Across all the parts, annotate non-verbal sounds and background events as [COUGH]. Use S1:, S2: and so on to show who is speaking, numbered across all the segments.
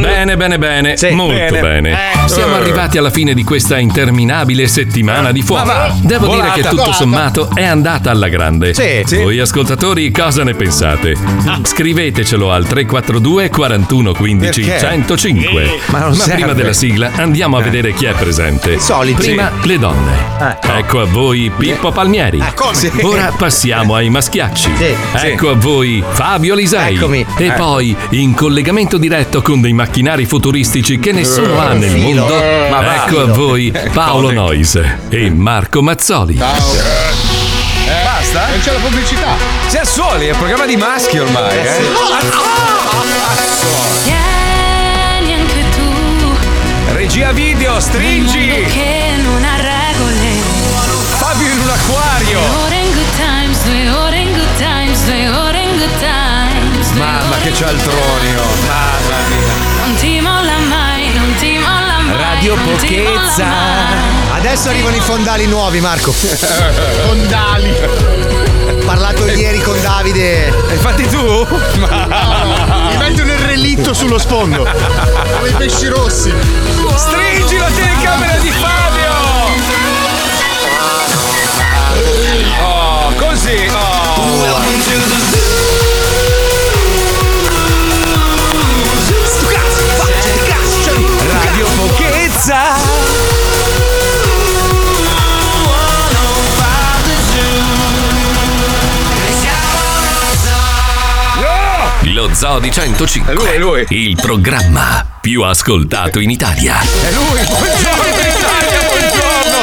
S1: Bene, bene, bene.
S2: Sì,
S1: Molto
S2: bene.
S1: bene.
S2: Eh.
S1: Siamo
S2: Eh.
S1: arrivati alla fine di questa interminabile settimana di fuoco.
S2: Ma va,
S1: Devo
S2: volata,
S1: dire che tutto
S2: volata.
S1: sommato è andata alla grande.
S2: Sì, sì. Ah.
S1: Voi ascoltatori cosa ne pensate? Scrivetecelo al 342 41 15
S2: Perché? Eh,
S1: 105.
S2: Ma non serve. Eh.
S1: prima della sigla andiamo a vedere chi è presente.
S2: I soliti.
S1: Prima le donne.
S2: Eh.
S1: Ecco a voi Pippo Palmieri.
S2: Ah, come? Sì.
S1: Ora passiamo ai maschiacci.
S2: Sì, sì.
S1: ecco a voi Fabio Lisei.
S2: Eccomi.
S1: E
S2: Eh.
S1: poi, in collegamento diretto con dei macchinari futuristici che nessuno ha nel
S2: filo.
S1: mondo,
S2: Ma va,
S1: ecco a
S2: filo.
S1: voi Paolo Nois e Marco Mazzoli.
S3: Eh, Basta?
S4: c'è la pubblicità.
S3: Sassuoli è un programma di maschi ormai, eh?
S5: Tieni anche tu
S3: Regia video, stringi!
S5: che non ha regole.
S3: Fabio in un acquario!
S5: Ore in good times, due ore in good times, due ore in good times. due
S3: Mamma
S5: ore
S3: che
S5: in
S3: c'ha il tronio! Mamma mia!
S5: Non ti molla mai, non ti molla mai.
S2: Radio
S5: non ti molla
S2: Pochezza.
S5: mai.
S2: Adesso arrivano i fondali nuovi, Marco.
S4: Fondali.
S2: Ho parlato ieri con Davide.
S3: Infatti tu?
S4: Mi mettono il relitto sullo sfondo. Come
S3: Eh.
S4: i pesci rossi.
S3: Stringi la telecamera di Fabio! Oh, così! Oh. Radio Pochezza!
S1: Lo Zoo di 105.
S3: lui, è lui.
S1: Il programma più ascoltato in Italia.
S3: È lui! Buongiorno Italia, buongiorno!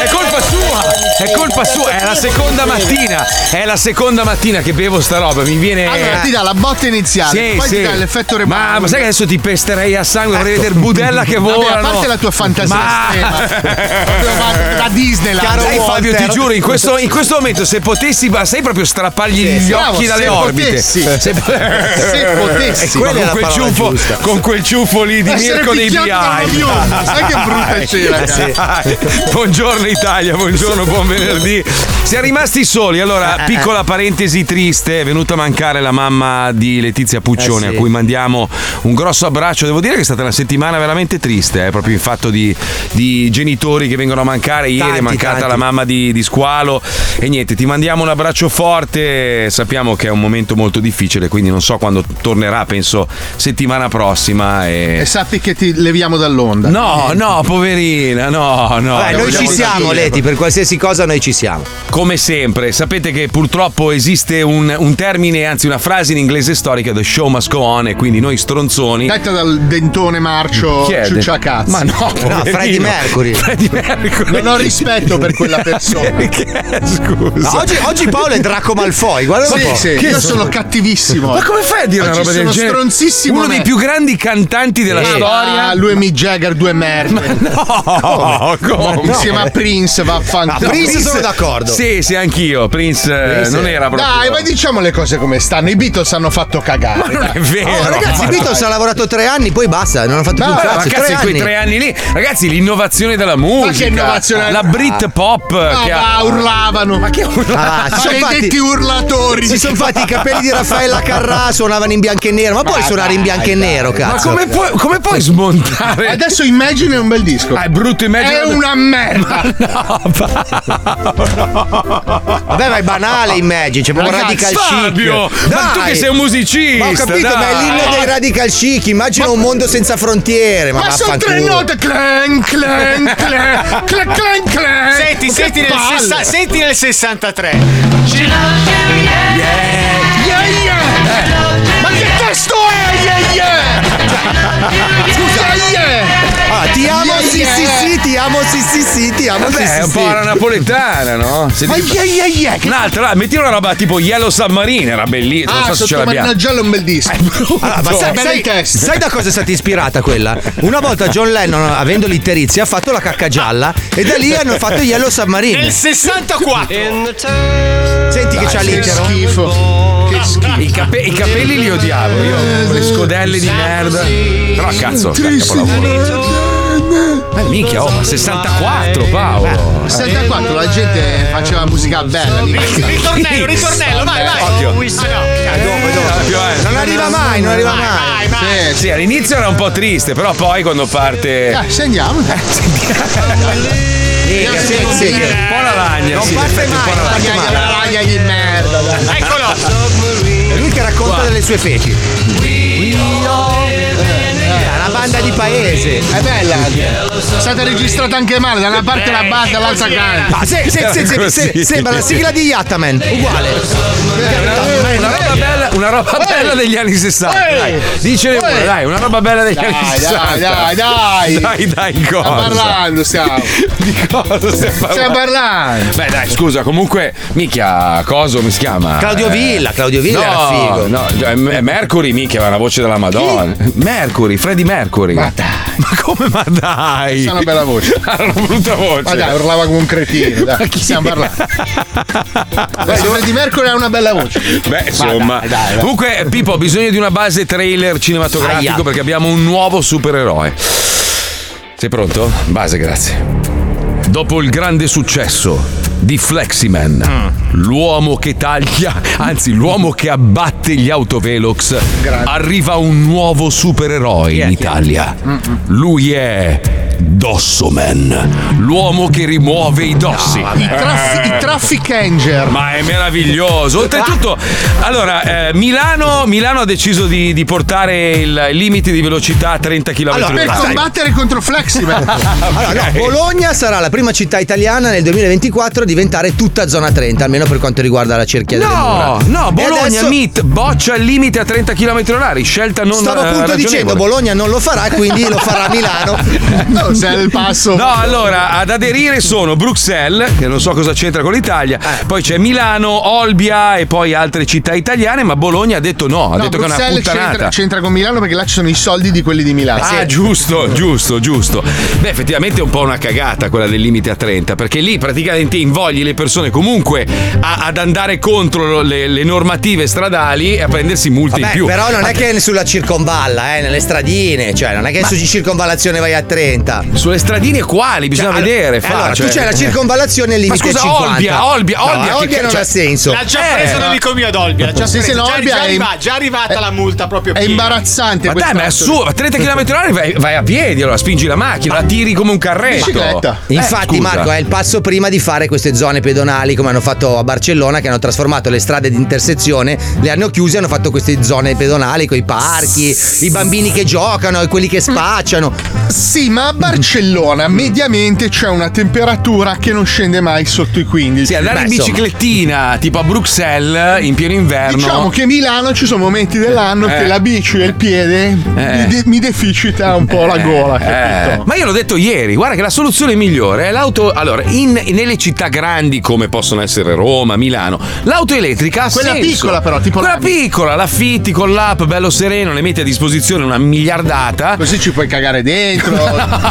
S3: È colpa sua! È colpa sua! È la seconda mattina! È la seconda mattina che bevo sta roba, mi viene.
S4: Allora ti dà la botta iniziale,
S3: Sì,
S4: poi
S3: sì.
S4: ti dà l'effetto
S3: Ma,
S4: rebano.
S3: ma sai che adesso ti pesterei a sangue, vorrei vedere budella che
S4: Ecco. Vabbè,
S3: vola.
S4: a parte la tua fantasia
S3: Ma- [LAUGHS]
S4: estrema. Eh, Proprio va- da Disneyland.
S3: Sai Fabio, ti giuro, in questo, in questo momento se potessi, ma sai proprio strappargli
S4: Sì,
S3: gli
S4: bravo,
S3: occhi dalle
S4: se
S3: orbite. Eh,
S4: potessi. [LAUGHS]
S3: Se, Eh,
S4: Se potessi.
S3: E
S2: Quella è
S3: quello con
S2: la
S3: quel,
S2: parola
S3: ciuffo,
S2: giusta.
S3: con quel ciuffo lì di
S4: Essere
S3: Mirko dei
S4: picchiato da un
S3: BI.
S4: avione. Sai che brutta cena. cara?
S3: Dai. Buongiorno Italia, buongiorno, buon venerdì. Siamo rimasti soli. Allora,
S4: [LAUGHS]
S3: piccola parentesi triste, è venuta a mancare la mamma di Letizia Puccione,
S2: Eh, sì.
S3: a cui mandiamo un grosso abbraccio. Devo dire che è stata una settimana veramente triste, eh, proprio in fatto di, di genitori che vengono a mancare. Ieri
S2: Tanti,
S3: è mancata
S2: tanti.
S3: la mamma di, di Squalo. E niente, ti mandiamo un abbraccio forte. Sappiamo che è un momento molto difficile, quindi non so quando tornerà, penso settimana prossima. e-
S2: Eh,
S4: E sappi che ti leviamo dall'onda.
S3: No, no, poverina, no, no.
S2: Vabbè, noi
S4: vogliamo
S2: ci siamo,
S4: capire.
S2: Leti, per qualsiasi cosa noi ci siamo.
S3: Come sempre, sapete che purtroppo esiste un, un termine, anzi una frase in inglese storica, the show must go on, e quindi noi stronzoni...
S4: Detta dal dentone marcio
S3: Chi è?
S4: ciucciacazzi.
S3: Ma no, poverino.
S2: Freddie Mercury.
S3: Freddie Mercury.
S4: Non ho rispetto per quella persona.
S3: Perché? Scusa.
S2: Ma oggi, oggi Paolo è Draco Malfoy, guarda un
S4: Sì,
S2: po'.
S4: sì, io sono cattivissimo.
S3: [LAUGHS] Ma come fai a dire una
S4: Oggi
S3: roba del
S4: sono
S3: genere?
S4: stronzissimo
S3: Uno
S4: me.
S3: dei più grandi cantanti della storia.
S4: Ah, lui e Mick Jagger, due merde.
S3: [LAUGHS] [LAUGHS]
S2: Oh,
S3: No, come?
S4: Insieme a Prince,
S2: Ah,
S4: vaffanculo.
S2: Prince sono d'accordo.
S3: Sì, sì, anch'io. Prince, eh,
S2: Prince,
S3: non
S2: eh.
S3: era proprio.
S4: Dai, ma diciamo le cose come stanno. I Beatles hanno fatto cagare.
S3: Ma [LAUGHS] non è vero.
S2: Oh, ragazzi,
S3: Eh, Ma-
S2: Beatles ha lavorato tre anni, poi basta, non ha fatto più un
S3: Ma
S2: cazzo.
S3: ragazzi,
S2: tre
S3: quei
S2: anni.
S3: tre anni lì, ragazzi, l'innovazione della musica,
S4: innovazione?
S3: la Brit Pop
S4: Ah,
S3: che
S4: va,
S3: ha
S4: urlavano. Ma che
S2: Ah, va, si sono
S4: Maledetti
S2: fatti-
S4: urlatori.
S2: Si sono fatti i capelli di Raffaella Carrà, suonavano in bianco e nero, ma puoi suonare in bianco e nero,
S3: Ma
S2: cazzo.
S3: come puoi, come puoi smontare?
S4: Adesso Imagine è un bel disco.
S3: Ah, è brutto imagine.
S4: È una
S3: [LAUGHS]
S4: merda.
S2: [LAUGHS] Vabbè, ma è banale Imagine, c'è proprio
S4: Ragazzi,
S2: radical
S3: Fabio,
S2: chic.
S3: ma tu
S2: Dai.
S3: che sei un musicista.
S2: Ma ho capito,
S3: dai.
S2: ma è l'inno dei radical chic, immagina un mondo senza frontiere, ma,
S4: Ma sono
S2: vaffanculo.
S4: tre note. Clan, clan, clan, clan, clan, clan.
S6: Senti,
S4: Ma
S6: senti
S4: che
S6: nel,
S4: palle.
S6: sessa- senti nel 63.
S4: Yeah, yeah. Ma che testo è? Yeah, yeah. Scusa, yeah.
S2: Ah, ti amo,
S4: Yeah,
S2: sì,
S4: yeah.
S2: sì, sì, ti amo, sì, sì, sì, ti amo, sì,
S3: Vabbè,
S2: sì,
S3: è un
S2: sì.
S3: po' la napoletana, no? Se
S4: Ma
S3: ti-
S4: yeah, yeah, yeah. Che
S3: Un'altra, là, metti una roba tipo Yellow Submarine, era bellissima. ah, non
S4: Ah,
S3: so se ce
S4: sottomarino
S3: l'abbiamo.
S4: giallo è un bel disco.
S2: Ah, ma sai,
S4: Bella
S2: sai-
S4: in testa.
S2: sai da cosa è stata ispirata quella? Una volta John Lennon, avendo l'itterizia, ha fatto la cacca gialla e da lì hanno fatto Yellow Submarine.
S6: Nel 64.
S2: Senti che c'ha
S4: Che
S2: l'intero.
S4: schifo. Che schifo.
S3: I, cape- i capelli li odiavo, io le scodelle di merda. Però cazzo, dai, capolavoro. Eh, minchia, oh, ma 64, Paolo.
S4: 64 la gente faceva musica bella lì.
S6: Ritornello, ritornello, vai, vai.
S3: Occhio.
S6: Ah, no, cazzo.
S3: Eh, dopo, dopo.
S2: Non arriva mai, non arriva mai.
S6: Vai, vai,
S3: Sì, all'inizio era un po' triste, però poi quando parte.
S4: Ah, se andiamo.
S3: [LAUGHS]
S4: Io sì, sì.
S3: Un po' la lagna.
S4: Non
S3: sì,
S4: parte
S3: effetti, un po'
S4: mai,
S3: la lagna.
S4: ragna, la ragna di merda.
S7: Eccolo.
S2: È lui che racconta delle sue feci. È una banda di paese.
S4: È bella. È stata registrata anche male, da una parte la banda, dall'altra canta.
S2: Ah, se- se- se- se-
S3: Così.
S2: se- sembra la sigla di Yattaman. Uguale.
S3: Una roba bella, una roba bella degli anni 60.
S4: Ehi!
S3: Dai, dicene
S4: Ehi!
S3: una, dai, una roba bella degli anni
S4: Dai,
S3: 60.
S4: dai, dai, dai.
S3: Dai, dai,
S4: Stiamo
S3: cosa?
S4: parlando, stiamo.
S3: [LAUGHS] Di cosa stiamo
S4: Stiamo
S3: parlando?
S4: parlando.
S3: Beh, dai, scusa, comunque, mica coso mi si chiama?
S2: Claudio
S3: Eh,
S2: Villa, Claudio Villa
S3: no,
S2: era figo.
S3: No, cioè, M- Mercury, mica, aveva una voce della Madonna. Mercury, Freddy Mercury. Ma dai. Ma come, ma dai?
S4: C'ha una bella voce.
S3: [LAUGHS] Ha una brutta voce.
S4: Ma dai, urlava come un cretino. Dai, stiamo
S3: [LAUGHS]
S4: parlando. Beh, Freddie Mercury ha una bella voce.
S3: Beh, Eh, insomma. Uh, Comunque, Pippo, ho bisogno di una base trailer cinematografico
S2: Aia.
S3: perché abbiamo un nuovo supereroe. Sei pronto? Base, grazie. Dopo il grande successo di Fleximan, l'uomo che taglia, anzi l'uomo che abbatte gli autovelox, arriva un nuovo supereroe in Italia. Lui è Dossoman, l'uomo che rimuove i dossi.
S4: I, traff- i traffic anger.
S3: Ma è meraviglioso. Oltretutto, allora, eh, Milano, Milano ha deciso di, di portare il limite di velocità a 30 km
S2: Allora,
S4: Per combattere contro
S3: [LAUGHS] Ah,
S4: Fleximan.
S2: Allora, no, Bologna sarà la prima città italiana nel 2024 a diventare tutta zona 30, almeno per quanto riguarda la cerchia delle mura.
S3: No, no,
S2: E
S3: Bologna
S2: adesso-
S3: Meet boccia il limite a 30 km/h, scelta non
S2: Stavo
S3: eh,
S2: appunto dicendo
S3: ragionevole.
S2: Bologna non lo farà, quindi lo farà
S3: [LAUGHS]
S2: Milano.
S4: No, se è il passo.
S3: No, allora, ad aderire sono Bruxelles, che non so cosa c'entra con l'Italia,
S2: Eh.
S3: poi c'è Milano, Olbia e poi altre città italiane, ma Bologna ha detto no, ha
S4: No,
S3: detto che è una
S4: Bruxelles c'entra,
S3: puttanata.
S4: c'entra con Milano perché là ci sono i soldi di quelli di Milano.
S3: Ah, giusto, giusto, giusto. Beh, effettivamente è un po' una cagata quella del limite a 30, perché lì praticamente invogli le persone comunque a- ad andare contro le, le normative stradali e a prendersi multe in
S2: Beh,
S3: più.
S2: però non è che sulla circonvalla, eh, nelle stradine, cioè non è che su circonvallazione vai a 30.
S3: Sulle stradine quali? Bisogna
S2: Cioè,
S3: vedere.
S2: eh,
S3: fa,
S2: allora,
S3: cioè-
S2: tu c'hai la circonvallazione e il
S3: Ma
S2: limite è
S3: scusa,
S2: 50.
S3: Olbia, Olbia,
S2: No,
S3: Olbia, che-
S2: non
S3: cioè-
S2: ha senso.
S7: L'ha già
S3: Eh.
S7: preso nell'icomio ad Olbia. L'ha già,
S4: Sì, sì,
S7: preso,
S4: no,
S7: già,
S4: Olbia
S7: già
S4: è-
S7: arriva- già arrivata
S4: è-
S7: la multa proprio
S4: È
S7: piena.
S4: imbarazzante.
S3: Ma dai, ma è
S4: quest'altro.
S3: assurdo, a
S4: [LAUGHS]
S3: 30 km/h vai, vai a piedi, allora spingi la macchina, la tiri come un carretto.
S4: Bicicletta.
S3: Eh,
S2: Infatti,
S3: scusa.
S2: Marco, è il passo prima di fare queste zone pedonali come hanno fatto a Barcellona, che hanno trasformato le strade di intersezione, le hanno chiuse e hanno fatto queste zone pedonali con i parchi, i bambini che giocano e quelli che spacciano.
S4: Sì, ma a Barcellona
S3: Mm.
S4: mediamente c'è una temperatura che non scende mai sotto i 15.
S3: Sì, andare
S2: Beh,
S3: in
S2: insomma.
S3: biciclettina, tipo a Bruxelles, in pieno inverno.
S4: Diciamo che a Milano ci sono momenti dell'anno
S3: Eh.
S4: che la bici e il piede mi, de- mi deficita un po' la gola.
S3: Eh,
S4: capito?
S3: ma io l'ho detto ieri, guarda che la soluzione migliore è l'auto. Allora, in- nelle città grandi come possono essere Roma, Milano, l'auto elettrica ha
S4: Quella
S3: senso.
S4: piccola però, tipo
S3: quella
S4: l'Ami.
S3: piccola, l'affitti con l'app, bello sereno, ne metti a disposizione una miliardata. Ah,
S4: Così ci puoi cagare
S3: [LAUGHS]
S4: dentro,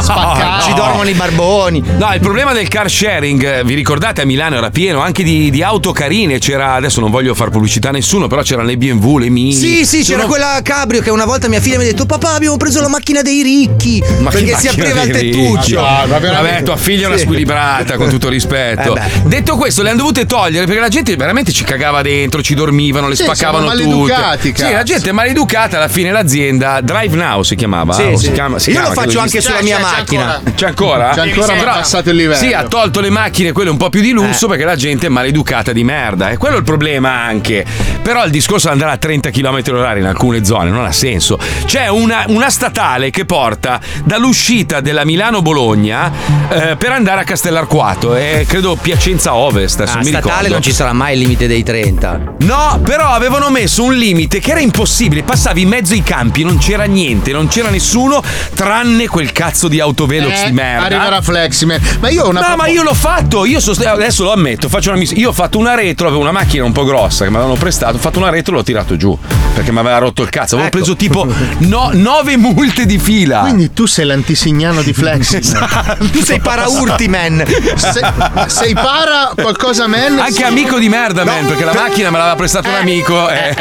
S4: spaccare.
S2: Ci dormono i barboni.
S3: No, il problema del car sharing, eh, vi ricordate a Milano era pieno anche di, di auto carine, c'era, adesso non voglio far pubblicità a nessuno, però c'erano le BMW, le Mini.
S2: Sì, sì, c'era
S3: Sono-
S2: quella Cabrio che una volta mia figlia mi ha detto: Papà, abbiamo preso la macchina dei ricchi.
S3: Ma che
S2: perché si
S3: macchina
S2: apriva il
S3: dei
S2: tettuccio.
S3: ricchi?
S4: Ah, ma veramente.
S3: Vabbè, tua figlia è una
S2: Sì.
S3: squilibrata,
S2: [LAUGHS]
S3: con tutto rispetto.
S2: Eh beh.
S3: Detto questo, le hanno dovute togliere perché la gente veramente ci cagava dentro, ci dormivano, le
S4: Sì,
S3: spaccavano
S4: sono
S3: tutte.
S4: maleducati,
S3: Sì,
S4: cazzo.
S3: la gente è maleducata, alla fine l'azienda Drive Now si chiamava.
S2: Sì,
S3: o
S2: sì.
S3: si chiama- si
S2: Io
S3: chiama,
S2: lo faccio
S3: credo
S2: anche
S3: esista.
S2: sulla
S7: C'è,
S2: mia
S7: Cioè, c'è, c'è
S2: macchina.
S7: ancora.
S3: C'è ancora?
S4: C'è ancora, ma è
S3: Però-
S4: passato il livello. Eh.
S3: Sì, ha tolto le macchine, quelle un po' più di lusso, perché la gente è maleducata di merda. E quello è il problema anche. Però il discorso di andare a 30 km orari in alcune zone non ha senso. C'è una, una statale che porta dall'uscita della Milano-Bologna eh, per andare a Castellarquato. E credo Piacenza Ovest, adesso
S2: Ah,
S3: mi
S2: statale
S3: ricordo.
S2: non ci sarà mai il limite dei 30.
S3: No, però avevano messo un limite che era impossibile. Passavi in mezzo ai campi, non c'era niente, non c'era nessuno, tranne quel cazzo di autovelox
S4: Eh,
S3: di merda.
S4: Arriverà Fleximan. Ma io ho una
S3: No, ma io l'ho fatto, io sono- adesso lo ammetto, faccio una miss- Io ho fatto una retro, avevo una macchina un po' grossa che mi avevano prestato, ho fatto una retro e l'ho tirato giù perché mi aveva rotto il cazzo. Avevo
S2: Ecco.
S4: [LAUGHS]
S3: preso tipo 9 multe di fila.
S4: Quindi tu sei l'antisignano di
S3: [LAUGHS]
S4: Fleximan.
S2: Tu sei paraurti, man.
S4: Se- sei para qualcosa man
S3: Anche amico di merda, man, perché la macchina me l'aveva prestato un amico. eh.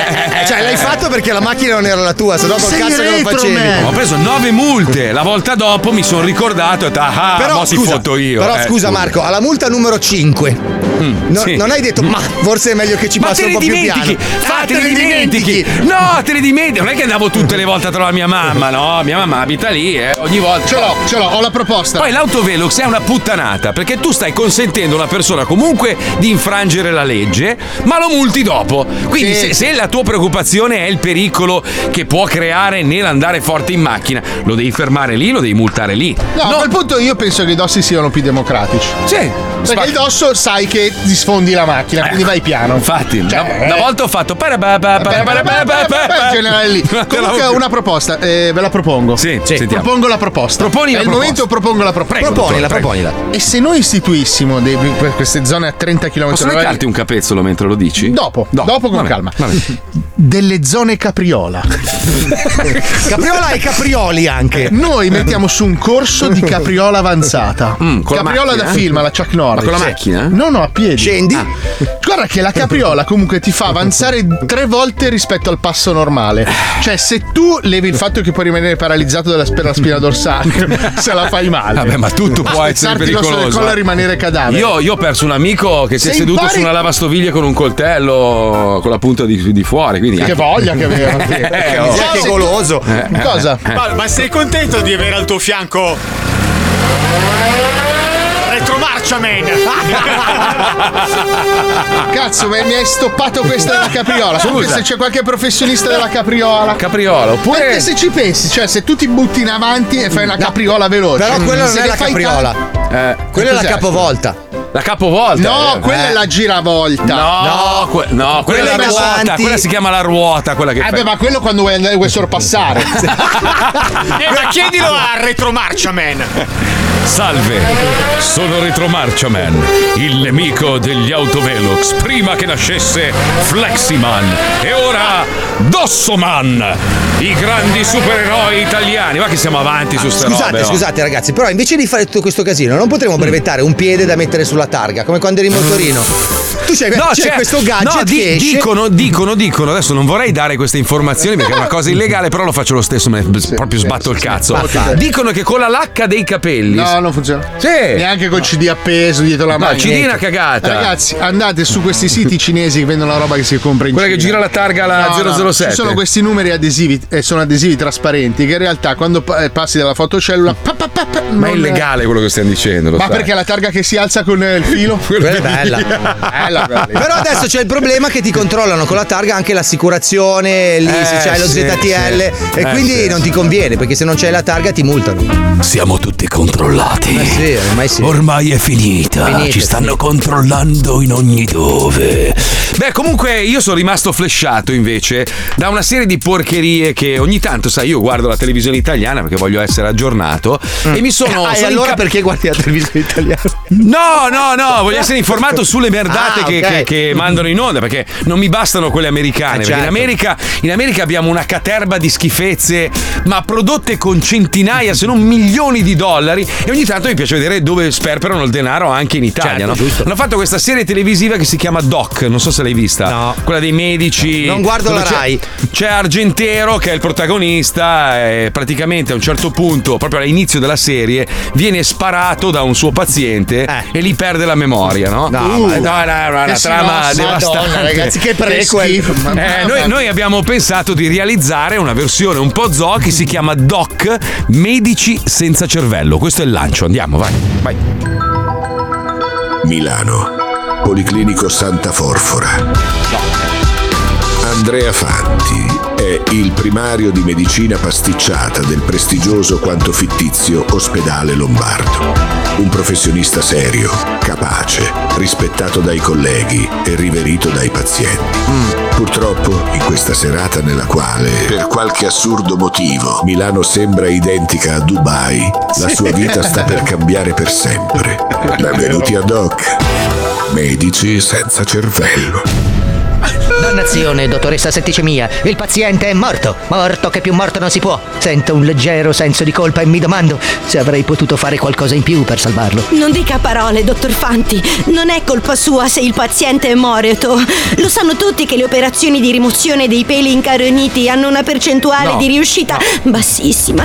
S2: Cioè, l'hai fatto perché la macchina non era la tua, se no col
S4: Sei
S2: cazzo che non
S4: retro,
S2: facevi.
S4: man.
S3: Ho preso 9 multe. La volta dopo mi sono ricordato e ho detto, ah,
S2: Però,
S3: mo si
S2: scusa,
S3: fotto io.
S2: Però
S3: Eh, Mm,
S2: scusa Marco, alla multa numero 5. non,
S3: sì.
S2: non hai detto, ma forse è meglio che ci
S3: Ma
S2: passo
S3: te
S2: un
S3: ne
S2: po' più
S3: dimentichi,
S2: piano.
S3: ah, te ne dimentichi. No, te ne dimentichi. Non è che andavo tutte le volte a trovare mia mamma, no? Mia mamma abita lì e ogni volta. Ce l'ho,
S4: ce l'ho, ho la proposta.
S3: Poi l'autovelox è una puttanata perché tu stai consentendo a una persona comunque di infrangere la legge, ma lo multi dopo. Quindi se, se la tua preoccupazione è il pericolo che può creare nell'andare forte in macchina, lo devi fermare lì, lo devi multare lì.
S4: No, a quel punto io penso che i dossi siano più democratici.
S3: Sì.
S4: Perché il dosso sai che ti sfondi la macchina, quindi vai piano.
S3: Eh, Infatti,
S4: Cioè,
S3: Una volta ho fatto. para ba ba ba ba ba ba ba ba.
S4: in eh, generale
S3: [LAUGHS]
S4: lì. Comunque ho una proposta, eh, ve la propongo. Sì,
S3: sentiamo.
S4: Propongo la proposta.
S3: Proponi
S4: È
S3: la
S4: il
S3: proposta.
S4: momento propongo la proposta.
S3: Prego, Proponila, dottore, prego. proponila.
S4: E se noi istituissimo dei- per queste zone a 30 km
S3: Posso
S4: orari-
S3: recarti un capezzolo mentre lo dici?
S4: Dopo, dopo con
S3: Vabbè,
S4: calma.
S3: vabbè.
S4: [LAUGHS] Delle zone capriola.
S2: Capriola e caprioli anche.
S4: Noi mettiamo su un corso di capriola avanzata.
S3: Mm, con la
S4: capriola
S3: macchina? eh?
S4: da film, la Chuck Norris.
S3: Ma con la
S4: Sì.
S3: macchina?
S4: No, no, a piedi. Ah.
S2: Scendi.
S4: Guarda che la capriola comunque ti fa avanzare tre volte rispetto al passo normale. Cioè, se tu levi il fatto che puoi rimanere paralizzato dalla sp- la spina
S3: [LAUGHS]
S4: dorsale, se la fai male.
S3: Vabbè, ma tutto può essere
S4: Spezzarti
S3: pericoloso. eh.
S4: l'osso del collo e rimanere cadavere.
S3: Io, io ho perso un amico che si è
S4: Se
S3: seduto
S4: impari-
S3: su una lavastoviglie con un coltello con la punta di, di fuori. Quindi
S4: Che voglia che aveva.
S3: Eh, oh.
S4: Sai se-
S3: Eh, eh,
S4: Cosa?
S3: eh.
S7: Ma, ma sei contento di avere al tuo fianco Retromarcia
S3: [LAUGHS]
S7: Man?
S4: [LAUGHS] Cazzo, ma mi hai stoppato questa della capriola.
S3: Scusa.
S4: Comunque se c'è qualche professionista della capriola.
S3: Capriola, oppure-
S4: Perché se ci pensi, cioè se tu ti butti in avanti e fai una capriola veloce. Mm.
S2: Però quella non
S4: se
S2: è
S4: le
S2: la
S4: fai
S2: capriola.
S4: ca-
S3: Eh,
S2: Quella è la
S4: Cos'è?
S2: capovolta.
S3: la capovolta.
S4: No,
S3: eh.
S4: quella è la giravolta.
S3: No, que- no, quella è
S4: Quella
S3: la
S4: è
S3: ruota,
S2: davanti.
S3: quella si chiama la ruota, quella che
S4: Eh
S3: fai.
S4: beh, ma quello quando vuoi andare vuoi sorpassare.
S7: Eh, ma chiedilo a Retromarcia Man.
S8: Salve, sono Retromarciaman, il nemico degli autovelox prima che nascesse Fleximan e ora Dossoman, i grandi supereroi italiani.
S3: Ma che siamo avanti su sta
S2: Ah, Scusate,
S3: robe, oh. Mm.
S2: scusate ragazzi, però invece di fare tutto questo casino non potremmo brevettare un piede da mettere sulla targa, come quando eri in motorino. Tu c'hai, c'è
S3: cioè,
S2: questo gadget
S3: no, di-
S2: che esce.
S3: dicono, dicono, dicono. Adesso non vorrei dare queste informazioni perché è una cosa illegale, però lo faccio lo stesso. Me ne proprio sbatto il cazzo.
S4: sì.
S3: dicono che con la lacca dei capelli.
S4: No, non funziona.
S3: Sì.
S4: Neanche col CD appeso dietro la
S3: No,
S4: mano.
S3: il CD è una cagata.
S4: Ragazzi, andate su questi siti cinesi che vendono la roba che si compra in
S3: Quella che
S4: Cina.
S3: gira la targa alla
S4: No, no,
S3: 007.
S4: Ci sono questi numeri adesivi e sono adesivi trasparenti che in realtà quando pa- eh, passi dalla fotocellula pa- pa- pa- pa-
S3: Ma è
S4: non-
S3: illegale quello che stiamo dicendo. Lo
S4: Ma
S3: sai.
S4: perché la targa che si alza con eh, il
S3: [LAUGHS]
S4: filo?
S2: Quella è bella.
S4: Bella quella lì.
S2: Però adesso c'è il problema che ti controllano con la targa anche l'assicurazione, lì
S3: Eh,
S2: se c'hai lo
S3: sì,
S2: ZTL
S3: sì.
S2: e
S3: Eh,
S2: quindi
S3: sì.
S2: non ti conviene perché se non c'hai la targa ti multano.
S9: Siamo tutti controllati.
S2: Eh sì, ormai sì.
S9: Ormai è finita.
S2: Finita,
S9: Ci stanno controllando in ogni dove.
S3: Beh, comunque io sono rimasto flesciato invece da una serie di porcherie che ogni tanto, sai, io guardo la televisione italiana perché voglio essere aggiornato e mi sono...
S2: Ah, [LAUGHS] e
S3: sono
S2: allora
S3: inca-
S2: perché guardi la televisione italiana?
S3: No,
S2: [LAUGHS]
S3: no, no, voglio essere informato sulle merdate
S2: Ah,
S3: che,
S2: ok.
S3: che- che mandano in onda perché non mi bastano quelle americane.
S2: Eh,
S3: perché in,
S2: certo.
S3: America, in America abbiamo una caterba di schifezze, ma prodotte con centinaia, se non milioni di dollari. E ogni tanto mi piace vedere dove sperperano il denaro anche in Italia.
S2: Certo,
S3: no?
S2: giusto.
S3: Hanno fatto questa serie televisiva che si chiama Doc, non so se l'hai vista.
S2: No.
S3: Quella dei medici.
S2: Non guardo
S3: dove
S2: la
S3: c'è-
S2: Rai.
S3: C'è Argentero che è il protagonista e praticamente a un certo punto, proprio all'inizio della serie, viene sparato da un suo paziente
S2: Eh.
S3: e lì perde la memoria, no?
S2: No,
S3: ma- no, no, una
S4: Che
S3: trama
S4: sinosso,
S3: devastante.
S4: Madonna, ragazzi, che
S2: schifo.
S4: prequel. Mamma
S3: Eh, noi,
S4: mia.
S3: noi abbiamo pensato di realizzare una versione un po' zoo che si chiama Doc Medici senza cervello. Questo è il lancio, andiamo, vai. vai.
S10: Milano, Policlinico Santa Forfora. Andrea Fanti è il primario di medicina pasticciata del prestigioso quanto fittizio ospedale Lombardo. Un professionista serio, capace, rispettato dai colleghi e riverito dai pazienti. Mm. Purtroppo, in questa serata nella quale, per qualche assurdo motivo, Milano sembra identica a Dubai, la sua vita sta per cambiare per sempre. Benvenuti a Doc. Medici senza cervello.
S11: Dannazione, dottoressa setticemia, il paziente è morto, morto che più morto non si può. Sento un leggero senso di colpa e mi domando se avrei potuto fare qualcosa in più per salvarlo.
S12: Non dica parole, dottor Fanti. Non è colpa sua se il paziente è moreto. Lo sanno tutti che le operazioni di rimozione dei peli incaroniti hanno una percentuale
S11: No, Eh,
S12: di riuscita bassissima.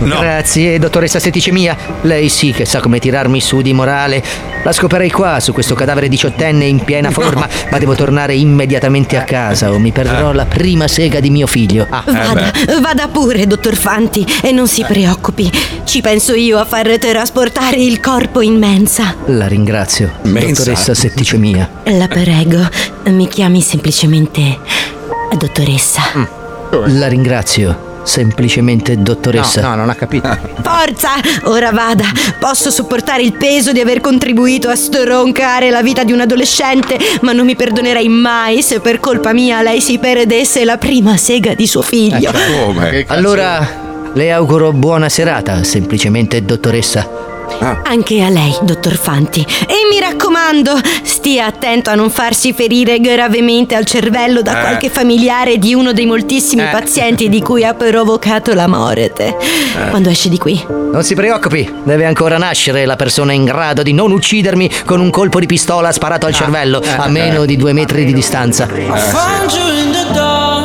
S11: Grazie, dottoressa setticemia. Lei sì che sa come tirarmi su di morale. La scoperei qua, su questo cadavere diciottenne in piena forma, ma devo tornare immediatamente a casa o mi perderò la prima sega di mio figlio. Ah,
S12: Vada, vada pure, dottor Fanti, e non
S11: Eh.
S12: si preoccupi. Ci penso io a far trasportare il corpo in mensa.
S11: La ringrazio, dottoressa setticemia.
S12: La prego, mi chiami semplicemente dottoressa.
S11: Mm. La ringrazio, semplicemente dottoressa.
S2: No, no, non ha capito.
S12: Forza, ora vada. Posso sopportare il peso di aver contribuito a stroncare la vita di un adolescente, ma non mi perdonerei mai se per colpa mia lei si perdesse la prima sega di suo figlio.
S11: Eh, certo. Allora, le auguro buona serata, semplicemente dottoressa.
S12: Anche a lei, dottor Fanti. E mi raccomando, stia attento a non farsi ferire gravemente al cervello da
S11: Eh.
S12: qualche familiare di uno dei moltissimi pazienti di cui ha provocato la morte.
S11: Eh.
S12: Quando esce di qui.
S11: Non si preoccupi, deve ancora nascere la persona in grado di non uccidermi con un colpo di pistola sparato al cervello a meno di due metri di distanza.
S6: Found you in the dark.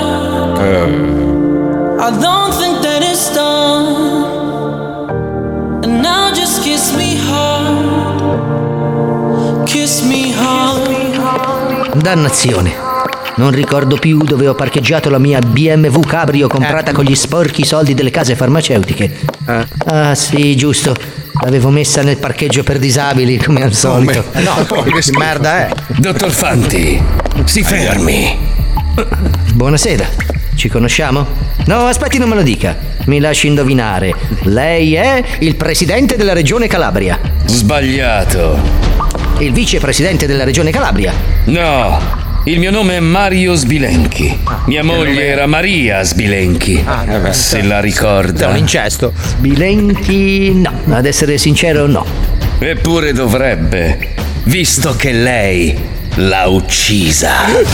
S6: I don't think that it's done. And now just kiss me hard. Kiss me hard.
S11: Dannazione. Non ricordo più dove ho parcheggiato la mia BMW Cabrio comprata con gli sporchi soldi delle case farmaceutiche. Ah sì, giusto. L'avevo messa nel parcheggio per disabili, come al solito.
S3: Eh,
S1: Eh
S11: [LAUGHS]
S3: che
S1: [LAUGHS]
S3: merda è? Dottor Fanti, si fermi.
S11: Buonasera, ci conosciamo? No, aspetti, non me lo dica. Mi lasci indovinare. Lei è il presidente della regione Calabria.
S3: Sbagliato.
S11: Il vicepresidente della regione Calabria.
S3: No, il mio nome è Mario Sbilenchi. Mia moglie era Maria Sbilenchi.
S13: Ah,
S3: se la ricorda. È un
S2: incesto.
S11: Bilenchi, no. Ad essere sincero, no.
S3: Eppure dovrebbe, visto che lei l'ha uccisa.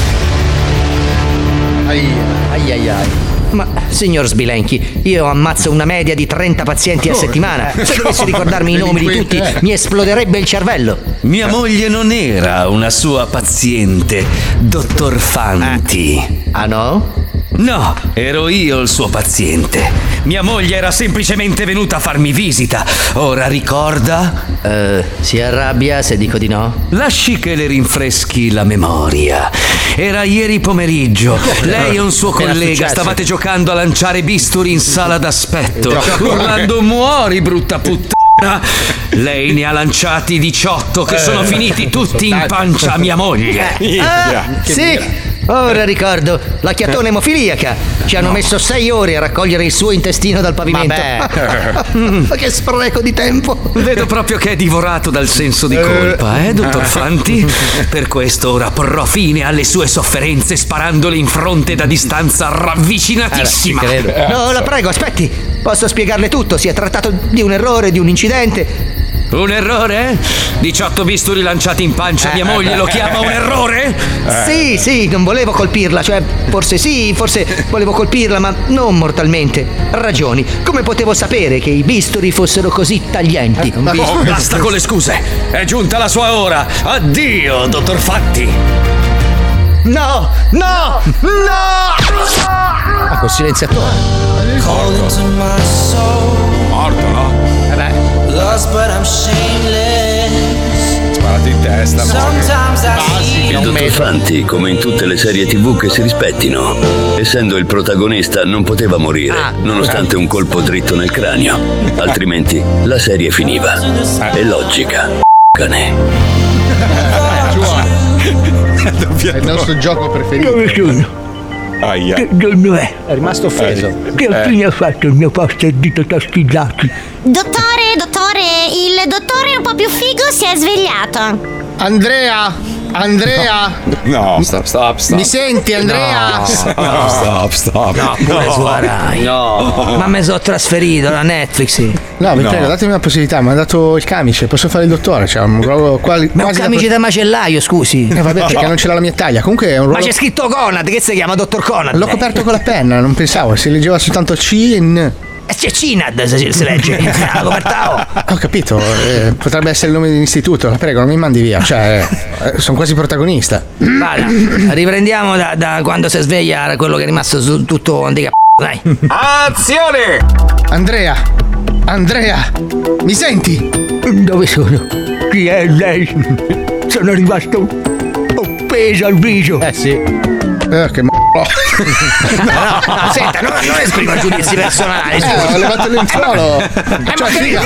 S11: Ai ai ai. Ma, signor Sbilenchi, io ammazzo una media di 30 pazienti a
S3: Come?
S11: settimana. Se
S3: Eh,
S11: dovessi
S3: no,
S11: ricordarmi i nomi di tutti,
S3: delinquente, eh.
S11: mi esploderebbe il cervello.
S3: Mia moglie non era una sua paziente, dottor Fanti.
S11: Ah no?
S3: No, ero io il suo paziente. Mia moglie era semplicemente venuta a farmi visita. Ora ricorda?
S11: Eh, si arrabbia se dico di no?
S3: Lasci che le rinfreschi la memoria. Era ieri pomeriggio. Lei e
S11: [LAUGHS]
S3: un suo
S13: Era
S3: collega
S13: successo.
S3: stavate giocando a lanciare bisturi in sala d'aspetto, [LAUGHS]
S13: Troppo.
S3: urlando muori brutta puttana. Lei ne ha lanciati 18 che
S13: Eh.
S3: sono finiti tutti in pancia a mia moglie.
S11: Ah, sì! Ora ricordo, la chiattone emofiliaca. Ci hanno
S3: Eh. No.
S11: messo sei ore a raccogliere il suo intestino dal pavimento. [LAUGHS]
S3: [LAUGHS]
S11: Mm, che spreco di tempo!
S3: Vedo proprio che è divorato dal senso di colpa, eh, dottor
S4: [LAUGHS]
S3: Fanti? Per questo ora porrò fine alle sue sofferenze sparandole in fronte da distanza ravvicinatissima.
S11: No,
S4: Eh,
S11: la prego, aspetti. Posso spiegarle tutto. Si è trattato di un errore, di un incidente.
S3: Un errore? 18 bisturi lanciati in pancia
S4: Eh.
S3: a mia moglie lo chiama
S4: [LAUGHS]
S3: un errore?
S11: Eh. Sì, sì, non volevo colpirla, cioè forse sì, forse volevo colpirla, ma non mortalmente. Ragioni. Come potevo sapere che i bisturi fossero così taglienti?
S4: Eh,
S3: Oh, basta con le scuse. È giunta la sua ora. Addio, dottor Fatti.
S11: No, no, no! Ah, col silenziatore.
S6: Calling to my soul.
S14: Morto, no?
S6: Lost but I'm shameless.
S14: Sparato in testa.
S6: Sometimes I see
S15: Il dottor Fanti, come in tutte le serie tv che si rispettino, essendo il protagonista non poteva morire, nonostante un colpo dritto nel cranio, altrimenti la serie finiva. È logica, cane.
S4: Cioè. È il nostro gioco preferito.
S14: Aia.
S16: Che giorno è? Eh,
S2: È rimasto offeso.
S16: Che
S4: Eh.
S16: fine ha fatto il mio posto e dito taschiggiati?
S17: Dottore, dottore, il dottore un po' più figo si è svegliato.
S4: Andrea! Andrea,
S3: No, stop, stop, stop.
S4: mi senti Andrea?
S3: No, stop, stop.
S11: No, pure su Arai.
S3: No.
S11: Ma mi sono trasferito da Netflix.
S4: Oh. No, mi
S11: No.
S4: prego, datemi una possibilità, mi ha dato il camice, posso fare il dottore? Cioè, un ruolo quali-
S11: Ma è un
S4: quasi
S11: camice da macellaio, scusi.
S4: Eh, vabbè, perché non ce l'ha la mia taglia. Comunque è un ruolo.
S11: Ma c'è scritto Conad, che si chiama Dottor Conad?
S4: L'ho
S11: lei?
S4: coperto con la penna, non pensavo, si leggeva soltanto C e N.
S11: Eh, C'è Cinad se si legge.
S4: [LAUGHS]
S11: La coperta O.
S4: Ho capito, eh, potrebbe essere il nome dell'istituto, la prego, non mi mandi via. Cioè, eh, sono quasi protagonista.
S11: Vada, riprendiamo da, da quando si sveglia quello che è rimasto su tutto di cap- dai.
S6: Ah,
S4: Azione! Andrea! Andrea! Mi senti?
S18: Dove sono? Chi è lei? Sono rimasto offeso al viso.
S4: Eh sì. Eh,
S3: [LAUGHS]
S4: che m***o.
S11: No, senta, non, non esprimo giudizi personali.
S4: Eh, ho levato il lenzuolo. Cioè, figa.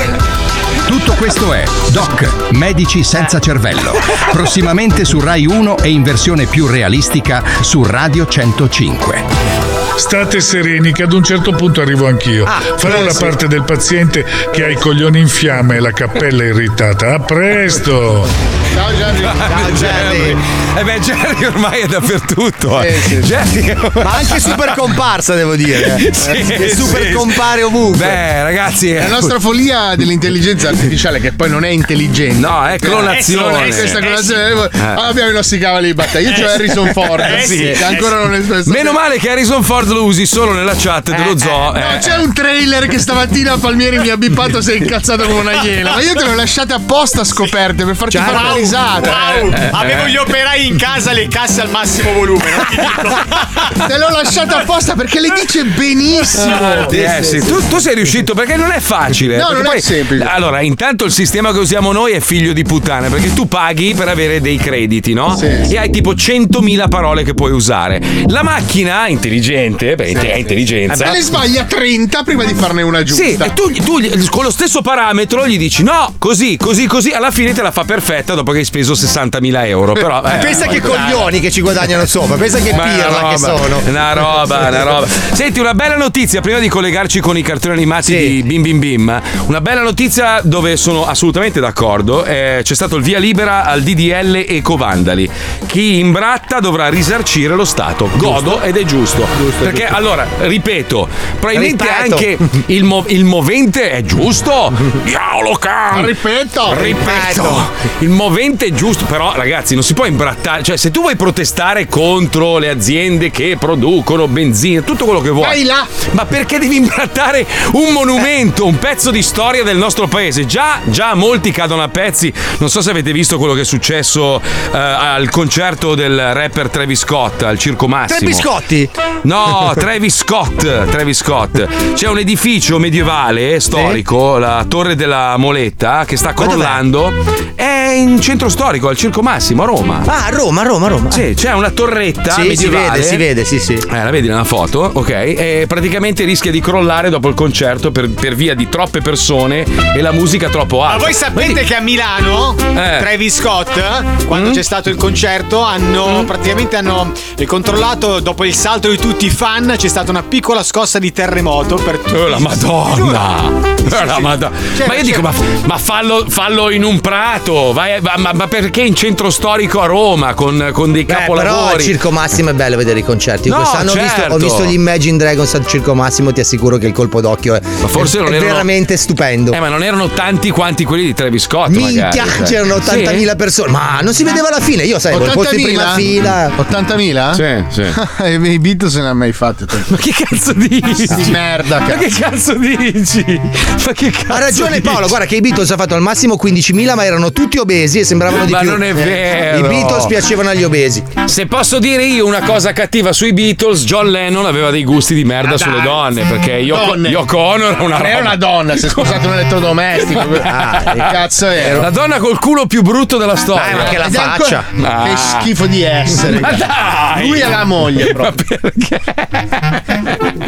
S19: Tutto questo è Doc, Medici senza cervello. Prossimamente su Rai 1 e in versione più realistica su Radio 105.
S20: State sereni che ad un certo punto arrivo anch'io. Farò
S19: eh,
S20: la
S19: sì.
S20: parte del paziente che ha i coglioni in fiamme e la cappella irritata. A presto!
S4: Ciao Jerry.
S3: [LAUGHS] Ciao Jerry. Eh beh, Jerry ormai è dappertutto. eh. Jerry-
S2: Ma
S3: [LAUGHS]
S2: anche super comparsa, devo
S6: eh.
S2: dire. eh.
S3: Sì,
S2: Che super
S3: sì.
S2: compare ovunque.
S3: Beh, ragazzi, eh.
S4: La nostra follia dell'intelligenza artificiale, che poi non è intelligente.
S3: No, è clonazione.
S4: Eh, Questa
S3: Eh,
S4: clonazione.
S3: sì.
S4: Ah, Abbiamo i nostri cavalli di battaglia. Cioè, Io c'ho Harrison Ford.
S3: Eh, sì.
S4: che
S3: Eh,
S4: ancora
S3: sì.
S4: non è spesso.
S3: Meno male che Harrison Ford lo usi solo nella chat dello zoo.
S4: No,
S3: eh.
S4: c'è un trailer che stamattina Palmieri mi ha bippato sei incazzato come una iena. Ma io te l'ho lasciate apposta scoperte per farti
S3: Certo.
S4: Eh. fare una risata.
S7: Wow, avevo gli operai in casa le casse al massimo volume. Non ti dico.
S4: [LAUGHS] Te l'ho lasciata apposta perché le dice benissimo.
S3: Sì, eh, sì. Tu, tu sei riuscito perché non è facile.
S4: No,
S3: perché
S4: non è semplice.
S3: Allora, intanto il sistema che usiamo noi è figlio di puttana perché tu paghi per avere dei crediti, no? E hai tipo 100.000 parole che puoi usare. La macchina intelligente, beh, è intelligenza.
S4: Ma Eh, le sbaglia 30 prima di farne una giusta.
S3: Sì, e tu, gli- tu gli- con lo stesso parametro gli dici no, così, così, così, alla fine te la fa perfetta dopo che hai speso 60.000 euro. Però,
S2: Ma
S3: eh,
S2: pensa
S3: poi-
S2: che coglioni che ci guadagnano sopra, pensa che
S3: Ma è una
S2: pirla che
S3: roba,
S2: sono.
S3: Una roba, una roba. Senti, una bella notizia prima di collegarci con i cartoni animati di Bim Bim Bim. Una bella notizia dove sono assolutamente d'accordo. eh, c'è stato il via libera al DDL Ecovandali. Chi imbratta dovrà risarcire lo Stato. Godo ed è giusto. Perché
S17: giusto.
S3: allora, ripeto, probabilmente
S17: Ripeto.
S3: anche [LAUGHS] il, mo- il movente è giusto. Diavolo can!
S4: Ripeto!
S3: Ripeto! Il movente è giusto, però ragazzi non si può imbrattare, cioè se tu vuoi protestare contro le aziende che producono benzina, tutto quello che vuoi.
S4: Vai là!
S3: Ma perché devi imbrattare un monumento, un pezzo di storia del nostro paese? Già, già molti cadono a pezzi. Non so se avete visto quello che è successo eh, al concerto del rapper Travis Scott al Circo Massimo.
S2: Tre biscotti?
S3: No, Travis Scott, Travis Scott. C'è un edificio medievale eh, storico, la Torre della Moletta, che sta crollando. È in centro storico, al Circo Massimo, a Roma.
S2: Ah, a Roma, a Roma, a Roma.
S3: Sì, c'è una torretta
S2: Sì, si
S3: medievale.
S2: vede, si vede, sì, sì.
S3: Eh, la vedi nella foto? Ok. E praticamente rischia di crollare dopo il concerto per, per via di troppe persone e la musica troppo alta.
S7: Ma voi sapete
S3: Quindi-
S7: che a Milano
S3: Eh.
S7: Travis Scott,
S4: Mm?
S7: quando c'è stato il concerto, hanno praticamente hanno eh, controllato dopo il salto di tutti i fan, c'è stata una piccola scossa di terremoto per tutti.
S4: Oh,
S3: Eh, la [LAUGHS] Madonna! Eh, la Madonna.
S2: Cioè,
S3: ma io dico, ma, ma fallo, fallo in un prato, vai- ma, ma- ma perché in centro storico a Roma con, con dei
S2: Eh, però al
S3: capolavori?
S2: Circo Massimo è bello vedere i concerti. Io
S3: No,
S2: Quest'anno ho visto-
S3: certo.
S2: ho, visto, gli Imagine Dragons al Circo Massimo, ti assicuro che il colpo d'occhio è,
S3: forse
S2: è-
S3: non
S2: è
S3: erano-
S2: veramente stupendo.
S3: eh, ma non erano tanti quanti quelli di Travis Scott,
S2: Minchia,
S3: magari. cioè.
S2: c'erano
S3: Sì?
S2: 80.000 persone, ma non si vedeva la fine. Io sai, avevo il posto in prima fila.
S4: 80.000?
S3: Sì, sì.
S4: [LAUGHS] e i beat se ne ha mai fatti.
S3: Ma che cazzo dici?
S4: Di merda,
S3: Ma
S4: cazzo.
S3: che cazzo dici? Ma che cazzo
S2: Ha ragione
S3: dici?
S2: Paolo, guarda che i Beatles ha fatto al massimo 15.000, ma erano tutti obesi e sembravano di
S3: Ma
S2: più.
S3: non è
S2: Eh,
S3: vero.
S2: I Beatles piacevano agli obesi.
S3: Se posso dire io una cosa cattiva sui Beatles, John Lennon aveva dei gusti di merda
S2: Ah,
S3: sulle donne, perché Yoko,
S4: Donne.
S3: Yoko Ono era una
S4: Non
S3: roba. ecco.
S4: è una donna, si è sposato un elettrodomestico.
S3: [LAUGHS]
S4: ah, che cazzo era?
S3: La donna col culo più brutto della storia.
S4: Dai, ma che la
S3: Ed è
S2: ecco-
S4: faccia.
S3: ancora-
S4: Che schifo di essere.
S3: Ma dai!
S4: Lui è la
S3: [LAUGHS]
S4: moglie,
S3: Ma perché? [LAUGHS]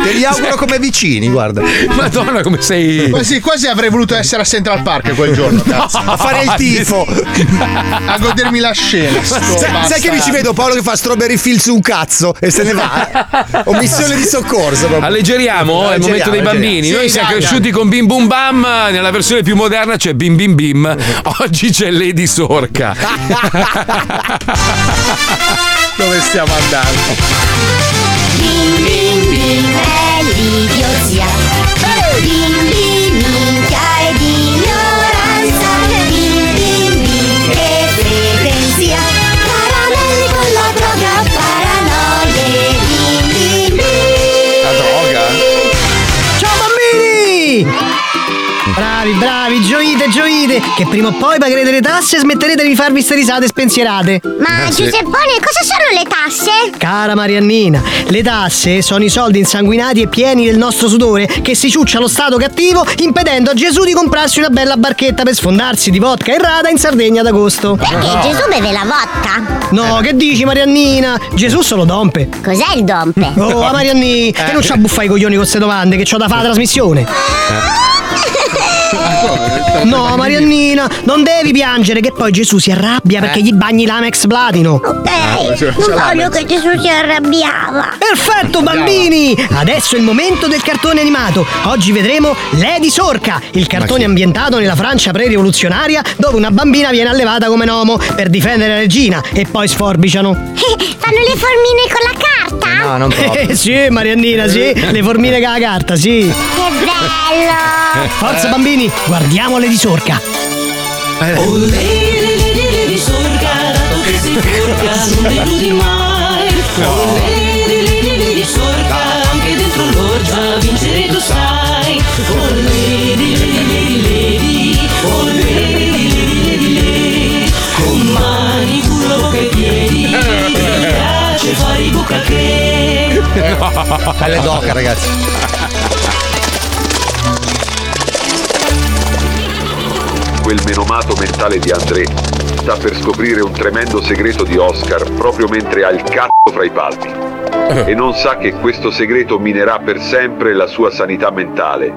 S2: Te li auguro Ah, come vicini, guarda.
S3: Madonna, come sei.
S4: Quasi, quasi avrei voluto essere a Central Park quel giorno. cazzo.
S2: a fare il tifo.
S4: a godermi la scena. sto
S2: Sai, sai che mi ci
S4: bastardo.
S2: vedo Paolo che fa strawberry fill su un cazzo e se ne va?
S3: [LAUGHS]
S2: o missione di soccorso. proprio.
S3: Alleggeriamo, eh, è il momento dei
S2: Alleggeriamo,
S3: bambini.
S2: alleggeriamo.
S3: Noi
S2: Sì,
S3: siamo
S2: dai,
S3: cresciuti con Bim Bum Bam, nella versione più moderna c'è Bim Bim Bim. Oggi c'è
S2: [LAUGHS]
S3: Lady Sorca.
S4: Dove stiamo andando?
S17: Bim bim bim è l'idiozia Bim bim minchia ed ignoranza Bim bim bim che frequenzia Caramelle con la droga paranoie Bim bim bim
S3: La droga?
S21: Ciao bambini! Bravi, bravi, gioite, gioite, che prima o poi pagherete le tasse e smetterete di farvi ste risate spensierate.
S17: Ma
S21: Eh, sì.
S17: Giuseppone cosa sono le tasse?
S21: Cara Mariannina, le tasse sono i soldi insanguinati e pieni del nostro sudore che si ciuccia lo Stato cattivo impedendo a Gesù di comprarsi una bella barchetta per sfondarsi di vodka e rada in Sardegna ad agosto.
S17: Perché Gesù beve la vodka
S21: No, che dici Mariannina? Gesù solo dompe.
S17: Cos'è il dompe?
S21: Oh,
S17: [LAUGHS]
S21: la Mariannì, che non ci abbuffa i coglioni con queste domande, che c'ho da fare la trasmissione.
S6: Eh,
S21: No, Mariannina, non devi piangere che poi Gesù si arrabbia perché gli bagni l'amex platino. Ah,
S17: Ok,
S21: cioè,
S17: non voglio che Gesù si arrabbiava
S21: Perfetto bambini! Adesso è il momento del cartone animato. Oggi vedremo Lady Sorca, il cartone ambientato nella Francia pre-rivoluzionaria dove una bambina viene allevata come nomo per difendere la regina e poi sforbiciano.
S17: [LAUGHS] Fanno le formine con la carta?
S21: No, [LAUGHS] non Eh, sì, Mariannina, sì, le formine con la carta, sì.
S17: Che bello
S21: Forza bambini, guardiamo Lady Sorca. Eh.
S17: Oh,
S6: Lady, lady, lady sorca, dato che sei porca, non deludi mai. Oh, lady, lady, lady sorca, anche dentro l'orgia vincere tu sai. Oh, lady, lady, lady, lady, oh, lady, lady, lady, lady, con mani, culo, bocca e piedi, mi piace fare i bocca che.
S2: Eh.
S3: [LAUGHS]
S2: Alle doca, ragazzi.
S22: Quel menomato mentale di André sta per scoprire un tremendo segreto di Oscar proprio mentre ha il cazzo fra i palmi. E non sa che questo segreto minerà per sempre la sua sanità mentale.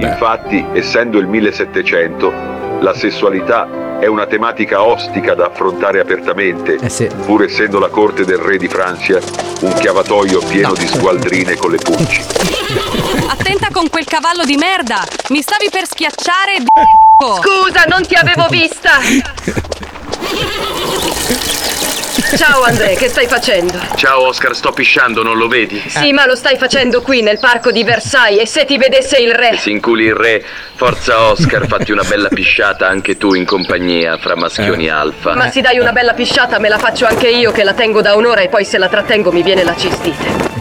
S22: Infatti, essendo il 1700, la sessualità è una tematica ostica da affrontare apertamente, pur essendo la corte del re di Francia un chiavatoio pieno di sgualdrine con le pulci.
S23: Attenta con quel cavallo di merda! Mi stavi per schiacciare d***o! Scusa, non ti avevo vista!
S24: Ciao Andrea, che stai facendo?
S25: Ciao Oscar, sto pisciando, non lo vedi?
S24: Sì, ma lo stai facendo qui nel parco di Versailles e se ti vedesse il
S25: E
S24: re.
S25: si inculi il re. Forza Oscar, fatti una bella pisciata anche tu in compagnia fra
S3: Eh.
S25: maschioni alfa.
S24: Ma se dai una bella pisciata me la faccio anche io che la tengo da un'ora e poi se la trattengo mi viene la cistite.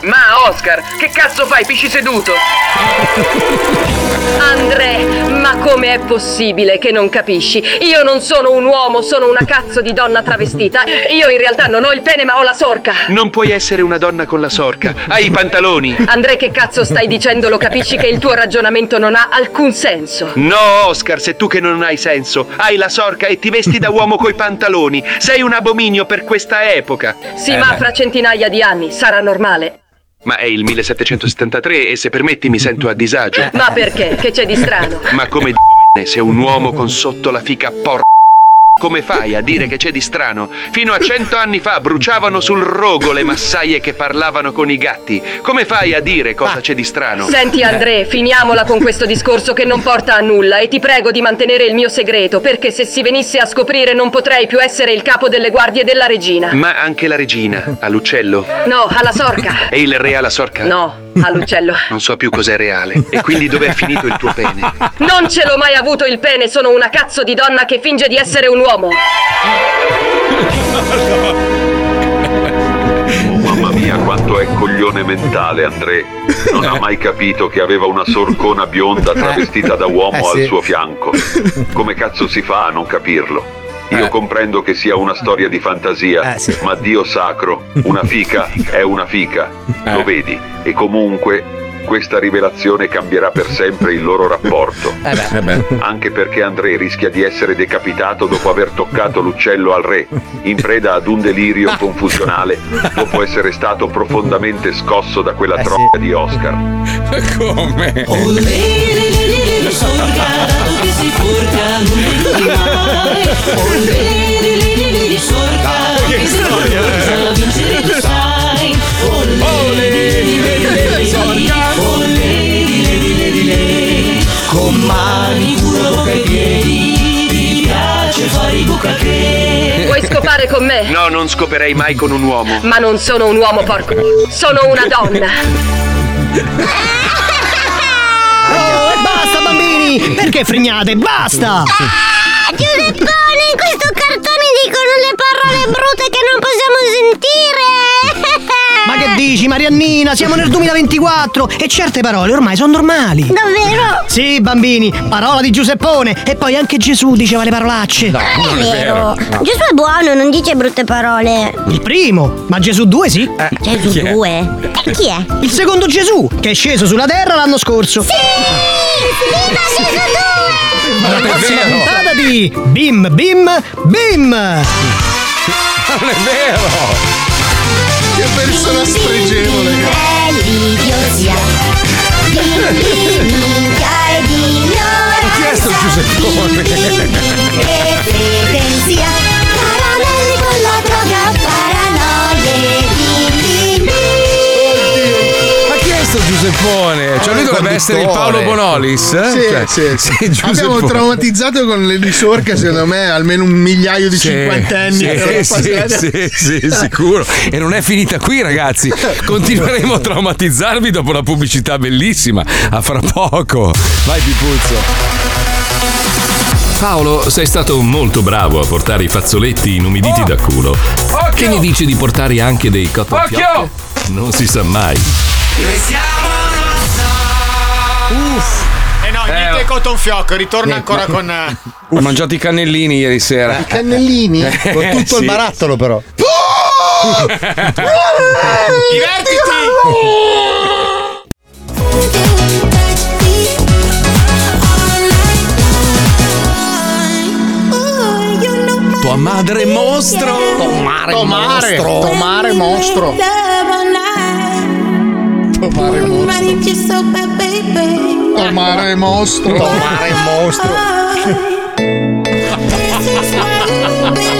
S26: Ma Oscar, che cazzo fai? Pisci seduto?
S24: Andrea, ma come è possibile che non capisci? Io non sono un uomo, sono una cazzo di donna travestita. Io in realtà non ho il pene ma ho la sorca.
S26: Non puoi essere una donna con la sorca. Hai i pantaloni.
S24: Andrea, che cazzo stai dicendo? Lo capisci che il tuo ragionamento non ha alcun senso.
S26: No, Oscar, sei tu che non hai senso. Hai la sorca e ti vesti da uomo coi pantaloni. Sei un abominio per questa epoca.
S24: Sì,
S3: Eh,
S24: ma fra centinaia di anni sarà normale.
S26: Ma è il 1773 e se permetti mi sento a disagio.
S24: Ma perché? Che c'è di strano?
S26: Ma come d***, sei un uomo con sotto la fica porca? Come fai a dire che c'è di strano? Fino a cento anni fa bruciavano sul rogo le massaie che parlavano con i gatti. Come fai a dire cosa c'è di strano?
S24: Ah.
S26: Eh,
S24: Senti André, finiamola con questo discorso che non porta a nulla e ti prego di mantenere il mio segreto perché se si venisse a scoprire non potrei più essere il capo delle guardie della regina.
S3: Mm.
S26: Ma anche la regina,
S24: [LAUGHS]
S26: all'uccello.
S24: No, alla sorca.
S26: E il re alla sorca?
S24: No, all'uccello.
S26: Non so più cos'è reale. E quindi dov'è finito il tuo pene?
S24: Non ce l'ho mai avuto il pene, sono una cazzo di donna che finge di essere un uomo.
S22: Mamma mia, quanto è coglione mentale André. Non ha mai capito che aveva una sorcona bionda travestita da uomo
S27: Eh, sì.
S22: al suo fianco. Come cazzo si fa a non capirlo?
S27: Eh.
S22: Io comprendo che sia una storia di fantasia, ma Dio sacro, una fica è una fica,
S27: Eh.
S22: lo vedi? E comunque questa rivelazione cambierà per sempre il loro rapporto.
S27: Eh.
S3: eh,
S22: Anche perché André rischia di essere decapitato dopo aver toccato l'uccello al re, in preda ad un delirio confusionale, dopo essere stato profondamente scosso da quella troppa di Oscar.
S3: Come?
S6: Oh, lady, lady, lady sorca, dato che sei porca, non deludi mai. Lady, lady, lady sorca, che se non cosa vincere tu sai. Oh, lady, lady, lady sorca. Oh, lady, lady, lady, lady. Con mani, culo, bocca e piedi, ti piace fare i bocca che.
S24: Vuoi scopare con me?
S26: No, non scoperei mai con un uomo.
S24: Ma non sono un uomo, porco. Sono una donna.
S21: Oh, e basta, bambini! Perché frignate? Basta!
S17: Ah, Giuseppone, in questo cartone dicono le parole brutte che non possiamo sentire. [LAUGHS]
S21: Ma che dici, Mariannina? Siamo nel 2024 e certe parole ormai sono normali.
S17: Davvero?
S21: Sì, bambini, parola di Giuseppone e poi anche Gesù diceva le parolacce. No,
S17: Non è vero. eh, Gesù è buono, non dice brutte parole.
S21: Il primo, ma Gesù 2 sì.
S17: Gesù
S21: chi è?
S17: 2? E chi è?
S21: Il secondo Gesù, che è sceso sulla terra l'anno scorso. Sì!
S17: Viva Gesù 2!
S21: La prossima puntata di Bim Bim Bim!
S3: Non è vero!
S4: Che persona spregevole.
S6: È l'idiozia. Minchia e di
S3: Chi è sto Giuseppone?
S24: [LAUGHS]
S6: E pretenzia. Caramelle con la droga, paranoie. bim, bim, bim.
S3: Ma chi è sto Giuseppone? Cioè lui dovrebbe essere il Paolo Bonolis? eh?
S4: Sì,
S3: Cioè,
S4: sì.
S3: sei Giuseppone.
S4: Abbiamo traumatizzato con le risorche, secondo me, almeno un migliaio di
S3: Sì,
S4: cinquantenni.
S3: Eh, sì,
S4: che erano
S3: sì,
S4: passati.
S3: sì, sì, sicuro. E non è finita qui,
S2: [LAUGHS]
S3: ragazzi. Continueremo a traumatizzarvi dopo la pubblicità bellissima. A fra poco. Vai, Pipuzzo.
S1: Paolo, sei stato molto bravo a portare i fazzoletti
S3: Oh.
S1: inumiditi da culo. Che ne dici di portare anche dei cotton
S6: Occhio!
S1: fioc? Non si sa mai.
S6: Noi siamo Uff.
S7: Eh no, niente cotton fioc, ritorna ancora con. eh,
S3: Ho mangiato i cannellini ieri sera. Eh,
S4: I
S3: [LAUGHS]
S4: cannellini?
S2: Con tutto il barattolo, però.
S3: Tua madre mostro! Tomare,
S4: Tomare, tomare
S6: Oh,
S4: mostro. Tomare mostro. Tomare mostro. Tomare mostro.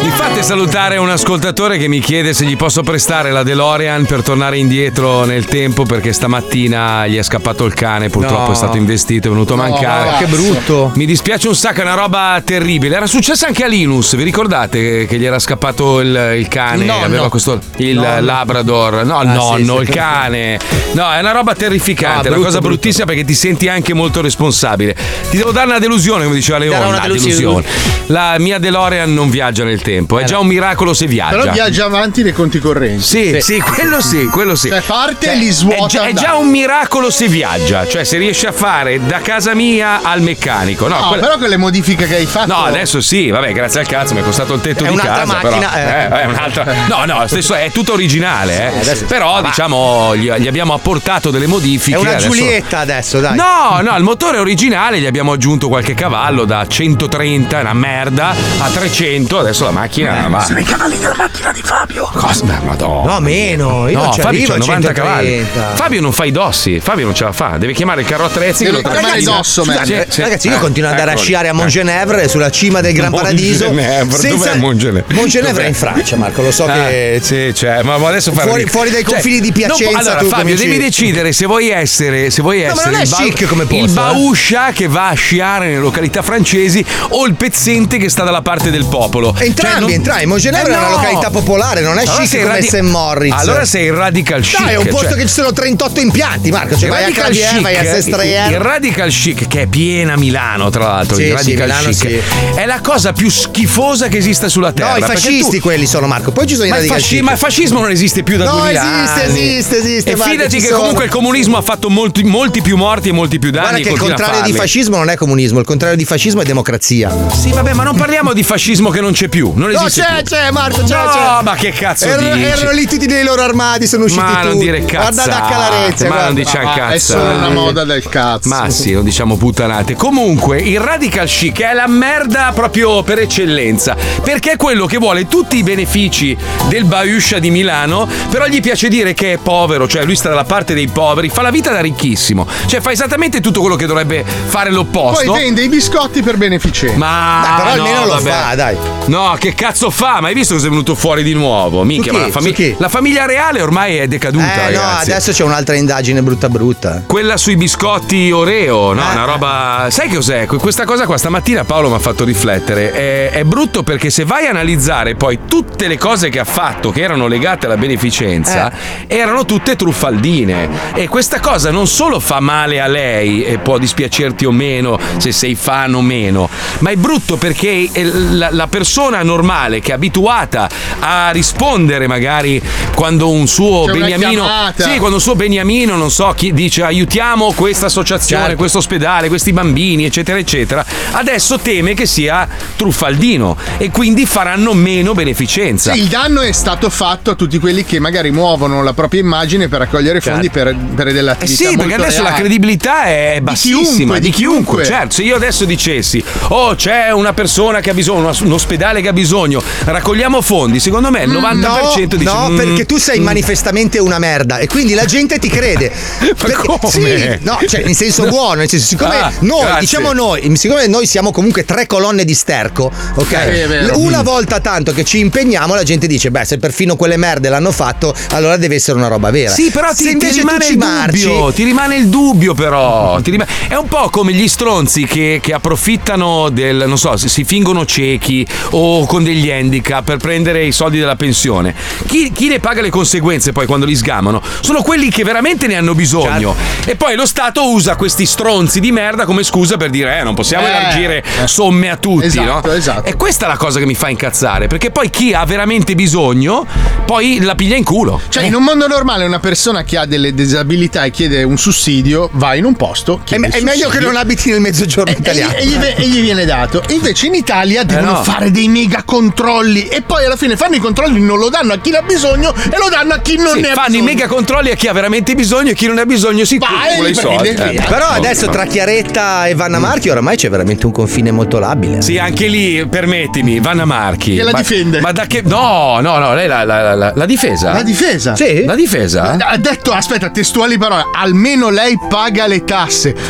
S3: Mi fate salutare un ascoltatore che mi chiede se gli posso prestare la DeLorean per tornare indietro nel tempo perché stamattina gli è scappato il cane, purtroppo
S2: No.
S3: è stato investito, è venuto a
S2: No,
S3: mancare.
S2: ma che brutto.
S3: Mi dispiace un sacco, è una roba terribile. Era successo anche a Linus, vi ricordate che gli era scappato il, il cane?
S2: Il nonno.
S3: Aveva questo il
S2: Nonno.
S3: Labrador, no, il
S2: Ah, sì,
S3: nonno,
S2: sì.
S3: il cane. No, è una roba terrificante,
S2: No,
S3: è una
S2: brutto,
S3: cosa
S2: brutto.
S3: bruttissima perché ti senti anche molto responsabile. Ti devo dare una delusione, come diceva Leone,
S2: Darà una
S3: una
S2: delusione. Eh
S3: delusione. La mia DeLorean non viaggia nel tempo, è già un miracolo se viaggia.
S4: Però viaggia avanti nei conti correnti.
S3: Ah, Sì, sì, quello sì, quello sì.
S4: Cioè parte
S3: Cioè,
S4: e li
S3: È
S4: svuota.
S3: già, è
S4: andando.
S3: già un miracolo se viaggia, cioè se riesce a fare da casa mia al meccanico. No,
S4: No,
S3: quella-
S4: però con le modifiche che hai fatto.
S3: no, Ah, adesso sì, vabbè, grazie al cazzo, mi è costato il tetto
S4: È
S3: di
S4: un'altra
S3: casa.
S4: macchina,
S3: però,
S4: eh.
S3: eh, è un'altra. No, no, stesso, è tutto originale, eh.
S2: adesso-
S3: però diciamo gli, gli abbiamo apportato delle
S2: È
S3: modifiche.
S2: una
S3: adesso-
S2: Giulietta adesso, dai.
S3: No, no, al motore originale gli abbiamo aggiunto qualche cavallo da 130, una merda, a 300, adesso la macchina va.
S6: Sono i cavalli della macchina di Fabio.
S3: Cosa? Beh, Madonna.
S2: No, meno, io
S3: no,
S2: non ci
S3: Fabio
S2: arrivo
S3: c'ha
S2: a
S3: 90 cavalli.
S2: 130.
S3: Fabio non fa i dossi, Fabio non ce la fa. Deve chiamare il carro attrezzi che lo
S2: Ragazzi,
S3: trascina.
S2: scusate,
S3: Sì, sì.
S2: ragazzi, io
S3: Eh,
S2: continuo ad andare
S3: eccoli.
S2: a sciare a Montgenèvre sulla cima del Gran Paradiso.
S3: Montgenèvre, eh, dov'è Montgenèvre?
S2: Montgenèvre
S3: Dov'è?
S2: è in Francia, Marco, lo so
S3: Ah,
S2: che
S3: sì, cioè, ma ma adesso fare
S2: Fuori-
S3: ridi-
S2: fuori dai confini di Piacenza,
S3: non- allora,
S2: tu
S3: Fabio,
S2: cominci-
S3: devi decidere se vuoi essere, se vuoi
S2: No, ma
S3: essere
S2: non è
S3: il,
S2: chic come posto,
S3: il
S2: eh.
S3: Bauscia che va a sciare nelle località francesi o il pezzente che sta dalla parte del popolo. Cioè,
S2: Entrambi,
S3: non-
S2: entrambi. Montgenèvre
S3: Eh,
S2: è una
S3: no!
S2: località popolare, non è chic
S3: sei
S2: come St. Moritz.
S3: Allora sei il radical chic.
S2: Dai, è un posto
S3: cioè-
S2: che ci sono 38 impianti, Marco. Cioè,
S3: il
S2: vai a
S3: radical
S2: Clavier,
S3: chic,
S2: vai a
S3: il
S2: Sestriere.
S3: radical chic che è piena Milano, tra l'altro,
S2: Sì,
S3: il
S2: sì,
S3: radical
S2: Milano,
S3: chic è la cosa più schifosa che esista sulla terra.
S2: No, i
S3: perché
S2: fascisti
S3: tu-
S2: quelli sono, Marco. Poi ci sono i
S3: ma, il
S2: radical
S3: fasci-
S2: chic.
S3: ma il fascismo non esiste più da
S2: No,
S3: 2000
S2: esiste,
S3: anni.
S2: esiste, esiste,
S3: E
S2: guarda,
S3: fidati
S2: ci
S3: che
S2: sono.
S3: comunque il comunismo ha fatto molti, molti più morti e molti più danni.
S2: Guarda che
S3: e
S2: il
S3: continua a
S2: contrario di
S3: farli.
S2: fascismo non è comunismo, il contrario di fascismo è democrazia.
S3: Sì, vabbè, ma non parliamo di fascismo che non c'è più. Non
S2: No,
S3: esiste
S2: c'è, c'è, Marco, c'è,
S3: No,
S2: c'è.
S3: ma che cazzo
S2: erano,
S3: dici?
S2: Erano lì tutti nei loro armadi, sono usciti
S3: Ma non
S2: tutti.
S3: dire
S2: Guarda da
S3: cazzate,
S2: Calarezza.
S3: ma non
S2: guarda.
S3: diciamo
S2: Ah,
S3: cazzate.
S2: è solo una moda del
S4: cazzo.
S3: Ma sì, non diciamo puttanate. Comunque, il radical chic è la merda proprio per eccellenza. Perché è quello che vuole tutti i benefici del Baiuscia di Milano, però gli piace dire che è povero, cioè lui sta dalla parte dei poveri, fa la vita da ricchissimo. Cioè fa esattamente tutto quello che dovrebbe fare l'opposto.
S4: Poi vende i biscotti per beneficenza.
S3: Ma
S4: Dai, però
S3: no,
S4: almeno lo
S3: vabbè.
S4: fa,
S2: dai.
S3: No, che cazzo fa? Ma hai visto cosa è venuto fuori di nuovo? Minchia,
S2: Su chi?
S3: ma la, famig-
S2: Su chi?
S3: la famiglia reale ormai è decaduta,
S2: Eh, no,
S3: ragazzi.
S2: adesso c'è un'altra indagine brutta brutta.
S3: Quella sui biscotti Oreo, no? Una roba. Sai cos'è? Que- Questa cosa qua stamattina Paolo mi ha fatto riflettere. È, è brutto perché se vai a analizzare poi tutte le cose che ha fatto che erano legate alla beneficenza, erano tutte truffaldine. E questa cosa non solo fa male a lei e può dispiacerti o meno, se sei fan o meno, ma è brutto perché eh, la, la persona normale che è abituata a rispondere magari quando un suo
S4: C'è una
S3: beniamino.
S4: chiamata.
S3: Sì, quando il suo Beniamino, non so chi dice aiutiamo questa associazione,
S4: Certo.
S3: questo ospedale, questi bambini, eccetera, eccetera, adesso teme che sia truffaldino e quindi faranno meno beneficenza.
S4: Sì, il danno è stato fatto a tutti quelli che magari muovono la propria immagine per raccogliere fondi per, per delle
S3: Certo. Eh
S4: attività.
S3: sì, perché
S4: molto
S3: adesso la
S4: reali.
S3: credibilità è bassissima
S4: chiunque, di chiunque.
S3: Certo, se io adesso dicessi, oh, c'è una persona che ha bisogno, una- un ospedale che ha bisogno, raccogliamo fondi, secondo
S4: Mm,
S3: me il 90% dice
S2: no,
S3: "Mm,
S2: perché tu sei
S3: mm".
S2: manifestamente una merda e quindi la gente ti
S3: [LAUGHS]
S2: crede. Perché-
S3: come?
S2: Sì, no, cioè in senso
S3: [LAUGHS] No.
S2: buono, nel senso, siccome
S3: Ah,
S2: noi,
S3: grazie.
S2: diciamo noi, siccome noi siamo comunque tre colonne di sterco, ok?
S4: Sì, è vero.
S3: Mm.
S2: Una volta tanto che ci impegniamo, la gente dice, beh, se perfino quelle merde l'hanno fatto, allora deve essere una roba vera.
S3: Sì, però
S2: se
S3: ti, ti
S2: invece tu
S3: rimane
S2: ci
S3: il
S2: marci-
S3: dubbio. Ti rimane il dubbio, però. Ti rima- È un po' come gli stronzi che, che approfittano del. non so, si, si fingono ciechi o con degli handicap per prendere i soldi della pensione. Chi, chi ne paga le conseguenze poi quando li sgamano? Sono quelli che veramente ne hanno bisogno.
S2: Certo.
S3: E poi lo Stato usa questi stronzi di merda come scusa per dire: eh, non possiamo
S4: Eh.
S3: elargire somme a tutti,
S4: Esatto,
S3: no? E questa è la cosa che mi fa incazzare, perché poi chi ha veramente bisogno, poi la piglia in culo. Eh.
S4: Cioè, in un mondo normale, una persona che ha delle disabilità e chiede un sussidio va in un posto.
S2: È, è meglio che non abiti nel mezzogiorno italiano.
S4: E gli, ve- e gli viene dato. Invece in
S3: Eh,
S4: Italia devono
S2: no.
S4: fare dei mega controlli e poi alla fine fanno i controlli, non lo danno a chi ne ha bisogno e lo danno a chi non
S3: Sì,
S4: ne ha
S3: fanno i
S4: bisogno.
S3: mega controlli a chi ha veramente bisogno e chi non ne ha bisogno si
S4: Vai,
S3: cura i
S4: li
S3: soldi.
S4: prendi via.
S3: Eh,
S2: Però
S3: no,
S2: adesso
S3: no.
S2: tra Chiaretta e Vanna Marchi oramai c'è veramente un confine molto labile.
S3: Sì, anche lì, permettimi, Vanna Marchi.
S4: Che la
S3: ma,
S4: difende.
S3: Ma da che. No, no, no, lei la, la, la- la- la difesa.
S4: La difesa?
S3: Sì. La difesa?
S4: Ha detto, aspetta, testuali parole, almeno lei paga le tasse.
S3: [LAUGHS]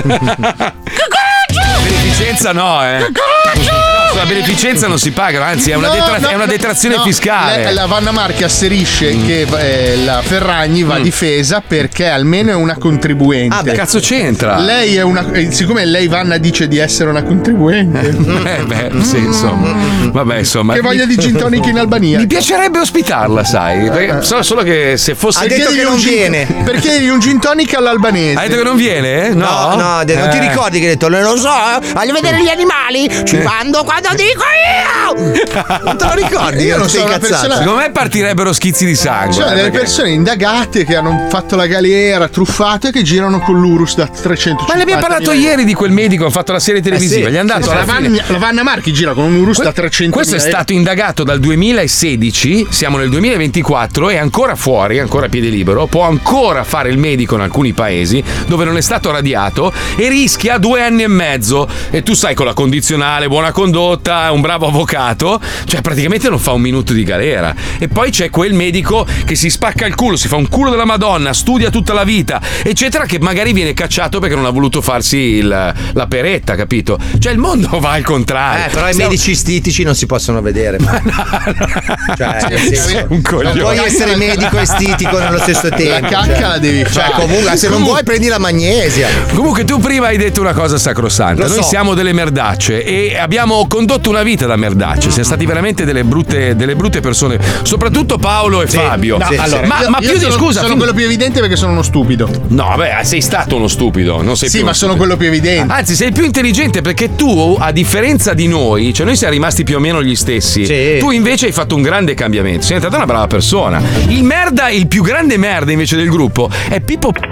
S4: [LAUGHS]
S3: Beneficenza no, eh. No, La beneficenza non si paga, anzi, è una,
S4: No,
S3: detra-
S4: no,
S3: è una
S4: no,
S3: detrazione
S4: no,
S3: fiscale. Mm.
S4: La, la Vanna Marchi asserisce che eh, la Ferragni va difesa perché almeno è una contribuente.
S3: Ah, beh, cazzo c'entra?
S4: Lei è una. eh, Siccome lei Vanna dice di essere una contribuente.
S3: Eh, beh, sì, insomma. Vabbè, insomma.
S4: Che voglia di gin tonic in Eh, Albania.
S3: Mi piacerebbe ospitarla, sai. perché- so- solo che se fosse.
S4: Chiedigli un gin- Perché un gin tonic all'albanese.
S3: Hai detto che non viene? eh?
S2: No,
S3: No,
S2: no, ha detto- non ti
S3: Eh.
S2: ricordi che hai detto, non lo so, eh, voglio
S3: [LAUGHS]
S2: vedere gli animali, ci
S3: Eh.
S2: vado quando dico io! Non te lo ricordi?
S4: Io non
S2: Sei
S4: sono una
S2: incazzato.
S4: persona-
S3: Secondo me partirebbero schizzi di sangue.
S4: Sono
S3: eh,
S4: delle
S3: perché-
S4: Cioè, persone indagate che hanno fatto la galera, truffate, che girano con l'Urus da 350.
S3: Ma ne abbiamo parlato ieri di quel medico che ha fatto la
S4: Eh
S3: serie televisiva. Gli è andato alla
S4: la,
S3: fine.
S4: Vanna, la Vanna Marchi gira con un Urus
S3: Que-
S4: da 300
S3: Questo è stato indagato dal 2016, siamo nel 2024 e ancora fuori, ancora a piede libero, può ancora fare il medico in alcuni paesi dove non è stato radiato e rischia due anni e mezzo. E tu sai con la condizionale, buona condotta, un bravo avvocato, cioè praticamente non fa un minuto di galera. E poi c'è quel medico che si spacca il culo, si fa un culo della Madonna, studia tutta la vita, eccetera, che magari viene cacciato perché non ha voluto farsi il- la peretta, capito? Cioè il mondo [LAUGHS] va al contrario.
S2: Eh, però i
S3: Siamo-
S2: medici stitici non si possono vedere. Ma... Cioè,
S3: Sei un coglione.
S2: Non puoi essere medico e stitico nello stesso tempo.
S4: La cacca
S2: cioè.
S4: la devi fare.
S2: Cioè, comunque, se non
S4: Comunque-
S2: vuoi, prendi la magnesia.
S3: Comunque tu prima hai detto una cosa sacrosanta,
S2: Lo
S3: noi
S2: so.
S3: siamo delle merdacce e abbiamo condotto una vita da merdacce, siamo stati veramente delle brutte, delle brutte persone, soprattutto Paolo e Fabio.
S4: No, allora,
S3: ma,
S4: io-
S3: ma
S4: io
S3: più di
S4: sono-
S3: scusa,
S4: Sono
S3: fin-
S4: quello più evidente perché sono uno stupido.
S3: no, beh, sei stato uno stupido, non sei
S4: sì,
S3: più
S4: ma
S3: uno
S4: sono
S3: stupido.
S4: quello più evidente.
S3: Anzi, sei il più intelligente perché tu, a differenza di noi, cioè noi siamo rimasti più o meno gli stessi. Tu invece hai fatto un grande cambiamento, sei diventata una brava persona. Il merda, il più grande merda invece del gruppo è Pippo
S2: Pippo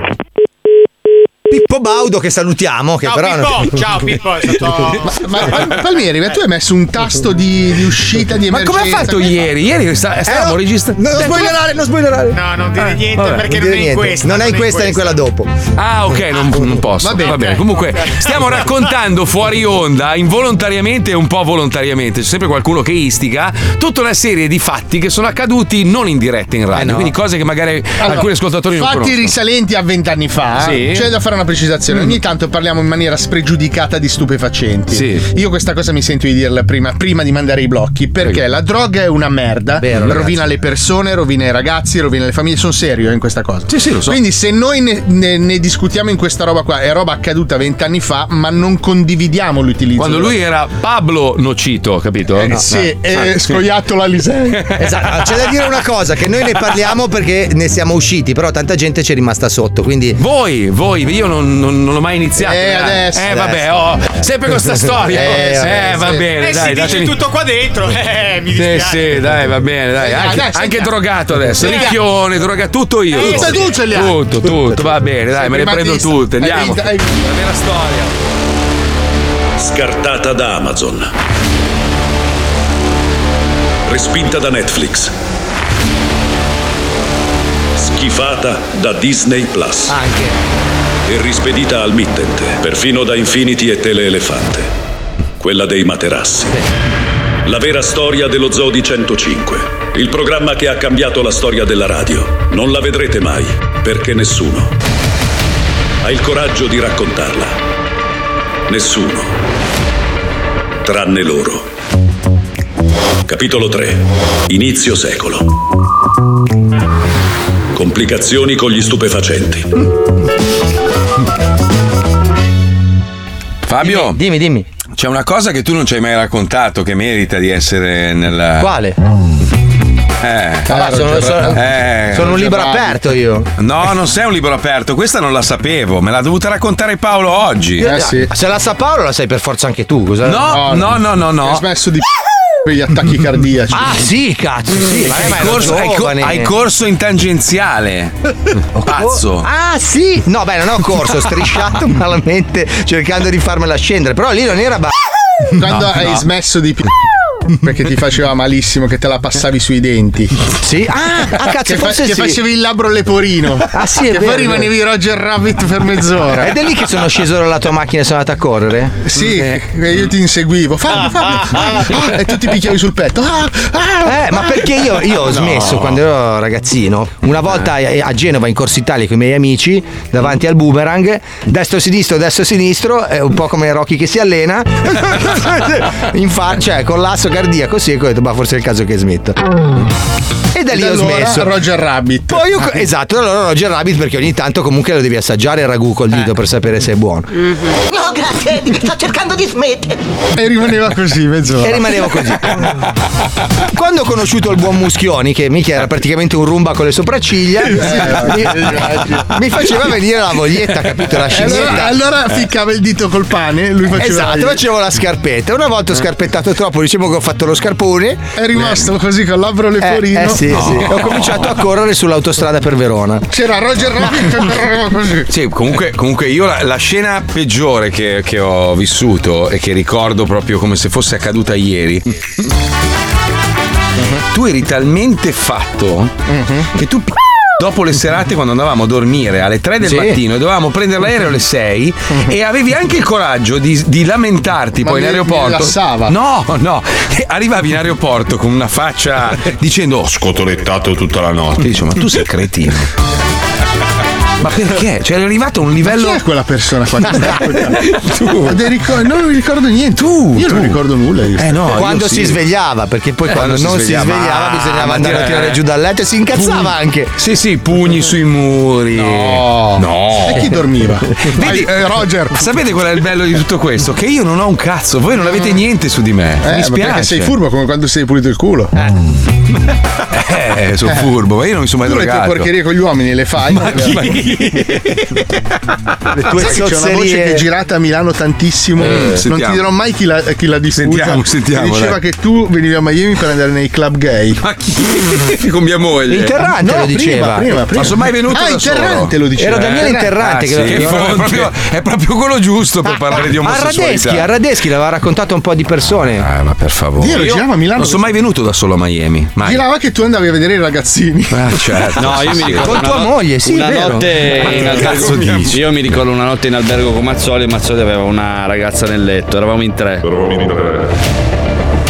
S2: Pippo Baudo che salutiamo. Che
S4: Ciao,
S2: però
S4: Pippo. Ciao,
S7: Pippo, è
S4: stato-
S2: [LAUGHS]
S4: Ma, ma- Palmieri, ma tu hai messo un tasto di, di uscita di
S3: Ma
S4: emergenza.
S3: come ha fatto ieri? Ieri sta- stavamo registrando.
S2: Eh, Non spoilerare, non spoilerare. Eh,
S7: No, non dire niente
S3: vabbè,
S7: perché
S2: non
S7: non,
S2: dire
S7: è in
S2: niente.
S7: questa.
S2: Non è in questa, è in quella dopo.
S3: Ah, ok, non, non posso. Va
S2: Va
S3: bene,
S2: bene. [LAUGHS]
S3: Comunque, stiamo raccontando fuori onda, involontariamente e un po' volontariamente, c'è sempre qualcuno che istiga, tutta una serie di fatti che sono accaduti non in diretta in radio,
S4: Eh no.
S3: quindi cose che magari
S4: Allora,
S3: alcuni ascoltatori non
S4: fatti
S3: conoscono.
S4: risalenti a vent'anni fa eh,
S3: Sì.
S4: c'è da fare una precisazione
S3: Mm.
S4: ogni tanto parliamo in maniera spregiudicata di stupefacenti io questa cosa mi sento di dirla prima, prima di mandare i blocchi perché la droga è una merda
S2: ragazzi.
S4: rovina le persone rovina i ragazzi rovina le famiglie sono serio in questa cosa
S3: sì, lo so.
S4: quindi se noi ne, ne- ne discutiamo in questa roba qua è roba accaduta vent'anni fa ma non condividiamo l'utilizzo
S3: Quando lui era Pablo Nocito, capito?
S4: Eh,
S3: No,
S4: sì,
S3: no.
S4: eh,
S3: Ah, sì.
S4: scoiattolo
S3: [LAUGHS]
S4: Alisei
S2: Esatto, c'è da dire una cosa, che noi ne parliamo perché ne siamo usciti, però tanta gente ci è rimasta sotto, quindi...
S3: Voi, voi, io non, non- non l'ho mai iniziato.
S2: Eh,
S3: dai.
S2: adesso,
S3: Eh,
S2: adesso.
S3: vabbè, oh, sempre
S7: [LAUGHS]
S3: con sta
S2: [LAUGHS]
S3: storia.
S2: Eh,
S3: Eh,
S2: vabbè,
S3: va
S2: sì.
S3: bene,
S7: Eh, si
S3: dai,
S7: dice
S3: datemi-
S7: tutto qua
S3: [LAUGHS]
S7: dentro. Eh, mi
S3: Sì,
S7: dispiace.
S3: sì, dai, va bene, dai.
S7: Eh,
S3: Anche,
S7: adesso
S3: anche
S7: andiamo.
S3: drogato adesso.
S7: Eh,
S3: Ricchione, drogato, tutto io.
S7: Eh,
S3: Tutto,
S7: tutte le altre.
S3: tutto, tutto, va bene, dai, me ne prendo
S7: primatista.
S3: tutte. Andiamo.
S7: Hai
S4: vinto,
S3: La vera storia.
S9: Scartata da Amazon. Respinta da Netflix. Schifata da Disney Plus. E rispedita al mittente, perfino da Infinity e Teleelefante. Quella dei materassi. La vera storia dello Zoo di 105. Il programma che ha cambiato la storia della radio. Non la vedrete mai, perché nessuno ha il coraggio di raccontarla. Nessuno. Tranne loro. Capitolo 3. Inizio secolo. Complicazioni con gli stupefacenti.
S3: Fabio,
S2: dimmi, dimmi.
S3: C'è una cosa che tu non ci hai mai raccontato che merita di essere nella.
S2: Quale?
S3: Eh,
S2: Ah, sono- sono- sono un libro aperto io.
S3: No, non sei un libro aperto, questa non la sapevo, me l'ha dovuta raccontare Paolo oggi.
S2: Se la sa Paolo la sai per forza anche tu, cosa?
S3: Eh, No, no, no, no, no.
S4: hai smesso di [LAUGHS] quegli attacchi cardiaci
S2: Ah sì, cazzo, sì,
S3: Ma
S2: sei
S3: hai, corso, hai co-
S2: giovane.
S3: hai corso in tangenziale.
S2: [LAUGHS]
S3: Pazzo.
S2: Ah sì! No, beh, non ho corso, ho
S3: [LAUGHS]
S2: strisciato malamente cercando di farmela scendere, però lì non era ba-
S4: Quando
S2: No,
S4: hai
S2: no.
S4: smesso di pi- perché ti faceva malissimo che te la passavi sui denti.
S2: Sì. Ah, ah, cazzo,
S4: che, fa-
S2: forse
S4: che
S2: sì.
S4: facevi il labbro leporino.
S2: Ah, sì, è
S4: che
S2: vero,
S4: poi
S2: è
S4: rimanevi
S2: vero.
S4: Roger Rabbit per mezz'ora.
S2: Ed è lì che sono sceso dalla tua macchina e sono andato a correre?
S4: [LAUGHS] Sì, e io ti inseguivo. Fabio, Fabio. ah, e tu ti picchiavi sul petto. Ah, ah,
S2: Eh, ma perché io, io ho
S4: [LAUGHS] No. Eh.
S2: smesso quando ero ragazzino. Una volta a- a Genova, in Corso Italia, con i miei amici, davanti al boomerang, destro-sinistro, destro-sinistro, è eh, un po' come Rocky che si allena. [LAUGHS] in fa- cioè, collasso cardiaco secco, ho detto, ma forse è il caso che smetto. E da lì ho
S4: allora
S2: smesso.
S4: Roger Rabbit. Ah.
S2: Poi io, esatto, da allora Roger Rabbit perché ogni tanto comunque lo devi assaggiare il ragù
S4: Eh.
S2: col dito per sapere se è buono.
S6: No, grazie, sto cercando di smettere.
S4: E rimaneva così mezz'ora.
S2: E rimanevo così. Quando ho conosciuto il buon Muschioni, che mica era praticamente un rumba con le sopracciglia, mi, mi faceva venire la voglietta, capito? La
S4: E
S2: scimmietta.
S4: Eh, Allora, allora ficcava il dito col pane, lui faceva
S2: Esatto, facevo la scarpetta. Una volta ho scarpettato troppo, dicevo che ho fatto lo scarpone.
S4: È rimasto così col labbro leporino.
S2: Eh, eh sì, sì. Ho cominciato a correre sull'autostrada per Verona.
S4: C'era Roger Rabbit che correva così.
S3: Sì, comunque,
S4: Ecco.
S3: comunque io la, la scena peggiore che, che ho vissuto e che ricordo proprio come se fosse accaduta ieri.
S4: Mhm.
S3: Tu eri talmente fatto
S2: Mm-hmm.
S3: che tu p- dopo le serate quando andavamo a dormire alle 3 del
S1: Sì.
S3: mattino e dovevamo prendere l'aereo alle 6 e avevi anche il coraggio di, di lamentarti
S4: Mhm. Ma
S3: poi in
S4: mi- mi
S3: aeroporto.
S4: rilassava.
S3: No, no, E arrivavi in aeroporto con una faccia dicendo ho scotolettato tutta la notte. Dicevo, ma tu sei cretino. Ma perché? Cioè, è arrivato a un livello.
S4: Chi è quella persona
S2: [LAUGHS]
S4: qua?
S3: tu.
S4: Ed è ricor- non mi ricordo niente. Tu. Io non ricordo nulla. io.
S2: Eh, quando si svegliava, perché poi
S4: Eh,
S2: quando,
S4: quando si
S2: non si
S4: svegliava.
S2: svegliava,
S4: Ah,
S2: bisognava
S4: ma
S2: andare a
S4: dire-
S2: tirare giù dal letto e si incazzava
S3: Pugni-
S2: anche.
S3: Sì, sì, pugni sui muri. No. no.
S4: E chi dormiva?
S3: Vedi,
S4: eh,
S3: Roger. Sapete qual è il bello di tutto questo? Che io non ho un cazzo, voi non avete niente su di me.
S4: Eh,
S3: Mi
S4: ma
S3: spiace.
S4: perché sei furbo come quando sei pulito il culo.
S3: Eh, sono
S4: Eh.
S3: furbo, ma io non mi Eh, sono mai
S4: tu le tue
S3: drogato.
S4: porcherie con gli uomini le fai.
S3: Ma chi? cioè,
S4: Sai che c'è una voce che è girata a Milano tantissimo.
S3: Eh,
S4: non
S3: sentiamo.
S4: ti dirò mai chi la, chi la diffusa.
S3: Sentiamo, sentiamo,
S4: Che diceva che tu venivi a Miami per andare nei club gay.
S3: Ma chi? [LAUGHS] Con mia moglie.
S4: Interrante lo diceva.
S3: Ma sono mai venuto
S4: Ah,
S3: da
S4: Interrante
S3: solo.
S4: lo diceva. Era Daniele
S2: Interrante
S3: Ah,
S2: che lo
S3: sì,
S2: diceva.
S3: è, proprio, è proprio quello giusto per parlare di
S2: A
S3: omosessualità.
S2: Radeschi, a Radeschi l'aveva raccontato un po' di persone.
S3: Ah, ma per favore.
S4: Io lo giravo a Milano.
S3: Non sono mai venuto da solo a Miami. Mai.
S4: Girava che tu andavi a vedere i ragazzini.
S3: Ah, certo.
S10: No, io mi ricordo. una no- Una notte
S3: Ma
S10: in
S3: che
S10: albergo.
S3: cazzo dici?
S10: Io mi ricordo una notte in albergo con Mazzoli e Mazzoli aveva una ragazza nel letto. Eravamo in tre. Eravamo in tre.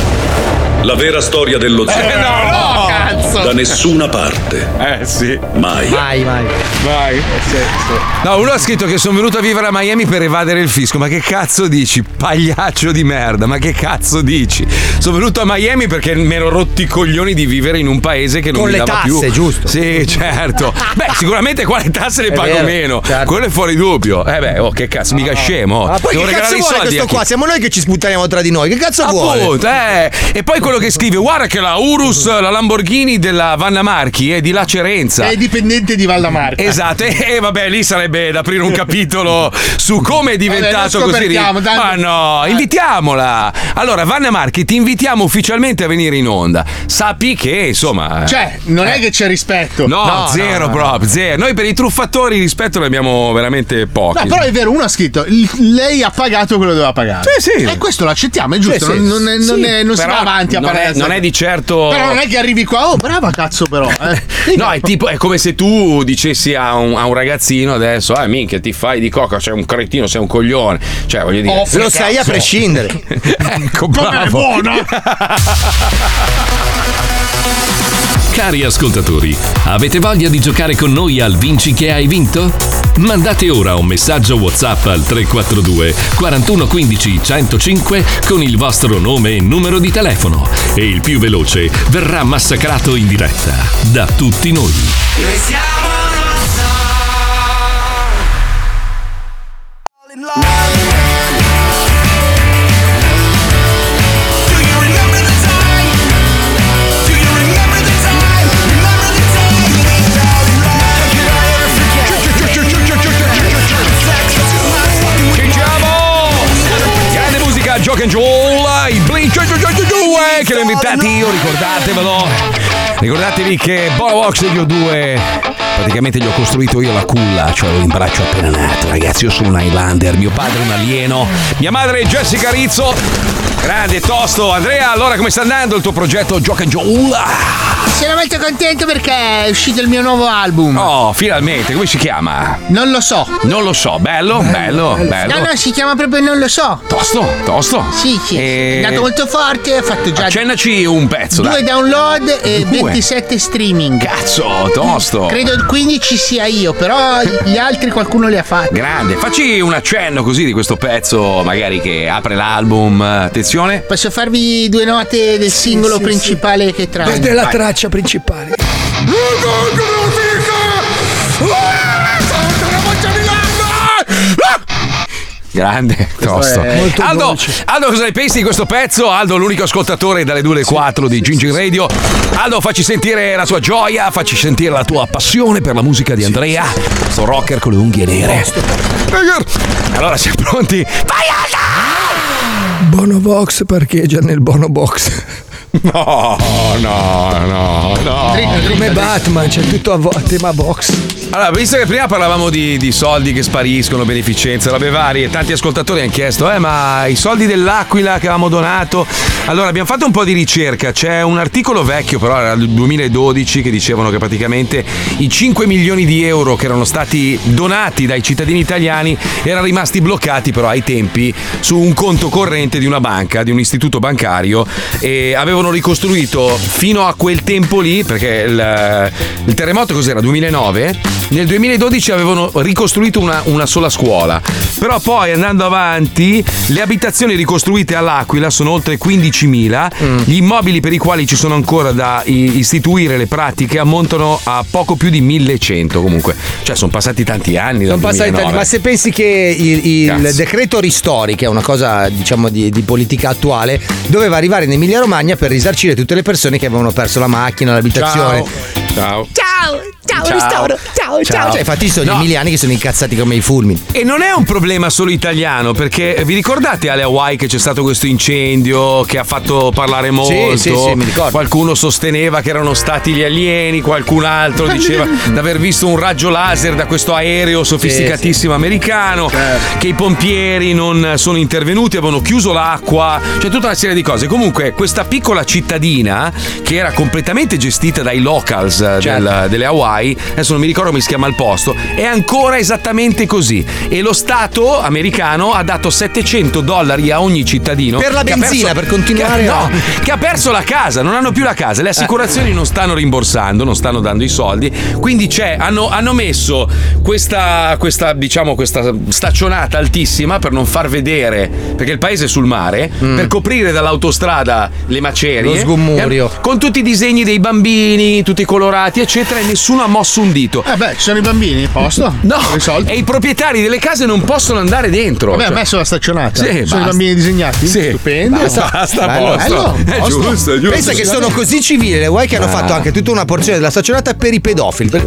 S9: La vera storia dello zoo.
S6: no, Oh, cazzo.
S9: Da nessuna parte.
S3: Eh sì.
S9: Mai.
S2: Vai, vai.
S3: Vai. No, uno ha scritto che sono venuto a vivere a Miami per evadere il fisco. Ma che cazzo dici? Pagliaccio di merda, ma che cazzo dici? Sono venuto a Miami perché mi ero rotti i coglioni di vivere in un paese che non
S2: Con
S3: mi
S2: le
S3: dava
S2: tasse,
S3: più.
S2: giusto.
S3: Sì, certo. Beh, sicuramente qua le tasse le
S2: È
S3: pago
S2: vero, certo.
S3: meno. Quello è fuori dubbio. Eh beh, oh, che cazzo, mica scemo.
S2: Ma Ah, poi
S3: Devo
S2: che cazzo
S3: regalare i
S2: vuole
S3: soldi
S2: questo
S3: a chi? Ah,
S2: qua? Siamo noi che ci sputtaniamo tra di noi. Che cazzo vuole?
S3: Appunto, eh. E poi quello che scrive: guarda che la Urus, la Lamborghini della Vanna Marchi è di là Cerenza.
S4: È dipendente di Vallamarca.
S3: Esatto, [LAUGHS] e e vabbè, lì sarebbe da aprire un capitolo su come è diventato
S4: Vabbè, lo
S3: così
S4: scoperchiamo,
S3: ricco.
S4: tanto-
S3: Ma no, invitiamola. Allora, Vanna Marchi, ti invitiamo ufficialmente a venire in onda. Sappi che, insomma.
S4: Cioè, non è che c'è rispetto.
S3: Eh. No, zero
S4: no.
S3: proprio, zero. Noi per i truffatori rispetto ne abbiamo veramente pochi.
S4: No, però è vero, uno ha scritto: "L- lei ha pagato quello che doveva pagare.
S3: Sì, sì.
S4: E questo lo accettiamo, è giusto.
S3: Sì, sì.
S4: non, non, è- non
S3: Sì.
S4: è- non si
S3: Però
S4: va avanti a
S3: non
S4: parlare.
S3: è- non è di certo-
S4: Però non è che arrivi qua, oh, brava cazzo, però.
S3: [LAUGHS]
S4: eh.
S3: No, è tipo, è come se tu dicessi a un, a un ragazzino adesso, ah minchia, ti fai di coca, sei un cretino, sei un coglione. Cioè, voglio dire,
S2: Oh, lo sai a prescindere.
S3: ecco,
S2: Com'è
S3: bravo.
S2: buona!
S1: Cari ascoltatori, avete voglia di giocare con noi al Vinci che hai vinto? Mandate ora un messaggio WhatsApp al 342 4115 105 con il vostro nome e numero di telefono e il più veloce verrà massacrato in diretta da tutti noi.
S3: Grande musica, Joke and Joel, i Blink
S6: eh,
S3: 182 che lo invitate io, ricordatevelo. Ricordatevi che Bonobox degli O2 praticamente gli ho costruito io la culla, cioè l'ho in braccio appena nato. Ragazzi, io sono un Highlander, mio padre è un alieno, mia madre è Jessica Rizzo. Grande tosto, Andrea, allora come sta andando il tuo progetto Joke and Joel?
S4: Sono molto contento perché è uscito il mio nuovo album.
S3: Oh, finalmente, come si chiama?
S4: Non lo so.
S3: Non lo so, bello, bello, bello.
S12: No, no, si chiama proprio Non lo so.
S3: Tosto, tosto.
S12: Sì, sì.
S3: E-
S12: È andato molto forte, ha fatto già
S3: Accennaci un pezzo,
S12: due
S3: dai.
S12: download e
S3: Due?
S12: 27 streaming.
S3: Cazzo, tosto.
S12: Credo quindi ci sia io, però gli altri qualcuno li ha fatti.
S3: Grande, facci un accenno così di questo pezzo, magari che apre l'album. Attenzione.
S12: Posso farvi due note del singolo sì, principale che trago? Questa è la Vai. traccia principale.
S3: Grande, tosto.
S12: è molto
S3: Aldo, Aldo, cosa ne pensi di questo pezzo? Aldo, l'unico ascoltatore dalle 2 alle 4 di Gingin Radio. Aldo, facci sentire la sua gioia, facci sentire la tua passione per la musica di Andrea, questo rocker con le unghie nere. Allora, siamo pronti?
S12: Bonovox parcheggia nel Bonobox.
S3: No, no, no, no.
S12: Come Batman, c'è tutto a, vo- a tema box.
S3: Allora, visto che prima parlavamo di, di soldi che spariscono, beneficenza, robe varie, tanti ascoltatori hanno chiesto, eh, ma i soldi dell'Aquila che avevamo donato. Allora, abbiamo fatto un po' di ricerca, c'è un articolo vecchio, però era del 2012, che dicevano che praticamente i 5 milioni di euro che erano stati donati dai cittadini italiani erano rimasti bloccati però ai tempi su un conto corrente di una banca, di un istituto bancario e avevano ricostruito fino a quel tempo lì, perché il, il terremoto cos'era? 2009? Nel 2012 avevano ricostruito una, una sola scuola, però poi andando avanti le abitazioni ricostruite all'Aquila sono oltre 15.000,
S2: Mm.
S3: gli immobili per i quali ci sono ancora da i- istituire le pratiche ammontano a poco più di 1.100 comunque, cioè sono passati tanti anni.
S2: Sono
S3: dal
S2: passati tanti,
S3: 2009.
S2: ma se pensi che il, il
S3: Cazzo.
S2: decreto Ristori, che è una cosa diciamo di, di politica attuale, doveva arrivare in Emilia Romagna per risarcire tutte le persone che avevano perso la macchina, l'abitazione.
S3: Ciao.
S27: Ciao, ciao,
S2: Ciao.
S27: ristoro. Ciao,
S2: Ciao, Cioè, infatti ci sono gli emiliani che sono incazzati come i fulmini.
S3: E non è un problema solo italiano, perché vi ricordate alle Hawaii che c'è stato questo incendio che ha fatto parlare molto?
S2: sì, sì, mi ricordo.
S3: Qualcuno sosteneva che erano stati gli alieni, qualcun altro
S2: [LAUGHS]
S3: diceva di aver visto un raggio laser da questo aereo sofisticatissimo americano,
S2: Certo.
S3: che i pompieri non sono intervenuti, avevano chiuso l'acqua, cioè tutta una serie di cose. Comunque questa piccola cittadina che era completamente gestita dai locals eh, del-
S2: Certo.
S3: delle Hawaii, adesso non mi ricordo come si chiama il posto, è ancora esattamente così. E lo Stato americano ha dato 700 dollari a ogni cittadino.
S2: Per la
S3: che ha
S2: benzina, per continuare
S3: che-
S2: a-
S3: no, [LAUGHS] che ha perso la casa, non hanno più la casa, le assicurazioni non stanno rimborsando, non stanno dando i soldi, quindi c'è, hanno, hanno messo questa, questa, diciamo, questa staccionata altissima per non far vedere, perché il paese è sul mare, per coprire dall'autostrada le macerie.
S2: Lo sgommurio.
S3: E hanno- Con tutti i disegni dei bambini, tutti colorati, eccetera, e nessuno ha mosso un dito. Eh beh, ci sono i bambini, posto? [LAUGHS] No, e i proprietari delle case non possono andare dentro.
S4: Vabbè,
S3: Cioè-
S4: ha
S3: [LAUGHS]
S4: messo la staccionata.
S3: Sì,
S4: sono
S3: basta.
S4: i bambini disegnati.
S3: Sì.
S4: Stupendo.
S3: Basta, basta,
S4: Bello,
S3: posto.
S4: bello,
S3: È
S4: posto.
S3: giusto, è giusto.
S2: Pensa che sono così civili le Hawaii che hanno
S3: Ah. Eh,
S2: fatto anche tutta una porzione della staccionata per i pedofili. Per-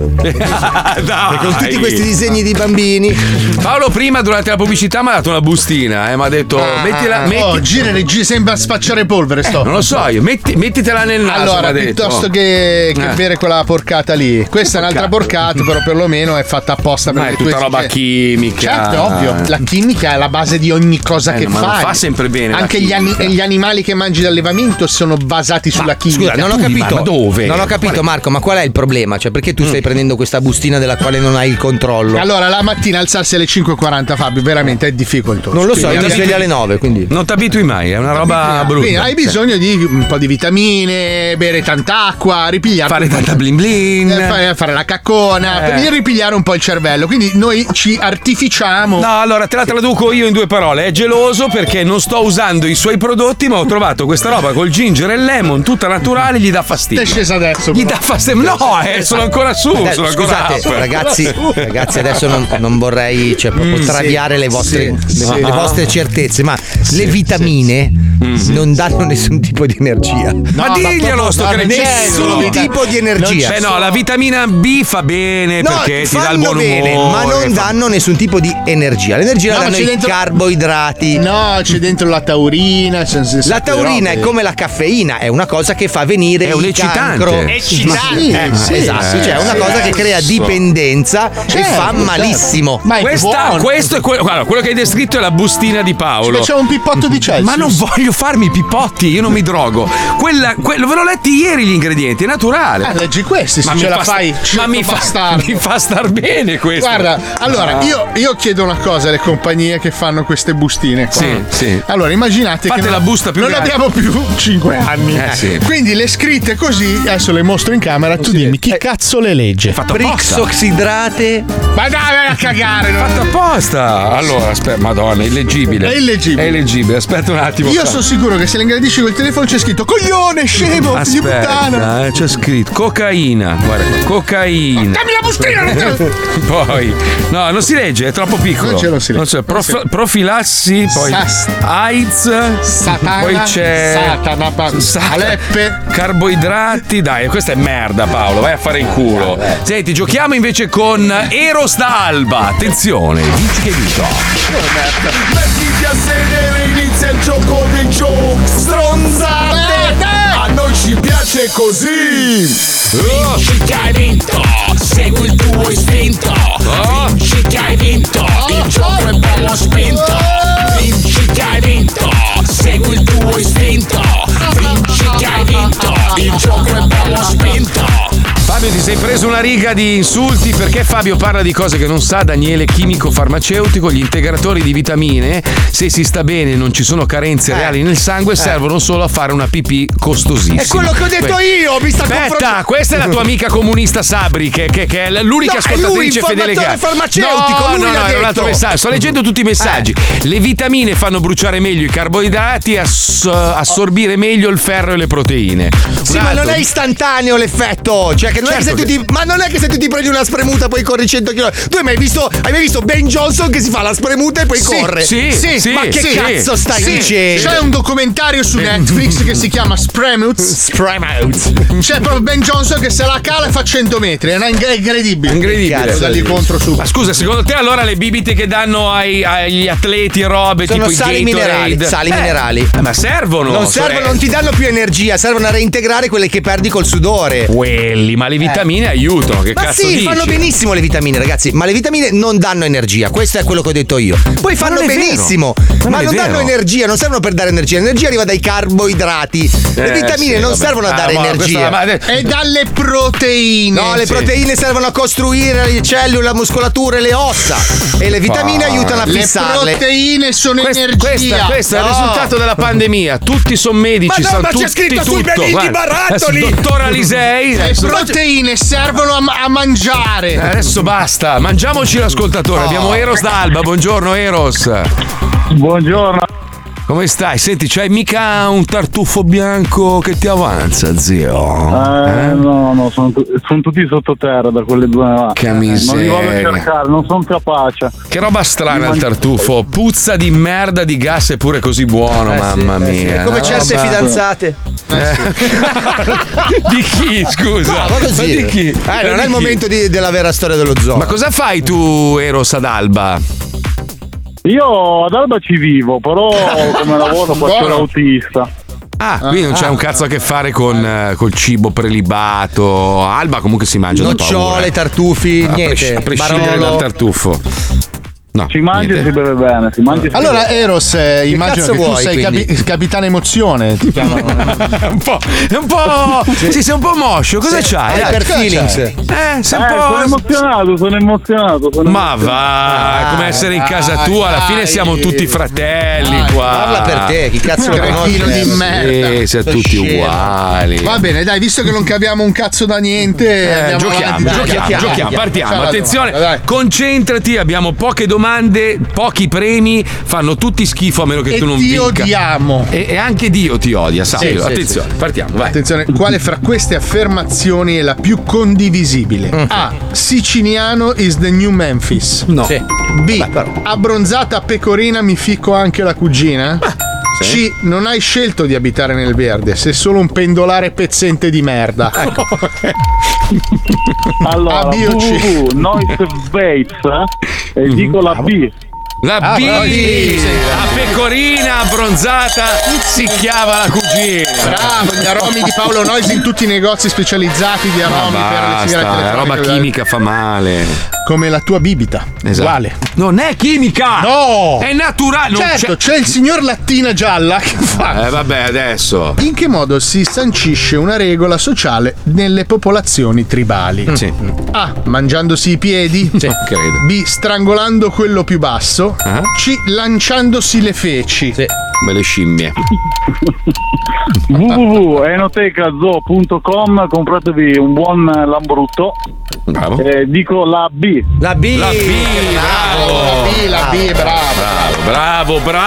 S3: Ah, Dai.
S2: E con tutti questi disegni di bambini.
S3: Paolo prima durante la pubblicità mi ha dato una bustina, eh, mi ha detto mettila, metti- Eh,
S4: Oh, gira e regia sembra spacciare polvere. Sto.
S3: non lo so io, metti- mettitela nel naso.
S4: Allora,
S3: mi ha detto.
S4: piuttosto che, che
S3: Eh.
S4: bere quella porcata lì, questa è un'altra porcata, però perlomeno è fatta apposta per
S3: Ma è
S4: le
S3: tutta
S4: tue
S3: roba
S4: esigenze.
S3: chimica.
S4: cioè, Certo, è ovvio. La chimica è la base di ogni cosa
S3: Eh,
S4: che
S3: ma lo
S4: fai.
S3: fa sempre bene la
S4: Anche gli, ani-
S3: chimica.
S4: gli animali che mangi d'allevamento sono basati sulla chimica.
S2: Scusa, non ho capito. Non ho capito, Marco, ma qual è il problema? Cioè, perché tu
S3: Mm.
S2: stai prendendo questa bustina della quale non hai il controllo?
S4: Allora, la mattina alzarsi alle 5.40, Fabio, veramente è difficoltoso.
S2: non lo so,
S4: Quindi
S2: io mi
S4: hai
S2: sveglio alle 9, quindi.
S3: Non ti abitui mai, è una roba brutta. cioè.
S4: Quindi hai bisogno di un po' di vitamine, bere tanta acqua, ripigliare.
S3: Fare tanta blin blin.
S4: Eh, Fare, fare la caccona,
S3: Eh.
S4: per ripigliare un po' il cervello. Quindi noi ci artificiamo.
S3: No, allora te la traduco io in due parole. È geloso perché non sto usando i suoi prodotti, ma ho trovato questa roba col ginger e lemon, tutta naturale, gli dà fastidio.
S4: È scesa adesso.
S3: Gli dà fastidio. No, eh, sono ancora su.
S2: Vabbè,
S3: sono ancora
S2: Esatto. scusate,
S3: up. [LAUGHS]
S2: ragazzi, ragazzi, adesso non, non vorrei cioè, proprio
S3: Mm, sì,
S2: traviare le, vostre,
S3: sì,
S2: le-
S3: sì.
S2: le vostre certezze, ma le vitamine non danno nessun tipo di energia.
S3: Mm. Ma diglielo sto
S2: che
S3: cretino.
S2: nessun tipo di energia.
S3: Beh, Eh no, la vitamina B fa bene
S2: No,
S3: perché ti dà il
S2: fanno
S3: buon umore.
S2: bene, ma non danno nessun tipo di energia. L'energia
S4: No,
S2: la
S4: ma
S2: danno
S4: c'è
S2: i
S4: dentro-
S2: carboidrati.
S4: No, c'è dentro la taurina.
S2: La
S4: Esatto,
S2: taurina è come la caffeina, è una cosa che fa venire
S4: È un
S2: il
S4: eccitante.
S2: cancro.
S4: Eccitante.
S2: Ma sì,
S4: Eh, sì,
S2: esatto,
S4: eh,
S2: cioè è una
S4: sì,
S2: cosa che crea
S4: adesso.
S2: dipendenza e
S4: Certo,
S2: fa
S4: certo.
S2: malissimo.
S4: Ma è
S3: Questa-
S4: buono.
S3: questo è quello, guarda, quello che hai descritto è la bustina di Paolo.
S4: Ci facciamo un pippotto di Celsius.
S3: Ma non voglio farmi i pippotti, io non mi drogo. Quella, quello, ve l'ho letti ieri gli ingredienti, è naturale.
S4: Ah, leggi questi, se
S3: mi
S4: ce la
S3: fa sta-
S4: fai, certo,
S3: Ma mi fa, mi fa star bene questo. Ah.
S4: Guarda, allora io, io chiedo una cosa alle compagnie che fanno queste bustine qua.
S3: Sì, sì.
S4: Allora immaginate
S3: Fate
S4: che
S3: la
S4: non-
S3: busta più
S4: non
S3: grande.
S4: abbiamo più 5 anni.
S3: Eh, sì.
S4: Quindi le scritte così, adesso le mostro in camera, tu dimmi chi cazzo le legge?
S3: Fatto apposta.
S2: Eh, Prixoxidrate.
S4: Ma dai, vai a cagare. non-
S3: Fatto apposta. Allora, aspetta, madonna, è illeggibile.
S4: È illeggibile.
S3: È illeggibile, aspetta un attimo.
S4: Io sono sicuro che se le ingrandisci col telefono c'è scritto coglione, scemo, figlio di puttana.
S3: Aspetta, eh, c'è scritto cocaina. Guarda, qua, cocaina.
S4: Dammi la bustina, non te
S3: [LAUGHS] Poi, no, non si legge, è troppo piccolo.
S4: Non ce lo si legge.
S3: Non c'è, prof-
S4: Non si-
S3: profilassi, poi
S4: Sas-
S3: AIDS,
S4: Satana,
S3: poi c'è
S4: Satana, pa-
S3: Sa-
S4: Aleppe.
S3: carboidrati. Dai, questa è merda, Paolo. Vai a fare in culo. Senti, giochiamo invece con Eros da Alba. Attenzione, vinci che vinci.
S6: Mettiti a sedere, inizia il gioco dei giochi Stronzate A noi ci piace così Vinci che Oh, hai vinto Segui il tuo istinto Vinci che hai vinto Il gioco è bello spinto Vinci che hai vinto Segui il tuo istinto Vinci che hai vinto Il gioco è bello spinto
S3: Fabio, ti sei preso una riga di insulti perché Fabio parla di cose che non sa Daniele, chimico farmaceutico, gli integratori di vitamine, se si sta bene e non ci sono
S6: Eh.
S3: carenze reali nel sangue, servono solo a fare una pipì costosissima.
S6: È quello che ho detto
S3: Que-
S6: io, mi sta
S3: Aspetta,
S6: confrontando.
S3: questa è la tua amica comunista Sabri, che, che- che è l- l'unica
S6: No, è lui,
S3: ascoltatrice fedele che ha.
S6: informatore farmaceutico,
S3: no,
S6: lui
S3: no,
S6: l'ha
S3: no, era un
S6: detto. Eh.
S3: altro messaggio. Sto leggendo tutti i messaggi. Le vitamine fanno bruciare meglio i carboidrati, ass- assorbire meglio il ferro e le proteine.
S2: Sì,
S3: Un
S2: ma non
S3: altro-
S2: è istantaneo l'effetto. Cioè, che non è che
S3: Certo
S2: se tu
S3: che-
S2: ti Ma non è che se tu ti prendi una spremuta poi corri 100 km. Tu hai mai visto, hai mai visto Ben Johnson che si fa la spremuta e poi
S4: Sì,
S2: corre?
S4: sì, sì,
S2: Ma che
S4: sì,
S2: cazzo stai
S4: sì.
S2: dicendo?
S4: C'è un documentario su Netflix che si chiama Spremuts. C'è proprio Ben Johnson che se la cala e fa 100 metri. È una- è incredibile.
S3: Incredibile.
S4: Da lì contro su.
S3: Ma scusa, secondo te allora le bibite che danno ai- agli atleti e robe
S2: Sono
S3: tipo i
S2: sali
S3: Gatorade-
S2: minerali, sali
S3: Eh,
S2: minerali.
S3: Ma servono? cioè,
S2: Non servono,
S3: sorella.
S2: non ti danno più energia, servono a reintegrare quelle che perdi col sudore.
S3: Quelli, ma le vitamine aiutano, che
S2: Eh. ma
S3: cazzo
S2: sì,
S3: dici?
S2: fanno benissimo le vitamine, ragazzi, ma le vitamine non danno energia, questo è quello che ho detto io. Poi
S3: Ma
S2: fanno
S3: non è vero.
S2: benissimo,
S3: Non
S2: ma
S3: è
S2: non danno
S3: vero.
S2: energia, non servono per dare energia, l'energia arriva dai carboidrati. le
S3: Eh,
S2: vitamine
S3: sì,
S2: non
S3: vabbè.
S2: servono a
S3: Ah,
S2: dare
S3: ma
S2: energia.
S3: questa- ma-
S4: E dalle proteine.
S2: No, le
S4: Sì.
S2: proteine servono a costruire le cellule, la muscolatura e le ossa. E le vitamine
S3: Vai.
S2: aiutano a
S3: Le
S2: fissarle.
S4: proteine sono
S3: Questa-
S2: energia.
S3: Questa, questa è il risultato della pandemia. Tutti sono medici,
S2: Madonna,
S3: sanno
S2: c'è
S3: tutti
S2: scritto sui
S3: tutto.
S2: benigni
S3: guarda.
S2: barattoli.
S3: Adesso, Dottor Alisei.
S4: Le
S3: adesso-
S4: Eh,
S3: Eh,
S4: proteine servono a, ma- a mangiare.
S3: Adesso basta, mangiamoci l'ascoltatore.
S2: Oh.
S3: Abbiamo Eros d'Alba. Buongiorno, Eros. Buongiorno. Come stai? Senti, c'hai mica un tartufo bianco che ti avanza, zio?
S8: Eh, no, no, sono, tu- sono tutti sottoterra da quelle due là. Eh,
S3: Che
S8: Non li voglio
S3: miseria.
S8: cercare, non sono capace.
S3: Che roba strana il
S8: Io-
S3: tartufo. Puzza di merda di gas eppure così buono,
S2: Eh
S3: mamma mia.
S2: È come
S3: Una
S2: certe
S3: roba-
S2: fidanzate.
S4: Eh,
S2: [LAUGHS]
S3: di chi, scusa?
S2: No, ma così.
S3: Ma di chi?
S2: Eh, non
S3: Di
S2: è il
S3: chi?
S2: momento di- della vera storia dello zoo.
S3: Ma cosa fai tu, Eros ad Alba?
S8: Io ad Alba ci vivo,
S3: [LAUGHS]
S8: però come lavoro faccio
S3: Buono.
S8: l'autista.
S3: Ah, qui non c'è un cazzo a che fare con eh, col cibo prelibato. Alba comunque si mangia da paura. eh. Ah,
S2: Nocciole, tartufi,
S3: A
S2: niente.
S3: presci- a prescindere
S2: Barolo.
S3: dal tartufo. No,
S8: Si mangia e si beve bene, si mangia e si
S4: Allora,
S8: beve.
S4: Eros, eh,
S8: Che
S4: immagino
S8: cazzo
S4: che tu
S8: vuoi,
S4: sei
S8: quindi?
S4: capi- capitano emozione. Ti chiamano.
S3: [LAUGHS] un po', è un po'. Sì. sei un po' moscio. Cosa
S4: Sì.
S3: c'hai?
S4: Hyper
S3: Cosa
S4: feelings.
S3: c'hai? Eh, sei un
S8: Eh, sono
S3: po'.
S8: emozionato, sono emozionato. sono
S3: Ma
S8: emozionato.
S3: va, come essere in casa tua, alla fine siamo tutti fratelli qua.
S4: parla per te, chi cazzo lo conosce? Cretino di merda.
S3: Sì, siamo
S4: Sto
S3: tutti
S4: scemo.
S3: uguali.
S4: Va bene, dai, visto che non caviamo un cazzo da niente,
S3: Eh,
S4: andiamo
S3: giochiamo,
S4: avanti.
S3: giochiamo,
S4: Dai,
S3: giochiamo,
S4: Ciao,
S3: partiamo.
S4: la
S3: Attenzione, concentrati, abbiamo poche domande, pochi premi, fanno tutti schifo a meno che
S4: E
S3: tu non
S4: ti
S3: vinca.
S4: odiamo.
S3: E, e anche Dio ti odia, sai.
S4: Sì, sì,
S3: Attenzione,
S4: sì.
S3: partiamo, vai.
S4: Attenzione, quale fra queste affermazioni è la più condivisibile?
S3: Mm.
S4: A. Siciliano is the new Memphis. No. B. Abbronzata a pecorina mi fico anche la cugina.
S3: Ah, Sì.
S4: C. Non hai scelto di abitare nel verde, sei solo un pendolare pezzente di merda.
S3: Ecco.
S8: Allora,
S4: A, B o C?
S8: www, Noise Bates eh, e dico la B.
S3: La
S8: Ah,
S3: B,
S8: bravo, sì, sì.
S3: la pecorina abbronzata si chiava la cugina.
S4: Bravo,
S3: Ecco.
S4: gli aromi di Paolo Noisi in tutti i negozi specializzati di
S3: Ma
S4: aromi per le
S3: Ah, basta,
S4: sigarette
S3: la roba
S4: elettroniche.
S3: chimica fa male.
S4: Come la tua bibita.
S3: Esatto.
S4: Uguale.
S3: Non è chimica!
S4: No!
S3: È naturale, non
S4: Certo, c'è... il signor Lattina Gialla che fa.
S3: Eh vabbè, adesso.
S4: In che modo si sancisce una regola sociale nelle popolazioni tribali?
S3: Mm. Sì.
S4: A. Mangiandosi i
S3: [LAUGHS]
S4: piedi.
S3: credo. Ah.
S4: B. Strangolando quello più basso. C. Lanciandosi le feci.
S3: Belle scimmie.
S8: www.enotecazo.com compratevi un buon lambrutto. Eh, dico la B.
S2: La B.
S8: La B.
S4: La B, la B, bravo. [LAUGHS]
S3: Bravo, bravo, bravo!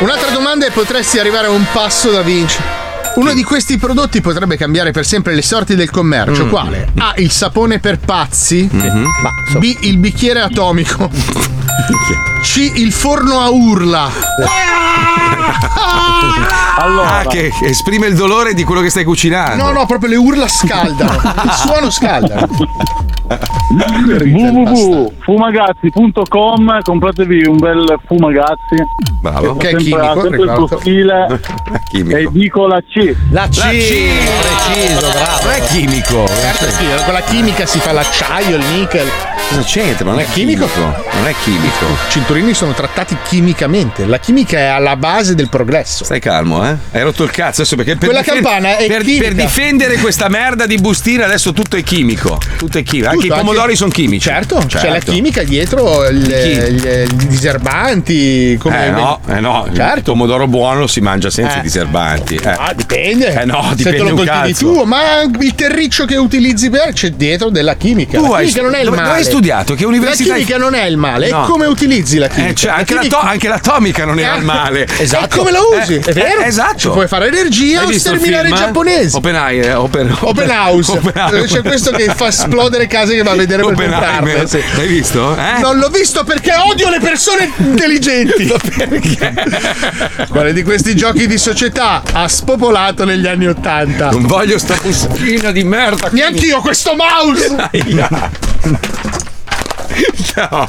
S4: Un'altra domanda e potresti arrivare a un passo da vincere. Uno di questi prodotti potrebbe cambiare per sempre le sorti del commercio.
S2: Mm.
S4: Quale? A. Il sapone per pazzi. B. Il bicchiere atomico. C. Il forno a urla.
S3: Ah, che esprime il dolore di quello che stai cucinando.
S4: No, no, proprio le urla scaldano. Il suono scalda.
S8: www.fumagazzi.com compratevi un bel fumagazzi.
S3: Bravo.
S8: Che
S3: Che è
S8: sempre, ha
S3: chimico,
S8: sempre il
S3: ricordo.
S8: tuo stile. E dico la C.
S2: La C.
S4: Preciso, bravo.
S3: Non è chimico.
S4: Certo, sì, con la chimica si fa l'acciaio, il nickel.
S3: Cosa c'entra? Non è chimico? Non è chimico.
S4: I cinturini sono trattati chimicamente. La chimica è alla base del progresso.
S3: Stai calmo, eh? Hai rotto il cazzo adesso perché per
S4: Quella
S3: difen-
S4: campana è
S3: per,
S4: chimica.
S3: per difendere questa merda di bustine adesso tutto è chimico. Tutto è chimico. Anche i pomodori sono chimici.
S4: Certo, c'è
S3: Certo.
S4: la chimica dietro, il- il- i diserbanti. Come
S3: Eh no, eh no, il
S4: Certo.
S3: pomodoro buono si mangia senza
S4: Eh.
S3: i diserbanti. Eh.
S4: Ah, dipende.
S3: Eh no,
S4: Se
S3: dipende
S4: te lo
S3: un
S4: coltivi
S3: cazzo.
S4: tu, ma il terriccio che utilizzi per c'è dietro della chimica.
S3: Tu
S4: la
S3: hai
S4: chimica
S3: stu-
S4: non è il
S3: dove-
S4: male.
S3: dove hai studiato? Che università
S4: La
S3: hai-
S4: chimica non è il male,
S3: No.
S4: è come utilizzi la chimica.
S3: Eh, cioè, anche, la
S4: chimica-
S3: to- anche l'atomica non era
S4: Eh,
S3: il male.
S4: [LAUGHS]
S3: Ecco,
S4: Esatto. E come la usi, è vero.
S3: eh, esatto.
S4: Ci puoi fare energia
S3: Hai
S4: o
S3: visto il
S4: sterminare
S3: film?
S4: i giapponesi.
S3: Oppenheimer,
S4: [LAUGHS]
S3: eh, Open, [LAUGHS]
S4: Open House.
S3: Open House.
S4: Dove c'è questo che fa esplodere case che va a vedere per comprarle.
S3: Oppenheimer. L'hai visto? Eh?
S4: Non l'ho visto perché odio le persone
S3: [LAUGHS]
S4: intelligenti. Quale di questi giochi di società ha spopolato negli anni Ottanta?
S3: Non voglio sta bustina di merda.
S4: Neanche io questo mouse.
S3: No.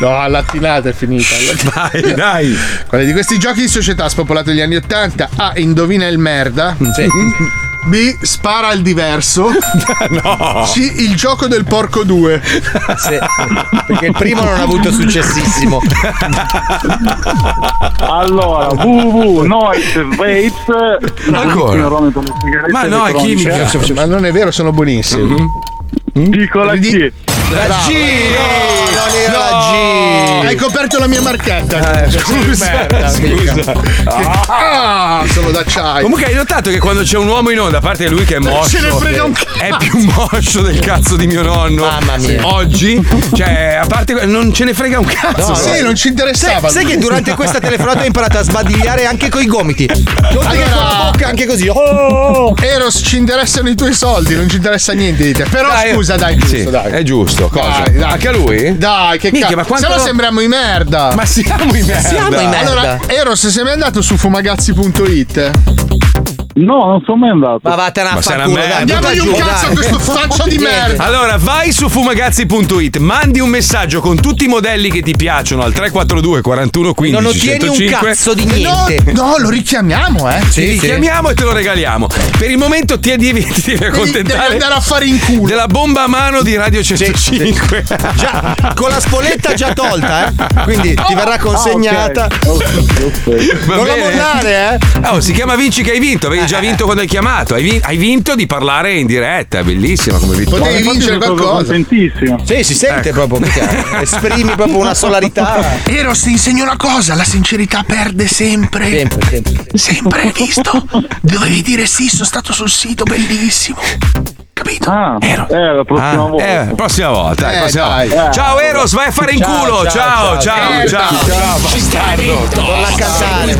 S4: No, alla lattinata è finita.
S3: Dai, dai.
S4: Quale di questi giochi di società ha spopolato negli anni Ottanta? A. Indovina il merda. B. Spara al diverso.
S3: [LAUGHS] No.
S4: C. Il gioco del porco
S3: [LAUGHS]
S4: 2.
S2: Perché il primo non ha avuto successissimo.
S8: Allora, www.noisevapes
S4: Ancora?
S8: Ma no, è chimica.
S4: Ma non è vero, sono buonissimi. Mm?
S8: Dico la G.
S4: La G!
S8: non era
S4: la G! Hai coperto la mia marchetta.
S8: Eh,
S3: scusa,
S4: Merda,
S3: scusa.
S4: mica. Ah, sono d'acciaio.
S3: Comunque hai notato che quando c'è un uomo in onda, a parte lui che è moscio,
S4: Ce ne frega un cazzo.
S3: è più moscio del cazzo di mio nonno. Mamma
S4: mia.
S3: Oggi, cioè, a parte que- non ce ne frega un cazzo.
S4: No, sì, non ci interessava.
S2: Sai, sai che durante questa telefonata ho imparato a sbadigliare anche coi gomiti. Non
S4: Allora-
S2: che con la bocca, anche così. Oh,
S4: Eros, ci interessano i tuoi soldi, non ci interessa niente di te. Però scusa, dai, giusto,
S3: Sì,
S4: dai.
S3: è giusto, cosa?
S4: Dai, dai.
S3: Anche a lui?
S4: Dai, che
S3: Minchia,
S4: cazzo.
S3: ma quanto-
S4: Se no sembriamo i merda.
S3: Ma siamo i merda.
S8: Siamo i merda.
S4: Allora, Eros, sei mai andato su fumagazzi.it?
S8: No, non sono mai andato.
S2: Ma vattene a
S3: Ma
S2: fa'
S3: sarà
S2: culo,
S3: merda.
S2: dai,
S4: Andiamo
S2: butta
S4: io un
S2: giù,
S4: cazzo
S2: dai.
S4: a
S2: [LAUGHS]
S4: questo faccio di
S2: Niente.
S4: merda.
S3: Allora vai su fumagazzi.it, mandi un messaggio con tutti i modelli che ti piacciono al 342 41 15
S2: Non ottieni un
S3: 105.
S2: cazzo di
S4: No,
S2: niente.
S4: no, lo richiamiamo, eh.
S3: Ti richiamiamo e te lo regaliamo. Per il momento ti devi, ti devi accontentare.
S4: devi andare a fare in culo.
S3: Della bomba a mano di Radio 105.
S2: Già, con la spoletta già tolta, eh. Quindi ti
S8: Ah,
S2: verrà consegnata.
S3: Va
S2: Non la
S3: bene?
S2: mollare, eh.
S3: Oh, si chiama Vinci che hai vinto. Avevi già vinto quando hai chiamato. Hai, vin- hai vinto di parlare in diretta. Bellissima come vittoria.
S4: Potevi vincere qualcosa.
S8: Sentissimo.
S2: Sì, si sente proprio. Eh mica. Esprimi proprio una solarità.
S12: Eros ti insegno una cosa, la sincerità perde sempre. Sempre, sempre. Sempre, visto? Dovevi dire sì, sono stato sul sito, bellissimo. Capito?
S8: Ah, eh, la prossima
S3: Ah,
S8: volta.
S3: eh, prossima volta, dai,
S8: Eh,
S3: prossima
S8: dai.
S3: volta.
S8: Eh.
S3: Ciao Eros, vai a fare in
S8: Ciao,
S3: culo. Ciao, ciao,
S8: ciao,
S3: ciao.
S8: ciao.
S3: ciao.
S2: Torna a cantare.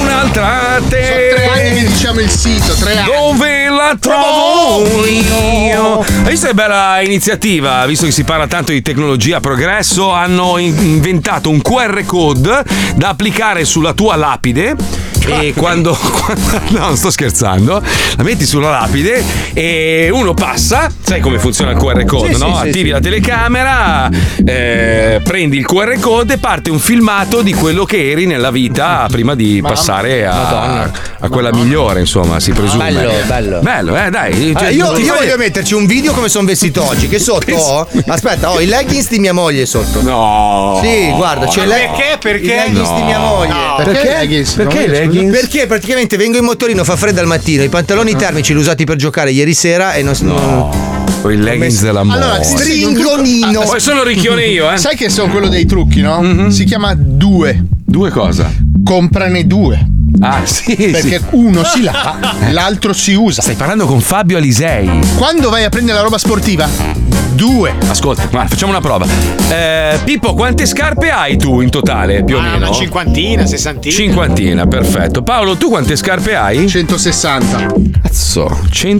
S3: Un'altra
S4: Tre anni che
S3: te.
S4: diciamo il sito, tre anni.
S3: Dove la trovo io? Hai visto che bella iniziativa? Visto che si parla tanto di tecnologia progresso, hanno in- inventato un QR code da applicare sulla tua lapide.
S1: Cioè.
S3: E quando, [LAUGHS] quando- No, non sto scherzando. La metti sulla lapide e uno passa. Sai come funziona il QR code,
S1: Sì,
S3: no?
S1: sì, sì,
S3: Attivi
S1: sì.
S3: la telecamera, eh, prendi il QR code e parte un filmato di quello che eri nella vita prima di passare a, a quella migliore, insomma, si presume.
S2: Bello, bello.
S3: Bello, eh, dai.
S2: Ah,
S3: cioè,
S2: io
S3: ti
S2: io
S3: fai-
S2: voglio metterci un video come sono vestito oggi. Che sotto? ho- Aspetta, ho i leggings di mia moglie sotto.
S3: No.
S2: Sì, guarda, c'è
S7: Ma
S2: lei-
S7: perché? Perché?
S2: I leggings di mia
S7: No.
S2: moglie.
S7: No.
S4: Perché i leggings? Perché i leggings?
S2: Perché praticamente vengo in motorino, fa freddo al mattino, i pantaloni termici li ho usati per giocare ieri sera e non
S3: No. Con i leggings della
S4: Allora, ti
S3: moglie.
S4: insegno un trucco-
S2: Stringonino.
S4: Ah,
S3: Poi sono ricchione io, eh. Mhm.
S4: Sai che sono quello dei trucchi, no? Si chiama due.
S3: Due cosa?
S4: Comprane due.
S3: Ah, sì.
S4: Perché
S3: sì.
S4: uno si lava, [LAUGHS] l'altro si usa.
S3: Stai parlando con Fabio Alisei.
S4: Quando vai a prendere la roba sportiva? Due.
S3: Ascolta, guarda, facciamo una prova. Eh, Pippo, quante scarpe hai tu in totale, più o
S7: Ah,
S3: meno?
S7: una cinquantina, sessantina.
S3: Cinquantina, perfetto. Paolo, tu quante scarpe hai?
S4: 160.
S3: Cazzo,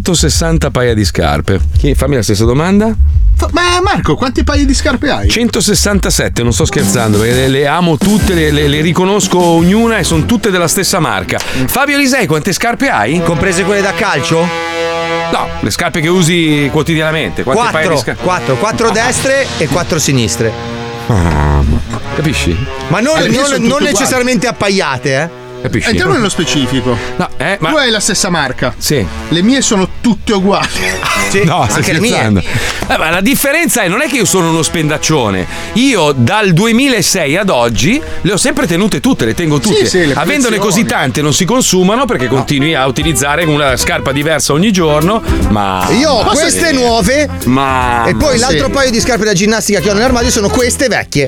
S3: 160 paia di scarpe. Chi- Fammi la stessa domanda.
S4: Fa- Ma Marco, quanti paia di scarpe hai?
S3: 167, non sto scherzando, perché le, le amo tutte, le, le- le riconosco ognuna e sono tutte della stessa marca. Fabio Lisei, quante scarpe hai?
S2: Comprese quelle da calcio?
S3: No, le scarpe che usi quotidianamente. Quante paia di Ah.
S2: Quattro,
S3: scarpe?
S2: quattro, quattro destre e quattro sinistre.
S3: Ah, Capisci?
S2: Ma non,
S4: Alle mie
S2: non-
S4: sono
S2: non
S4: tutte
S2: necessariamente appaiate, eh.
S3: Capisci?
S4: Entriamo nello specifico.
S3: No, eh, ma...
S4: Tu hai la stessa marca.
S3: Sì.
S4: Le mie sono tutte uguali.
S3: no, stai scherzando. Eh, ma la differenza è non è che io sono uno spendaccione. Io dal 2006 ad oggi le ho sempre tenute tutte, le tengo
S4: Sì,
S3: tutte.
S4: sì, le collezioni.
S3: Avendone così tante non si consumano perché continui a utilizzare una scarpa diversa ogni giorno, ma
S2: Io ho
S3: ma-
S2: queste
S3: sì. Ah,
S2: nuove
S3: Ma
S2: e poi
S3: ma-
S2: l'altro paio di scarpe da ginnastica che ho nell'armadio sono queste vecchie.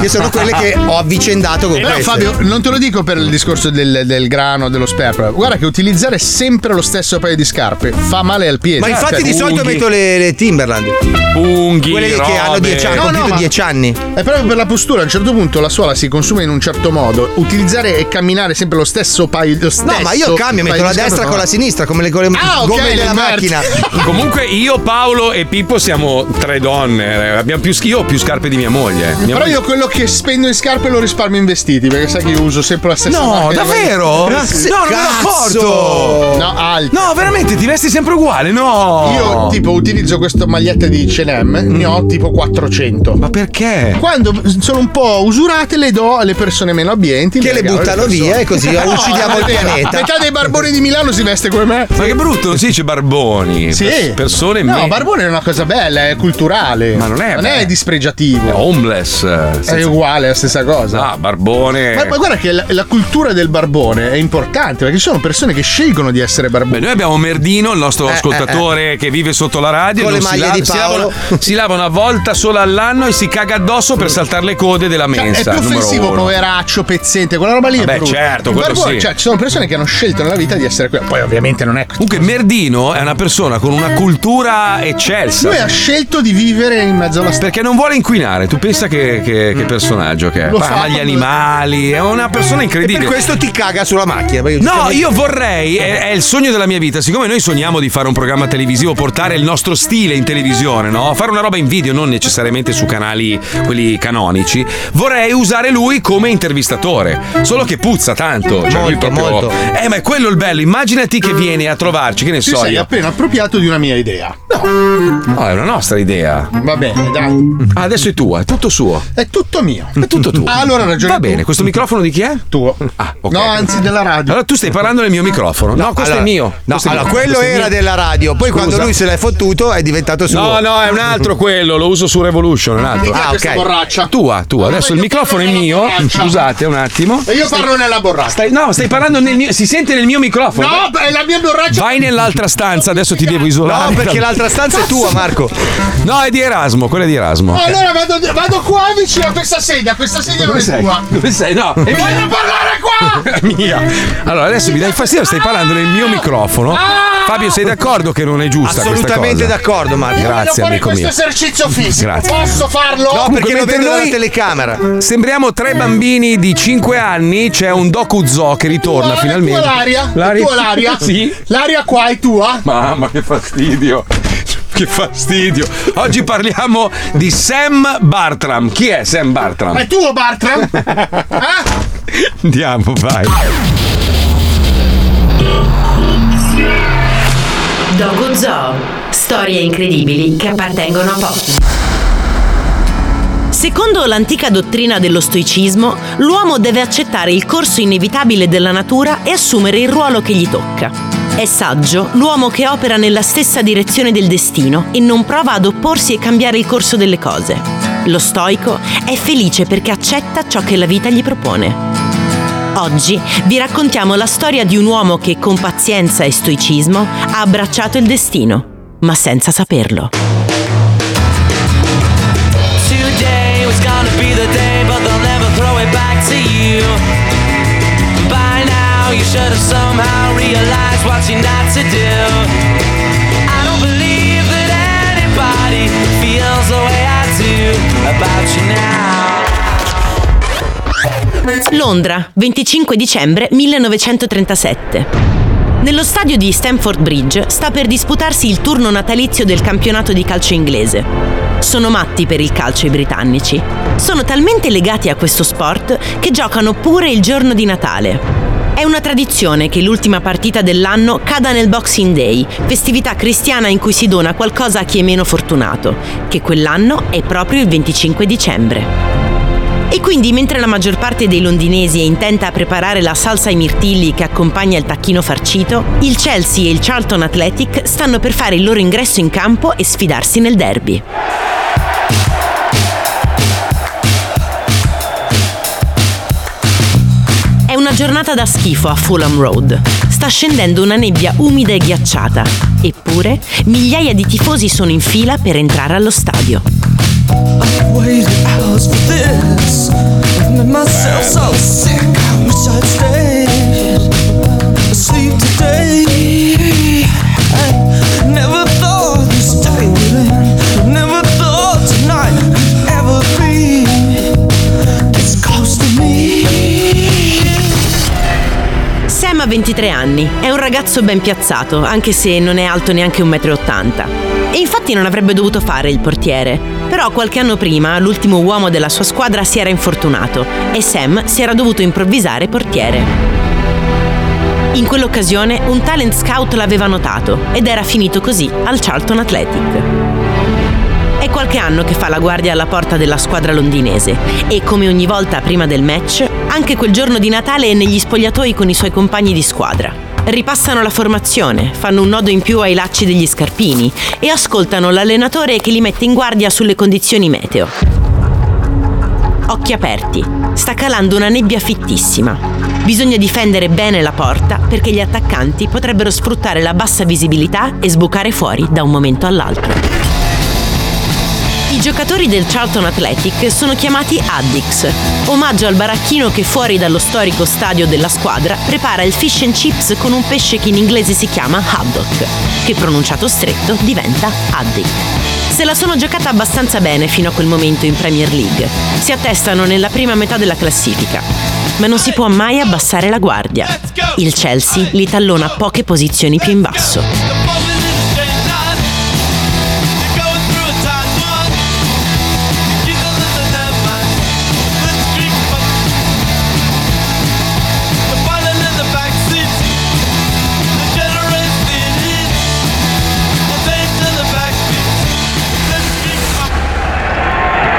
S2: Che sono quelle che ho avvicendato
S3: Eh,
S2: con
S4: No,
S2: queste.
S4: Fabio, non te lo dico per il discorso del, del grano, dello sperma. Guarda che utilizzare sempre lo stesso paio di scarpe fa male al piede. Cioè,
S2: Ma infatti di solito metto le, le Timberland.
S3: Unghie,
S2: Quelle che hanno 10
S4: Eh,
S2: anni, compiuto 10 anni.
S4: È proprio per la postura, a un certo punto la suola si consuma in un certo modo. Utilizzare e camminare sempre lo stesso paio di stesso
S2: No, ma io cambio, metto
S4: paio
S2: la
S4: di scarpe
S2: destra
S4: fa
S2: con la
S4: male.
S2: sinistra, come le, con le
S4: Ah, ok,
S2: gomme
S4: le
S2: della
S4: merda. [LAUGHS]
S2: macchina.
S3: Comunque io, Paolo e Pippo siamo tre donne. eh, Abbiamo più, sch- io ho più scarpe di mia moglie. Mia
S4: Però
S3: moglie-
S4: io quello che spendo in scarpe lo risparmio in vestiti, perché sai che io uso sempre la stessa
S3: No,
S4: marca di-
S3: davvero?
S4: Sì.
S3: No, non me l'ho
S4: Cazzo!
S3: accorto.
S4: No, altre.
S3: No, veramente ti vesti sempre uguale, no? Mm.
S4: Io tipo utilizzo questa maglietta di CNM, ne ho tipo 400. Ma
S3: perché?
S4: Quando sono un po' usurate le do alle persone meno abbienti.
S2: Che
S4: mi
S2: le
S4: regalo
S2: buttano
S4: persone.
S2: via e
S4: [LAUGHS]
S2: così
S4: No,
S2: uccidiamo il
S4: non è vero.
S2: pianeta.
S4: Metà dei barboni di Milano si veste come me.
S3: Ma che brutto, non si dice barboni.
S4: Sì.
S3: Per- persone
S4: No,
S3: me-
S4: barbone è una cosa bella, è culturale.
S3: Ma non è
S4: Non
S3: beh,
S4: è dispregiativo.
S3: è homeless. eh,
S4: È uguale, è la stessa cosa.
S3: Ah, barbone.
S4: Ma, ma guarda che la, la cultura del barbone è importante perché ci sono persone che scelgono di essere barboni.
S3: Noi abbiamo Merdino, il nostro
S4: Eh,
S3: ascoltatore che vive sotto la radio.
S4: Con
S3: non
S4: le
S3: si
S4: maglie
S3: lava-
S4: di
S3: si
S4: Paolo.
S3: lava, una, si lava una volta sola all'anno e si caga addosso per saltare le code della
S4: Cioè, è
S3: mensa.
S4: più
S3: numero
S4: offensivo,
S3: uno.
S4: poveraccio, pezzente, quella roba lì
S3: Vabbè,
S4: è brutta.
S3: certo,
S4: Il
S3: quello
S4: barbone-
S3: sì.
S4: Cioè, ci sono persone che hanno scelto nella vita di essere quella. Poi, ovviamente, non è.
S3: Comunque, Merdino è una persona con una cultura eccelsa.
S4: Lui ha scelto di vivere in mezzo alla Mm.
S3: Perché non vuole inquinare, tu pensa che, che- che personaggio che è?
S4: Lo fa
S3: Parla agli
S4: quando-
S3: animali, è una persona incredibile.
S2: E per questo ti caga sulla macchina. perché
S3: No,
S2: giustamente-
S3: io vorrei, eh, è, è il sogno della mia vita, siccome noi sogniamo di fare un programma televisivo, portare il nostro stile in televisione, no? Fare una roba in video, non necessariamente su canali quelli canonici, vorrei usare lui come intervistatore, solo che puzza tanto. Cioè lui
S4: Molto,
S3: proprio...
S4: molto.
S3: Eh, ma è quello il bello, immaginati che viene a trovarci, che ne
S4: Ti
S3: so
S4: sei
S3: io.
S4: appena appropriato di una mia idea. No.
S3: No, è una nostra idea.
S4: Va bene, dai.
S3: Ah, adesso è tua, è tutto suo.
S4: È tutto mio.
S3: È tutto tuo.
S4: Ah, allora ragioni
S3: Va
S4: tu.
S3: bene, questo microfono di chi è?
S4: Tuo.
S3: Ah, ok.
S4: No, anzi, della radio.
S3: Allora tu stai parlando del mio microfono. No, questo
S2: allora-
S3: è mio.
S2: No,
S3: Questo è
S2: allora,
S3: mio.
S2: quello
S3: Questo è
S2: era
S3: mio.
S2: della radio. Poi
S3: Scusa.
S2: quando lui se l'è fottuto è diventato suo.
S3: No, no, è un altro quello, lo uso su Revolution, un altro.
S2: Ah, ok.
S4: borraccia.
S3: Tua, tua. Adesso il microfono è mio. Scusate un attimo.
S4: E io parlo nella borraccia.
S3: Stai- no, stai parlando nel mio. Si sente nel mio microfono.
S4: No, è la mia borraccia.
S3: Vai nell'altra stanza, adesso ti devo isolare.
S2: No, perché l'altra stanza è tua, Marco.
S3: No, è di Erasmo, quella è di Erasmo.
S4: Ah, Allora vado, vado qua vicino a questa sedia. Questa sedia non
S3: Dove
S4: è
S3: sei?
S4: tua.
S3: Dove sei? No, è
S4: Voglio
S3: mia.
S4: parlare qua!
S3: È [LAUGHS] mia. Allora, adesso mi dai fastidio, stai parlando nel mio microfono.
S4: Ah!
S3: Fabio, sei d'accordo che non è giusta questa cosa?
S2: Assolutamente d'accordo, Marco.
S4: Voglio
S3: Grazie,
S4: fare
S3: amico
S4: questo
S3: mio.
S4: esercizio fisico.
S3: Grazie.
S4: Posso farlo?
S2: No, perché lo
S3: mentre
S2: vedo dalla
S3: noi-
S2: telecamera.
S3: Sembriamo
S4: Eh.
S3: tre bambini di 5 anni, c'è un docu zoo che ritorna
S4: Tu
S3: finalmente.
S4: Ah, l'aria?
S3: L'aria-
S4: Tu l'aria?
S3: [LAUGHS] Sì.
S4: L'aria qua è tua?
S3: Mamma che fastidio. Che fastidio. Oggi parliamo di Sam Bartram. Chi è Sam
S4: Ma È
S3: Bartram?
S4: tuo Bartram? Ah,
S3: Andiamo, vai.
S15: Dogo Zoo, storie incredibili che appartengono a pochi.
S18: Secondo l'antica dottrina dello stoicismo, l'uomo deve accettare il corso inevitabile della natura e assumere il ruolo che gli tocca. È saggio l'uomo che opera nella stessa direzione del destino e non prova ad opporsi e cambiare il corso delle cose. Lo stoico è felice perché accetta ciò che la vita gli propone. Oggi vi raccontiamo la storia di un uomo che con pazienza e stoicismo ha abbracciato il destino, ma senza saperlo.
S27: Today was gonna be the day, but they'll never throw it back to you. By now, you should have somehow realized what you're not to do. I don't believe that anybody feels the way I do about you now.
S18: Londra, 25 dicembre 1937. Nello stadio di Stamford Bridge sta per disputarsi il turno natalizio del campionato di calcio inglese. Sono matti per il calcio i britannici. Sono talmente legati a questo sport che giocano pure il giorno di Natale. È una tradizione che l'ultima partita dell'anno cada nel Boxing Day, festività cristiana in cui si dona qualcosa a chi è meno fortunato, che quell'anno è proprio il 25 dicembre. E quindi, mentre la maggior parte dei londinesi è intenta a preparare la salsa ai mirtilli che accompagna il tacchino farcito, il Chelsea e il Charlton Athletic stanno per fare il loro ingresso in campo e sfidarsi nel derby. È una giornata da schifo a Fulham Road. Sta scendendo una nebbia umida e ghiacciata. Eppure, migliaia di tifosi sono in fila per entrare allo stadio.
S6: Waited hours for this. I've made myself so sick. I wish I'd stayed asleep today. I never thought this day would end. Never thought tonight could ever be this close to me.
S18: Sam ha 23 anni, è un ragazzo ben piazzato, anche se non è alto neanche 1,80 m. E infatti non avrebbe dovuto fare il portiere. Però qualche anno prima l'ultimo uomo della sua squadra si era infortunato e Sam si era dovuto improvvisare portiere. In quell'occasione un talent scout l'aveva notato ed era finito così al Charlton Athletic. È qualche anno che fa la guardia alla porta della squadra londinese e come ogni volta prima del match, anche quel giorno di Natale è negli spogliatoi con i suoi compagni di squadra. Ripassano la formazione, fanno un nodo in più ai lacci degli scarpini e ascoltano l'allenatore che li mette in guardia sulle condizioni meteo. Occhi aperti, sta calando una nebbia fittissima. Bisogna difendere bene la porta perché gli attaccanti potrebbero sfruttare la bassa visibilità e sbucare fuori da un momento all'altro. I giocatori del Charlton Athletic sono chiamati Addicts, omaggio al baracchino che fuori dallo storico stadio della squadra prepara il fish and chips con un pesce che in inglese si chiama haddock, che pronunciato stretto diventa addict. Se la sono giocata abbastanza bene fino a quel momento in Premier League. Si attestano nella prima metà della classifica, ma non si può mai abbassare la guardia. Il Chelsea li tallona poche posizioni più in basso.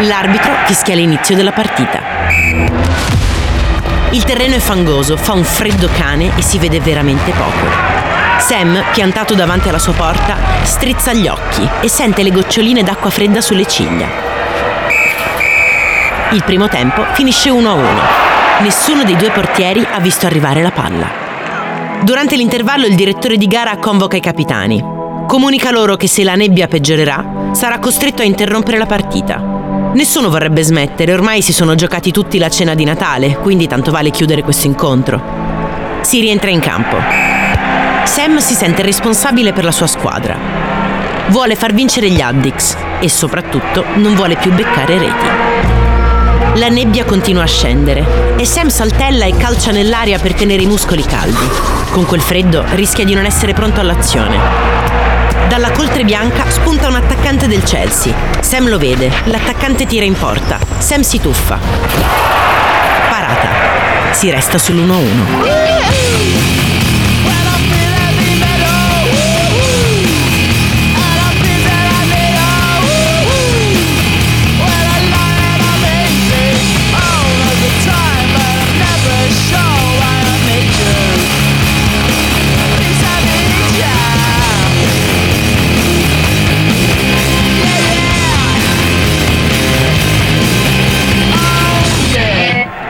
S18: L'arbitro fischia l'inizio della partita. Il terreno è fangoso, fa un freddo cane e si vede veramente poco. Sam, piantato davanti alla sua porta, strizza gli occhi e sente le goccioline d'acqua fredda sulle ciglia. Il primo tempo finisce 1-1. Nessuno dei due portieri ha visto arrivare la palla. Durante l'intervallo il direttore di gara convoca i capitani. Comunica loro che se la nebbia peggiorerà, sarà costretto a interrompere la partita. Nessuno vorrebbe smettere, ormai si sono giocati tutti la cena di Natale, quindi tanto vale chiudere questo incontro. Si rientra in campo. Sam si sente responsabile per la sua squadra. Vuole far vincere gli Addicts e soprattutto non vuole più beccare reti. La nebbia continua a scendere e Sam saltella e calcia nell'aria per tenere i muscoli caldi. Con quel freddo rischia di non essere pronto all'azione. Dalla coltre bianca spunta un attaccante del Chelsea. Sam lo vede, l'attaccante tira in porta. Sam si tuffa. Parata. Si resta sull'1-1.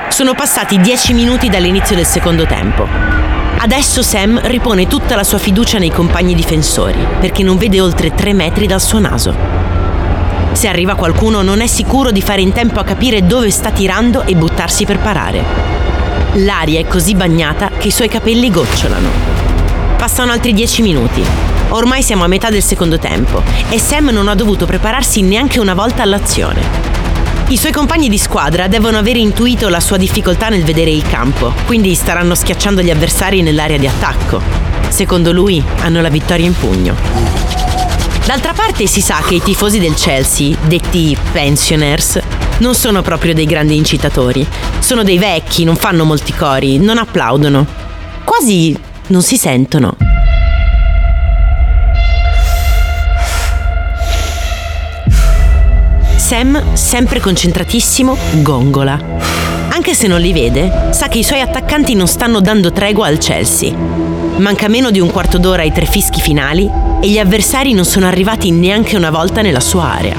S18: Sono passati 10 minuti dall'inizio del secondo tempo. Adesso Sam ripone tutta la sua fiducia nei compagni difensori, perché non vede oltre 3 metri dal suo naso. Se arriva qualcuno non è sicuro di fare in tempo a capire dove sta tirando e buttarsi per parare. L'aria è così bagnata che i suoi capelli gocciolano. Passano altri 10 minuti. Ormai siamo a metà del secondo tempo e Sam non ha dovuto prepararsi neanche una volta all'azione. I suoi compagni di squadra devono aver intuito la sua difficoltà nel vedere il campo, quindi staranno schiacciando gli avversari nell'area di attacco. Secondo lui hanno la vittoria in pugno. D'altra parte si sa che i tifosi del Chelsea, detti pensioners, non sono proprio dei grandi incitatori. Sono dei vecchi, non fanno molti cori, non applaudono. Quasi non si sentono. Sam, sempre concentratissimo, gongola. Anche se non li vede, sa che i suoi attaccanti non stanno dando tregua al Chelsea. Manca meno di un quarto d'ora ai tre fischi finali e gli avversari non sono arrivati neanche una volta nella sua area.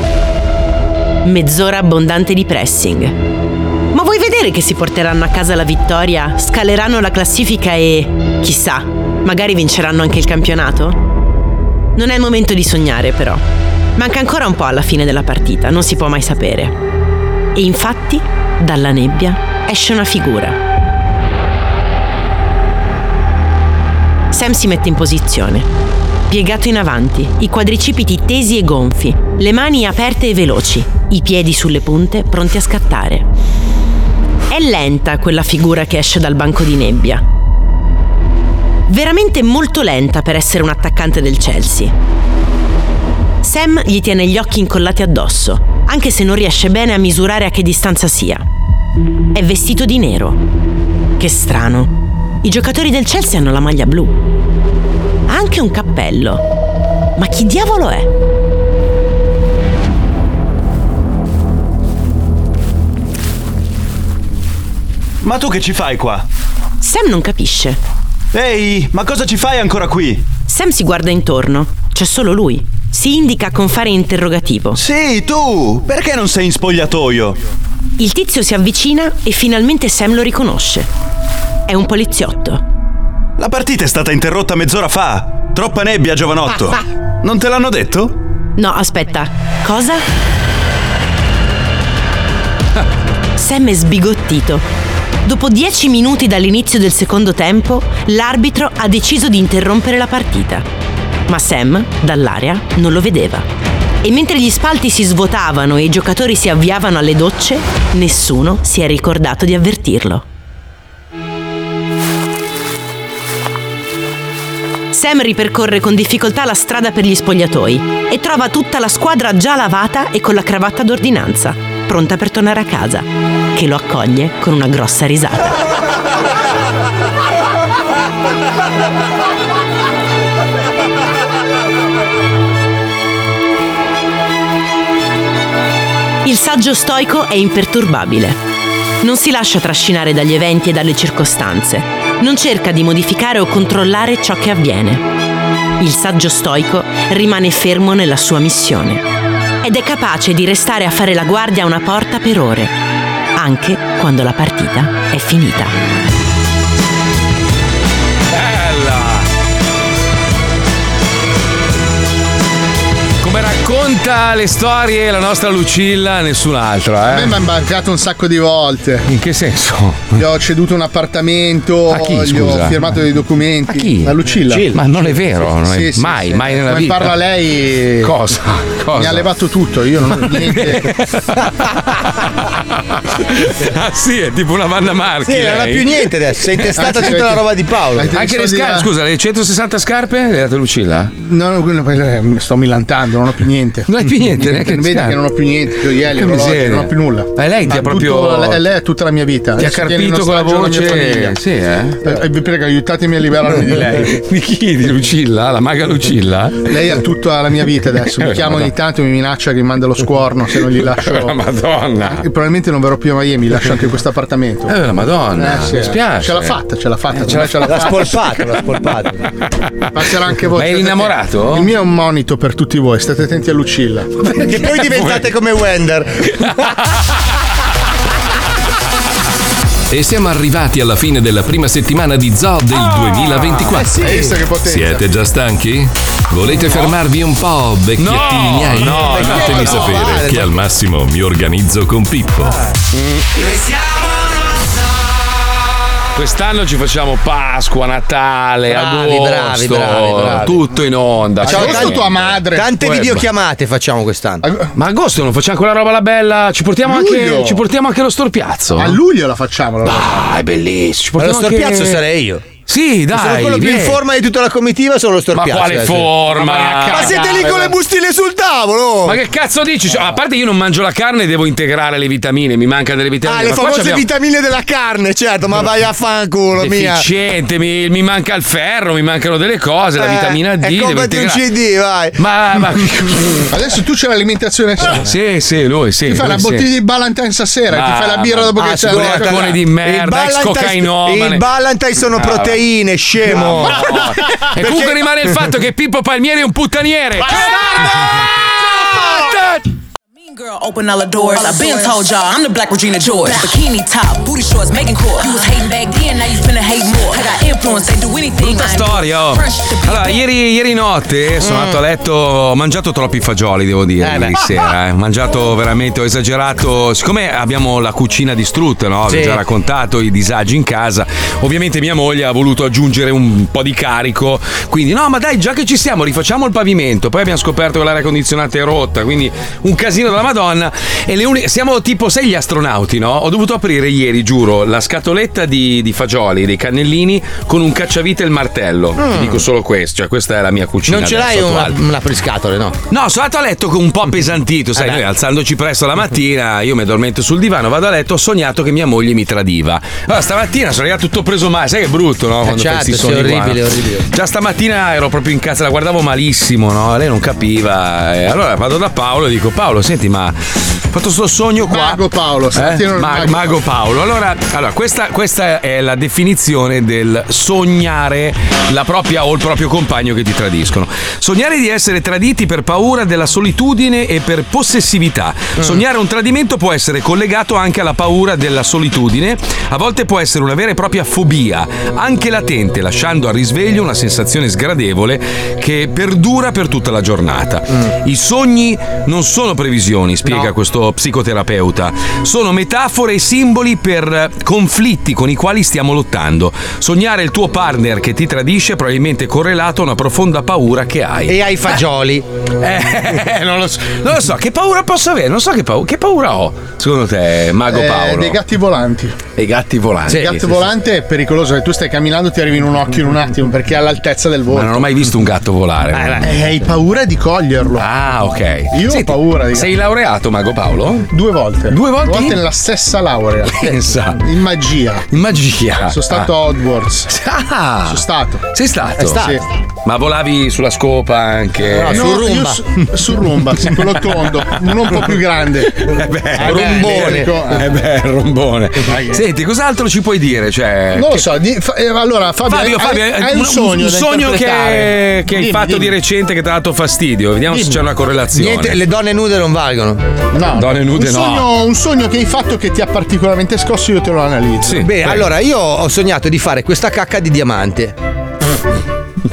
S18: Mezz'ora abbondante di pressing. Ma vuoi vedere che si porteranno a casa la vittoria, scaleranno la classifica e, chissà, magari vinceranno anche il campionato? Non è il momento di sognare, però. Manca ancora un po' alla fine della partita, non si può mai sapere. E infatti, dalla nebbia esce una figura. Sam si mette in posizione, piegato in avanti, i quadricipiti tesi e gonfi, le mani aperte e veloci, i piedi sulle punte, pronti a scattare. È lenta quella figura che esce dal banco di nebbia. Veramente molto lenta per essere un attaccante del Chelsea. Sam gli tiene gli occhi incollati addosso, anche se non riesce bene a misurare a che distanza sia. È vestito di nero. Che strano. I giocatori del Chelsea hanno la maglia blu. Ha anche un cappello. Ma chi diavolo è?
S11: Ma tu che ci fai qua?
S18: Sam non capisce.
S11: Ehi, ma cosa ci fai ancora qui?
S18: Sam si guarda intorno. C'è solo lui. Si indica con fare interrogativo.
S11: Sì, tu! Perché non sei in spogliatoio?
S18: Il tizio si avvicina e finalmente Sam lo riconosce. È un poliziotto.
S11: La partita è stata interrotta mezz'ora fa. Troppa nebbia, giovanotto.
S18: Ah,
S11: Non te l'hanno detto?
S18: No, aspetta. Cosa? Sam è sbigottito. Dopo dieci minuti dall'inizio del secondo tempo, l'arbitro ha deciso di interrompere la partita. Ma Sam, dall'area, non lo vedeva. E mentre gli spalti si svuotavano e i giocatori si avviavano alle docce, nessuno si è ricordato di avvertirlo. Sam ripercorre con difficoltà la strada per gli spogliatoi e trova tutta la squadra già lavata e con la cravatta d'ordinanza, pronta per tornare a casa, che lo accoglie con una grossa risata. Il saggio stoico è imperturbabile. Non si lascia trascinare dagli eventi e dalle circostanze. Non cerca di modificare o controllare ciò che avviene. Il saggio stoico rimane fermo nella sua missione ed è capace di restare a fare la guardia a una porta per ore, anche quando la partita è finita.
S3: Come racconta le storie la nostra Lucilla, nessun'altra,
S4: A me
S3: eh?
S4: mi ha imbarcato un sacco ecco di volte.
S3: In che senso?
S4: Gli ho ceduto un appartamento,
S3: A chi,
S4: gli ho
S3: scusa?
S4: firmato dei documenti. A
S3: chi?
S4: Lucilla.
S3: Ma non è vero, non è-
S4: Sì, sì,
S3: mai,
S4: sì.
S3: mai nella
S4: Come
S3: vita.
S4: parla lei.
S3: Cosa?
S4: Mi
S3: Cosa?
S4: ha levato tutto, io non ho niente.
S3: [LAUGHS] ah sì, è tipo una Vanna Marchi.
S4: Sì, non ha
S3: lei.
S4: più niente adesso,
S3: [LAUGHS]
S4: è intestata
S3: Anche
S4: tutta la
S3: perché-
S4: roba di Paolo.
S3: Anche le
S4: Soldi
S3: scarpe,
S4: da-
S3: scusa, le 160 scarpe le ha date Lucilla?
S4: No, no, quello, eh, mi sto millantando, non ho più niente.
S3: Non hai più niente, neanche
S4: Vedi
S3: scarpe.
S4: che non ho più niente, gioielli,
S3: Che
S4: orologi,
S3: miseria.
S4: non ho più nulla.
S3: Eh, lei ti ha
S4: tutto-
S3: proprio-
S4: lei- lei è tutta la mia vita.
S3: Ti ha
S4: Adesso tiene in
S3: carpito con la
S4: ostaggio mia
S3: voce.
S4: famiglia.
S3: Sì, eh.
S4: Eh, Vi prego, aiutatemi a liberarmi di
S3: [LAUGHS]
S4: lei.
S3: Di chi? Di Lucilla? La maga Lucilla?
S4: Lei ha tutta la mia vita adesso. Mi chiama ogni tanto, mi minaccia che mi manda lo scorno se non gli lascio.
S3: [LAUGHS] Eh, Madonna.
S4: E probabilmente non verrò più a Miami, lasciate questo appartamento.
S3: Eh, la Madonna,
S4: Eh, sì,
S3: mi spiace.
S4: Ce l'ha fatta, ce l'ha fatta.
S3: Eh,
S4: ce l'ha, ce l'ha fatta.
S3: spolpato.
S4: Passerà anche voi.
S3: Ma eri
S4: state
S3: innamorato?
S4: attenti. Il mio è un monito per tutti voi, state attenti a
S3: [LAUGHS]
S4: Lucilla.
S3: Perché poi diventate
S4: come Wender.
S1: E siamo arrivati alla fine della prima settimana di Zoo del
S3: Ah,
S1: 2024.
S4: eh sì. Hai visto che potenza?
S1: Siete già stanchi? Volete fermarvi un po', vecchiettini
S3: No,
S1: miei?
S3: no, no,
S1: fatemi
S3: no,
S1: sapere
S3: no,
S1: che al massimo mi organizzo con Pippo.
S3: Quest'anno ci facciamo Pasqua, Natale,
S2: Bravi,
S3: agosto,
S2: bravi, bravi, bravi.
S3: tutto in onda.
S2: Facciamo
S3: Agosto
S2: tanti-
S3: tua madre.
S2: Tante
S3: Web.
S2: videochiamate facciamo quest'anno.
S3: Ma agosto non facciamo quella roba la bella? Ci portiamo, anche, ci portiamo anche lo storpiazzo?
S4: A luglio la facciamo.
S3: Ah, è bellissimo. Ci
S2: Ma lo
S3: portiamo anche-
S2: storpiazzo sarei io.
S3: Sì, dai.
S2: sono quello più in
S3: vieni.
S2: forma di tutta la comitiva, sono lo storpiato.
S3: quale
S2: eh, sì.
S3: forma?
S2: Ma,
S3: Ma
S2: siete lì con le bustine sul tavolo!
S3: Ma che cazzo dici? Cioè, a parte io non mangio la carne e devo integrare le vitamine, mi manca delle vitamine.
S2: Ah, le
S3: ma qua
S2: famose
S3: c'abbiamo-
S2: vitamine della carne, certo, ma vai a fanculo, mia.
S3: Deficiente, mi, mi manca il ferro, mi mancano delle cose, la
S2: Eh,
S3: vitamina D.
S2: E
S3: devo
S2: comprati un
S3: integrare.
S2: CD, vai.
S3: Ma,
S4: Adesso tu c'è l'alimentazione sana.
S3: Sì, sì, lui sì.
S4: Ti fai
S3: lui
S4: la
S3: sì.
S4: bottiglia di Ballantine stasera, ti fai la birra dopo che c'è
S3: Ah, ubriacone di merda, ex cocainomane.
S2: Il Ballantai sono
S3: Ah,
S2: proteine, scemo.
S3: vabbè. E comunque rimane il fatto che Pippo Palmieri è un puttaniere.
S19: Girl, open all the doors. I've been told y'all, I'm the black Regina George. Bikini top, booty shorts, making core. You was hating back then, now you finna hate more. I got influence, they do anything. I do.
S3: Storia, oh. Allora, ieri, ieri notte sono andato a letto, ho mangiato troppi fagioli, devo dire,
S20: Eh, beh.
S3: ieri sera. eh. Ho mangiato veramente, ho esagerato. Siccome abbiamo la cucina distrutta, no? Vi ho
S20: Sì.
S3: già raccontato i disagi in casa. Ovviamente mia moglie ha voluto aggiungere un po' di carico. Quindi, no, ma dai, già che ci siamo, rifacciamo il pavimento. Poi abbiamo scoperto che l'aria condizionata è rotta, quindi un casino della Madonna. E le uniche. Siamo tipo, sei gli astronauti, no? Ho dovuto aprire ieri, giuro, la scatoletta di, di fagioli, dei cannellini, con un cacciavite e il martello. Ti
S2: Mm.
S3: dico solo questo, cioè questa è la mia cucina.
S2: Non ce l'hai
S3: adesso
S2: una,
S3: attuale.
S2: una priscatole, no?
S3: No, sono andato a letto con un po' appesantito,
S2: Ah,
S3: sai, noi alzandoci presto la mattina, io mi addormento sul divano, vado a letto, ho sognato che mia moglie mi tradiva. Allora, stamattina sono arrivato tutto preso male, sai che è brutto, no? Quando
S2: certo,
S3: fai questi
S2: sì,
S3: sogni qua,
S2: orribile,
S3: no?
S2: orribile.
S3: Già stamattina ero proprio in casa, la guardavo malissimo, no? Lei non capiva. E allora vado da Paolo e dico: Paolo, senti, ma ho fatto sto sogno qua. Mago
S4: Paolo, stamattina
S3: eh?
S4: non-
S3: Ma- Mago Paolo. Allora, allora, questa, questa è la definizione del sognare la propria o il proprio compagno che ti tradiscono. Sognare di essere traditi per paura della solitudine e per possessività. Sognare un tradimento può essere collegato anche alla paura della solitudine, a volte può essere una vera e propria fobia, anche latente, lasciando al risveglio una sensazione sgradevole che perdura per tutta la giornata.
S2: Mm.
S3: I sogni non sono previsioni, spiega questo psicoterapeuta, sono metafore e simboli per eh, conflitti con i quali stiamo lottando. Sognare il tuo partner che ti tradisce è probabilmente correlato a una profonda paura che hai.
S2: E hai i fagioli.
S3: Eh, non lo so, non lo so, che paura posso avere? Non so che paura, che paura ho, secondo te, Mago
S4: Eh,
S3: Paolo?
S4: dei gatti volanti.
S3: Dei gatti volanti.
S4: il gatto
S3: Sì, sì,
S4: volante è pericoloso, perché tu stai camminando e ti arrivi in un occhio in un attimo perché è all'altezza del
S3: sì. Ma
S4: volo.
S3: non ho mai visto un gatto
S2: Ah,
S3: volare.
S4: Eh, hai paura di coglierlo.
S3: Ah, ok.
S4: Io
S3: Senti,
S4: ho paura di
S3: Sei laureato, Mago Paolo?
S4: Due volte. Due
S3: Due volte?
S4: volte nella stessa laurea.
S3: Pensa.
S4: In magia.
S3: In magia.
S4: Sono stato
S3: Ah.
S4: a Hogwarts.
S3: Ah.
S4: Sono stato.
S3: Sei stato?
S4: Eh, sì.
S3: Ma volavi sulla scopa anche?
S4: Eh, No, io su, su rumba, sì, quello tondo, un po' più grande.
S3: Eh beh,
S4: Eh,
S3: rombone.
S4: beh,
S3: Eh beh,
S4: [LAUGHS]
S3: rombone. Senti, cos'altro ci puoi dire? Cioè,
S4: Non lo
S3: che-
S4: so, di- fa- eh, allora Fabio,
S3: Fabio,
S4: hai-
S3: Fabio,
S4: hai, un
S3: un
S4: sogno,
S3: un
S4: da
S3: sogno che,
S4: interpretare.
S3: che hai
S4: Dimmi,
S3: fatto
S4: dimmi.
S3: di recente che ti ha dato fastidio. Vediamo se c'è una correlazione.
S2: Niente, le donne nude non valgono.
S4: No.
S3: Donne nude
S4: un
S3: no.
S4: sogno, un sogno che hai fatto che ti ha particolarmente scosso, io te lo analizzo.
S2: Beh, allora io ho sognato di fare questa cacca di diamante.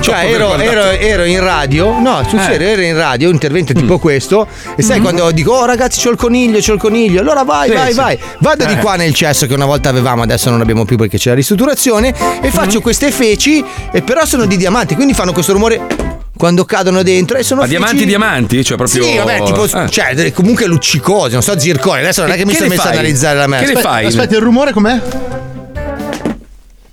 S2: Cioè,
S4: aver
S2: ero,
S4: guardato-
S2: ero- ero in radio, no, sul
S4: Eh.
S2: serio, ero in radio, un
S3: Mm.
S2: intervento tipo questo. E
S3: Mm-hmm.
S2: sai quando dico, oh ragazzi, c'ho il coniglio, c'ho il coniglio, allora vai,
S23: Sì,
S2: vai,
S23: sì.
S2: vai. Vado
S23: Eh.
S2: di qua nel cesso che una volta avevamo, adesso non abbiamo più perché c'è la ristrutturazione. E
S3: Mm-hmm.
S2: faccio queste feci, e però sono di diamanti, quindi fanno questo rumore quando cadono dentro. E sono
S3: Ma diamanti,
S2: feci-
S3: diamanti? Cioè, proprio.
S2: Sì, vabbè, tipo,
S3: Eh.
S2: cioè, delle- comunque luccicose, non so, zircone. Adesso non è
S3: E
S2: che mi
S3: che
S2: sono
S3: ne
S2: messo ad
S3: fai?
S2: analizzare la merda.
S3: Che ne fai?
S4: Aspetta, il rumore com'è?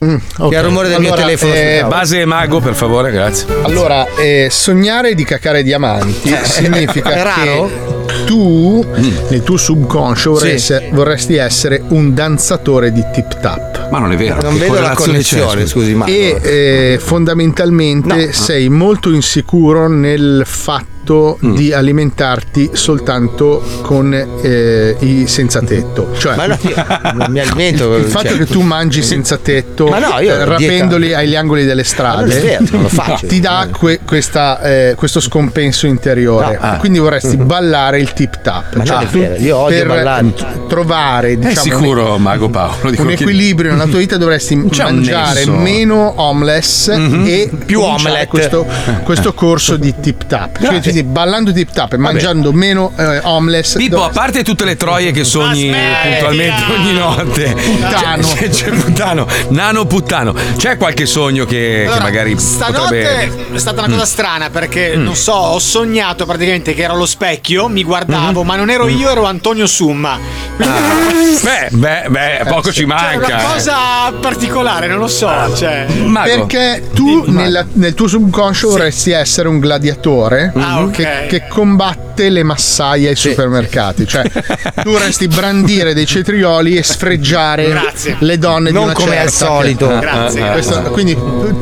S4: Mm, ok.
S2: Che è il rumore del mio
S4: Allora,
S2: telefono,
S4: eh,
S3: Eh, base mago, per favore, grazie.
S4: Allora, eh, sognare di cacare
S2: [LAUGHS]
S4: diamanti
S3: Eh,
S4: significa
S3: è raro?
S4: che tu, nel tuo subconscio,
S3: Sì.
S4: vorresti, vorresti essere un danzatore di tip tap.
S3: Ma non è vero.
S4: Non
S3: che
S4: vedo la
S3: correlazione c'è,
S2: connessione, scusi, ma-
S4: E eh, fondamentalmente sei molto insicuro nel fatto
S2: Mm.
S4: di alimentarti soltanto con eh, i senza tetto. Cioè,
S2: Ma no, io non mi alimento,
S4: il fatto
S2: cioè-
S4: che tu mangi senza tetto,
S2: Ma no, io
S4: eh, rapendoli agli angoli delle
S2: Ma [LAUGHS] non
S4: strade,
S2: è vero, non lo faccio.
S4: Eh? ti dà que- questa, eh, questo scompenso interiore.
S2: No. Ah.
S4: Quindi vorresti
S2: Mhm.
S4: ballare il tip tap. Cioè,
S2: Ma non è vero, io odio
S4: per
S2: ballare.
S4: t- trovare diciamo,
S3: sicuro, Mago Paolo, di
S4: un
S3: qualche-
S4: equilibrio nella tua vita dovresti
S3: [LAUGHS] C'è un
S4: mangiare
S3: nesso.
S4: meno homeless
S3: Mhm.
S4: e
S3: Più
S4: cominciare
S3: omelette.
S4: questo, questo corso di tip tap. Cioè,
S3: Grazie,
S4: ti Quindi ballando tip tap e mangiando meno eh, omeless.
S3: Pippo, Boh, a parte tutte le troie che sogni puntualmente ogni notte,
S4: Puttano.
S3: C'è, c'è- c'è puttano, nano puttano, c'è qualche sogno che, che
S7: Allora,
S3: magari
S7: Stanotte
S3: potrebbe.
S7: è stata una
S3: Mm.
S7: cosa strana perché
S3: Mm.
S7: non so, ho sognato praticamente che ero allo specchio, mi guardavo,
S3: Mm-hmm.
S7: ma non ero io, ero Antonio Summa.
S3: Mm. Ah. Beh, beh, beh, poco ci manca.
S7: Cioè,
S3: eh. Ah.
S7: una cosa particolare, non lo so. Cioè,
S4: Perché tu nella- nel tuo subconscio vorresti essere un gladiatore
S3: Ah,
S4: che, che combatte le massaie ai supermercati.
S3: [LAUGHS]
S4: Cioè, tu vorresti brandire dei cetrioli e sfreggiare
S12: Grazie.
S4: le donne
S12: Non
S4: di una
S12: come
S4: certa
S12: al solito.
S4: che-
S12: Grazie,
S4: Eh,
S12: grazie.
S4: questo- quindi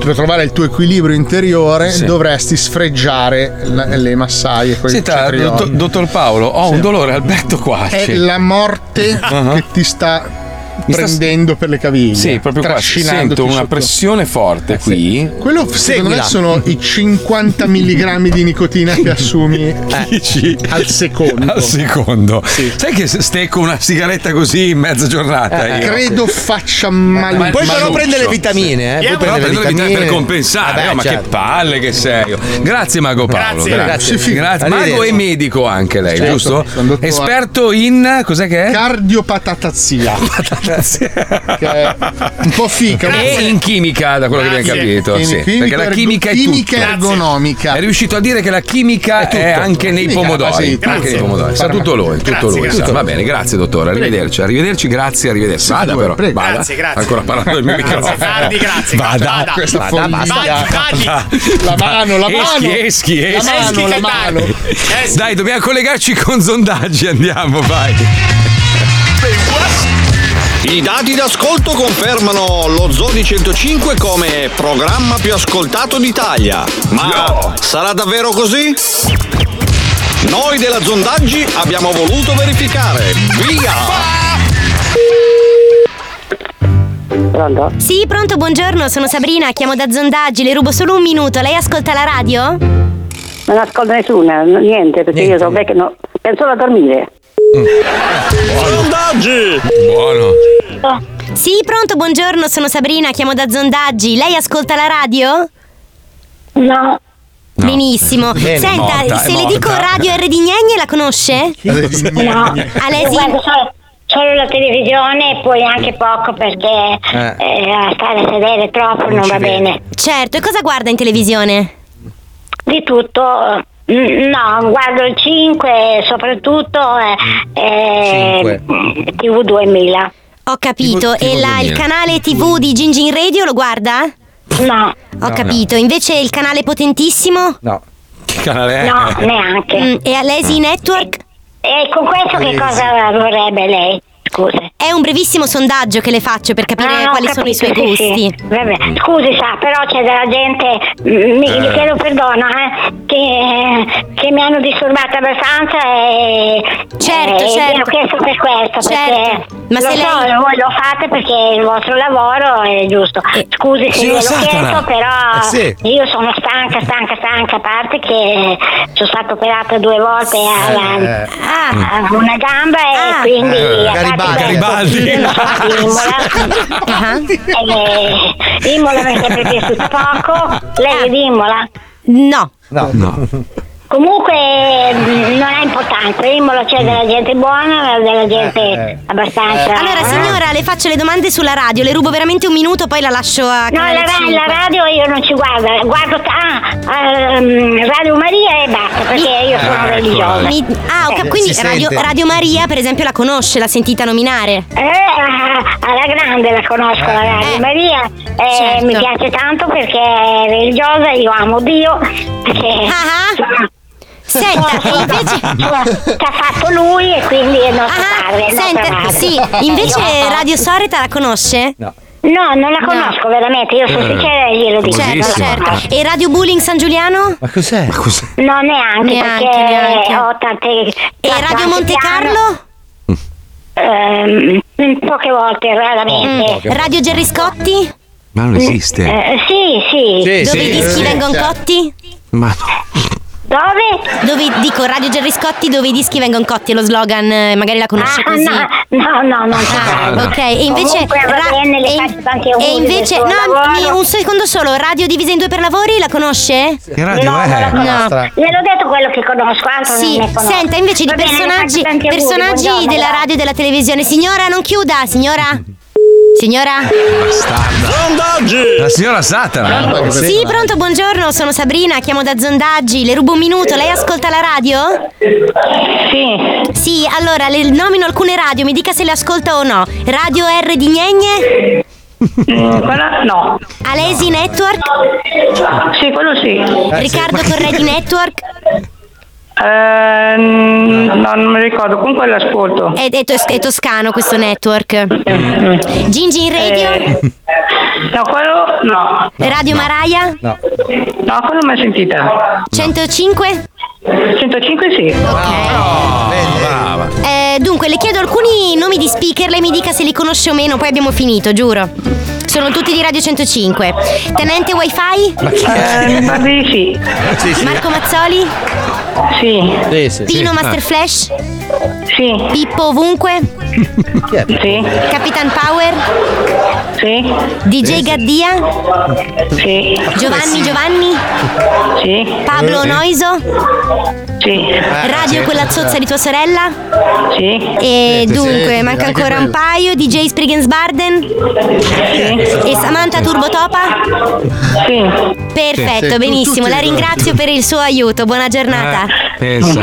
S4: per trovare il tuo equilibrio interiore
S3: Sì.
S4: dovresti sfreggiare la- le massaie con i
S3: Senta,
S4: cetrioli.
S3: dottor, dottor Paolo, ho un dolore al petto qua.
S4: È la morte che ti sta
S3: ah. Mi sta-
S4: prendendo per le caviglie.
S3: Sì, proprio qua
S4: trascinandoti
S3: sento una
S4: sotto.
S3: pressione forte qui.
S4: Quello secondo me sono i 50 mg di nicotina che assumi
S2: Eh,
S3: Dici?
S4: al secondo.
S3: Eh, Al secondo. Sai che se stecco una sigaretta così in mezza giornata?
S2: eh,
S3: io?
S4: Eh, Credo faccia male.
S3: Ma-
S2: Ah, Poi però
S3: maluccio.
S2: prende le vitamine, eh. Poi
S3: Però
S2: prende le
S3: prendo le vitamine per compensare,
S2: Vabbè,
S3: no, ma
S2: certo.
S3: che palle che sei. oh. Grazie Mago Paolo.
S2: Grazie. Grazie.
S3: Grazie. Grazie. Mago
S2: Arrivederci.
S3: e medico anche lei,
S4: Certo,
S3: giusto?
S4: sono dottor-
S3: Esperto in cos'è che è? [LAUGHS]
S4: Cardiopatatazia. che è un po' fica. ma-
S3: E in chimica, da quello che
S4: Grazie.
S3: abbiamo capito.
S4: In
S3: sì,
S4: chimica
S3: perché la
S4: ergo-
S3: chimica è
S4: chimica
S3: tutto.
S4: ergonomica.
S3: È riuscito a dire che la chimica è,
S4: tutto.
S3: anche nei
S4: Chimica,
S3: pomodori.
S4: sì,
S3: anche
S4: grazie.
S3: nei pomodori. Sa
S4: Farmacia.
S3: tutto lui, tutto
S4: Grazie,
S3: lui,
S4: grazie.
S3: sa. Va bene, grazie dottore. Arrivederci, arrivederci, grazie, arrivederci. Vada però.
S4: prego.
S3: vada.
S4: Grazie, grazie.
S3: Ancora parlando del mio
S4: Grazie,
S3: microfono.
S4: Sardi, grazie,
S3: Vada,
S4: vada,
S3: questa
S4: vada,
S3: follia.
S4: basta. Vada,
S3: Vada.
S4: La mano, la mano.
S3: Eschi, eschi,
S4: La
S3: eschi.
S4: mano, la mano.
S3: Dai, dobbiamo collegarci con sondaggi, andiamo, vai.
S20: I dati d'ascolto confermano lo Zodi 105 come programma più ascoltato d'Italia. Ma sarà davvero così? Noi della Zondaggi abbiamo voluto verificare. Via!
S17: Pronto? Sì, pronto, buongiorno, sono Sabrina, chiamo da Zondaggi, le rubo solo un minuto, lei ascolta la radio?
S23: Non ascolto nessuna, n- niente, perché io sono vecchia, no, penso solo a dormire.
S20: Sondaggi! Buono.
S17: Sì, pronto, buongiorno, sono Sabrina, chiamo da Zondaggi, lei ascolta la radio? No. Benissimo.
S20: Bene,
S17: Senta,
S20: morta, è
S17: se le
S20: morta.
S17: dico Radio R di Gnegni la conosce?
S23: No, io
S17: Alessi?
S23: guardo solo, solo la televisione e poi anche poco perché
S17: Eh.
S23: eh, a stare a sedere troppo non, va bene.
S17: Certo, e cosa guarda in televisione?
S23: Di tutto, mm, no, guardo il 5 e soprattutto eh, eh, TV 2000.
S17: Ho capito,
S23: TV
S17: e là il
S23: 2000.
S17: canale TV di Gingin Radio lo guarda?
S23: No.
S17: Ho
S3: No,
S17: capito, invece il canale potentissimo? Mm,
S3: No. Che canale è?
S6: Eh.
S23: neanche.
S17: e Alesi Network?
S23: E con questo che cosa vorrebbe lei? Scusa.
S17: È un brevissimo sondaggio che le faccio per capire
S23: Ah, ho
S17: quali sono i suoi
S23: capito, sì, sì.
S17: gusti.
S23: Vabbè, Scusi, sa, però c'è della gente, mm, mi,
S17: Eh.
S23: mi chiedo perdono, eh, che, che mi hanno disturbato abbastanza e...
S17: Certo,
S23: e
S17: certo.
S23: Vi ho chiesto per questo, perché...
S17: Ma
S23: lo
S17: se
S23: so,
S17: lei-
S23: voi lo fate perché il vostro lavoro è giusto.
S17: Eh,
S23: Scusi se
S17: Sì,
S23: ve
S17: lo
S23: l'ho
S17: sa, cara.
S23: chiesto, però
S17: Eh, sì.
S23: io sono stanca, stanca, stanca, a parte che sono stata operata due volte alla-
S17: eh. Ah,
S23: a Ah, una gamba e quindi...
S3: Eh,
S23: a parte
S3: Garibaldi.
S23: [LAUGHS]
S17: Ah.
S23: eh, Imola mi è sempre piaciuta poco. Lei è di Imola?
S17: Ah. No.
S3: No. no.
S23: Comunque mh, non è importante, Imola c'è della gente buona, della gente
S3: Eh,
S23: abbastanza.
S17: Allora, signora, le faccio le domande sulla radio, le rubo veramente un minuto, poi la lascio a
S23: No,
S17: canale
S23: la, ra-
S17: 5.
S23: la radio io non ci guardo, guardo ah, ehm, Radio Maria e basta, perché io sono religiosa.
S17: Mi- ah, ok,
S23: ecco, Eh,
S17: quindi
S23: si
S17: radio,
S23: sente.
S17: Radio Maria, per esempio, la conosce, l'ha sentita nominare.
S23: Eh, ah, alla grande la conosco, la Radio Maria. Eh,
S17: eh, certo.
S23: Mi piace tanto perché è religiosa, io amo Dio. Perché insomma, [LAUGHS]
S17: Senta, e invece-
S23: insomma, C'ha fatto lui e quindi è il nostro Eh, padre. è il nostro
S17: Ah, Senta,
S23: padre.
S17: sì, invece
S23: [LAUGHS] No.
S17: Radio Soreta la conosce? No.
S23: No, non la conosco veramente, io sono
S17: Eh,
S23: sincera e glielo dico.
S17: Certo,
S23: Non la
S17: certo.
S23: conosco.
S17: E Radio Bullying San Giuliano?
S2: Ma cos'è? Ma cos'è?
S23: No, neanche,
S17: Neanche,
S23: perché
S17: neanche.
S23: ho tante...
S17: E
S23: tante-
S17: Radio
S23: tante
S17: Monte
S23: piano.
S17: Carlo?
S23: Ehm, poche volte, raramente.
S17: Mm. Radio Gerry Scotti?
S3: Ma non esiste.
S23: Eh, sì, sì.
S17: Dove i dischi vengono cotti?
S3: Ma
S23: Dove?
S17: Dove, dico, Radio Gerry Scotti dove i dischi vengono cotti è lo slogan, eh, magari la conosce
S23: Ah,
S17: così. Ah,
S23: No, no, no. no.
S17: Ok, e invece...
S23: Comunque, va
S17: ra-
S23: bene, le
S17: e-
S23: faccio anche auguri
S17: E invece...
S23: del
S17: No,
S23: suo lavoro.
S17: mi- un secondo solo, Radio Divisa in Due per Lavori, la conosce?
S23: Che radio No, è? non la conosco.
S17: Eh. No.
S23: Gliel'ho detto quello che conosco, altro
S17: Sì,
S23: non ne conosco.
S17: senta, invece di
S23: Va bene, le
S17: personaggi,
S23: faccio tanti auguri,
S17: personaggi
S23: buongiorno,
S17: della
S23: grazie.
S17: radio e della televisione. Signora, non chiuda, signora. Signora?
S3: Sondaggi! La signora Satana!
S17: Sì, pronto, buongiorno, sono Sabrina, chiamo da Zondaggi, le rubo un minuto, lei ascolta la radio? Sì. Sì, allora le nomino alcune radio, mi dica se le ascolta o no. Radio R di Gnegne?
S23: Mm, no.
S17: Alesi Network?
S23: Sì, quello sì.
S17: Riccardo Corredi Network?
S23: ehm, no, Eh, non mi ricordo, comunque l'ascolto.
S17: È, è tos- è toscano questo network. Gingin Radio?
S23: Eh, No, quello no.
S17: Radio Maraia?
S23: No. No, quello non mi hai sentita.
S17: 105?
S23: 105 sì.
S3: brava!
S17: Eh, dunque, le chiedo alcuni nomi di speaker, lei mi dica se li conosce o meno, poi abbiamo finito, giuro. Sono tutti di Radio 105. Tenente Wifi?
S23: Ma chi è? Eh, mi sa di
S17: sì. Marco Mazzoli?
S23: Sì.
S2: Sì, sì,
S17: Pino
S2: sì.
S17: Master
S2: Ah.
S17: Flash? Sì. Pippo ovunque?
S23: Sì.
S17: Capitan Power?
S23: Sì.
S17: DJ Gaddia?
S23: Sì.
S17: Giovanni Giovanni?
S23: Sì.
S17: Pablo
S23: Sì. Eh,
S17: Noiso?
S23: Sì.
S17: Radio quella zozza di tua sorella?
S23: Sì.
S17: E
S23: Sì,
S17: dunque,
S23: sì,
S17: manca
S23: anche
S17: ancora un
S23: quello.
S17: paio. DJ Spriggensbarden?
S23: Sì.
S17: E Samantha Turbotopa?
S23: Sì.
S17: Perfetto, benissimo, la ringrazio per il suo aiuto, buona giornata.
S3: Eh,
S23: Eh,
S3: Pensa.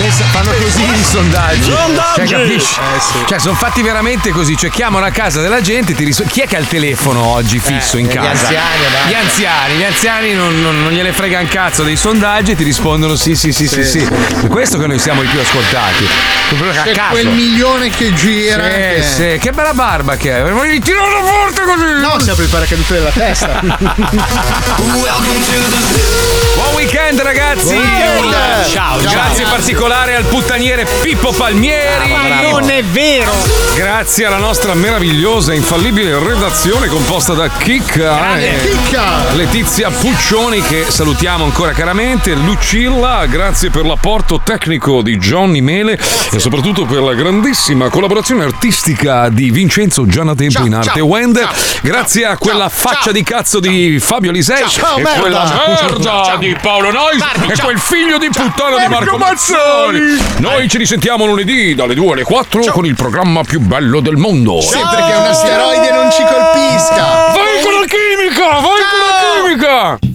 S3: Pensa, fanno così i sondaggi. Cioè,
S6: Sondaggi!
S3: capisci? Cioè, sono fatti veramente così. Cioè, chiamano a casa della gente, ti rispondono. Chi è che ha il telefono oggi fisso in
S2: gli
S3: casa?
S2: anziani, dai.
S3: Gli anziani, gli anziani non, non- non gliene frega un cazzo dei sondaggi e ti rispondono sì, sì, sì, sì, sì. Per questo che noi siamo i più ascoltati. Proprio a
S4: C'è
S3: caso.
S4: quel milione che gira.
S3: Sì,
S4: che-
S3: sì. Che bella barba che è. Voglio tirare una forte così.
S4: No, si apre il paracadute della testa.
S3: [LAUGHS] Buon weekend ragazzi!
S6: Buon weekend!
S3: Ciao,
S6: Ciao,
S3: Grazie
S6: ciao.
S3: particolare al puttaniere Pippo Palmieri!
S6: Ah, Ma non è
S3: vero! Grazie alla nostra meravigliosa e infallibile redazione composta da Chicca
S4: Grande
S3: e
S4: Chicca!
S3: Letizia Puccioni che salutiamo ancora caramente, Lucilla, grazie per l'apporto tecnico di Johnny Mele e soprattutto per la grandissima collaborazione artistica di Vincenzo Giannatempo in arte
S6: ciao,
S3: Wender. grazie a quella faccia di cazzo di Fabio Lisei
S6: Ciao,
S3: e
S6: merda.
S3: quella merda
S6: Ciao.
S3: di Paolo Nois
S6: Guardi,
S3: e
S6: ciao.
S3: quel figlio di puttana di
S6: Marco
S3: Marco Mazzoni. Noi ci risentiamo lunedì dalle 2 alle 4 con il programma più bello del mondo.
S4: Sì, perché un asteroide non ci colpisca. Ah!
S3: Vai con la chimica, vai con la chimica.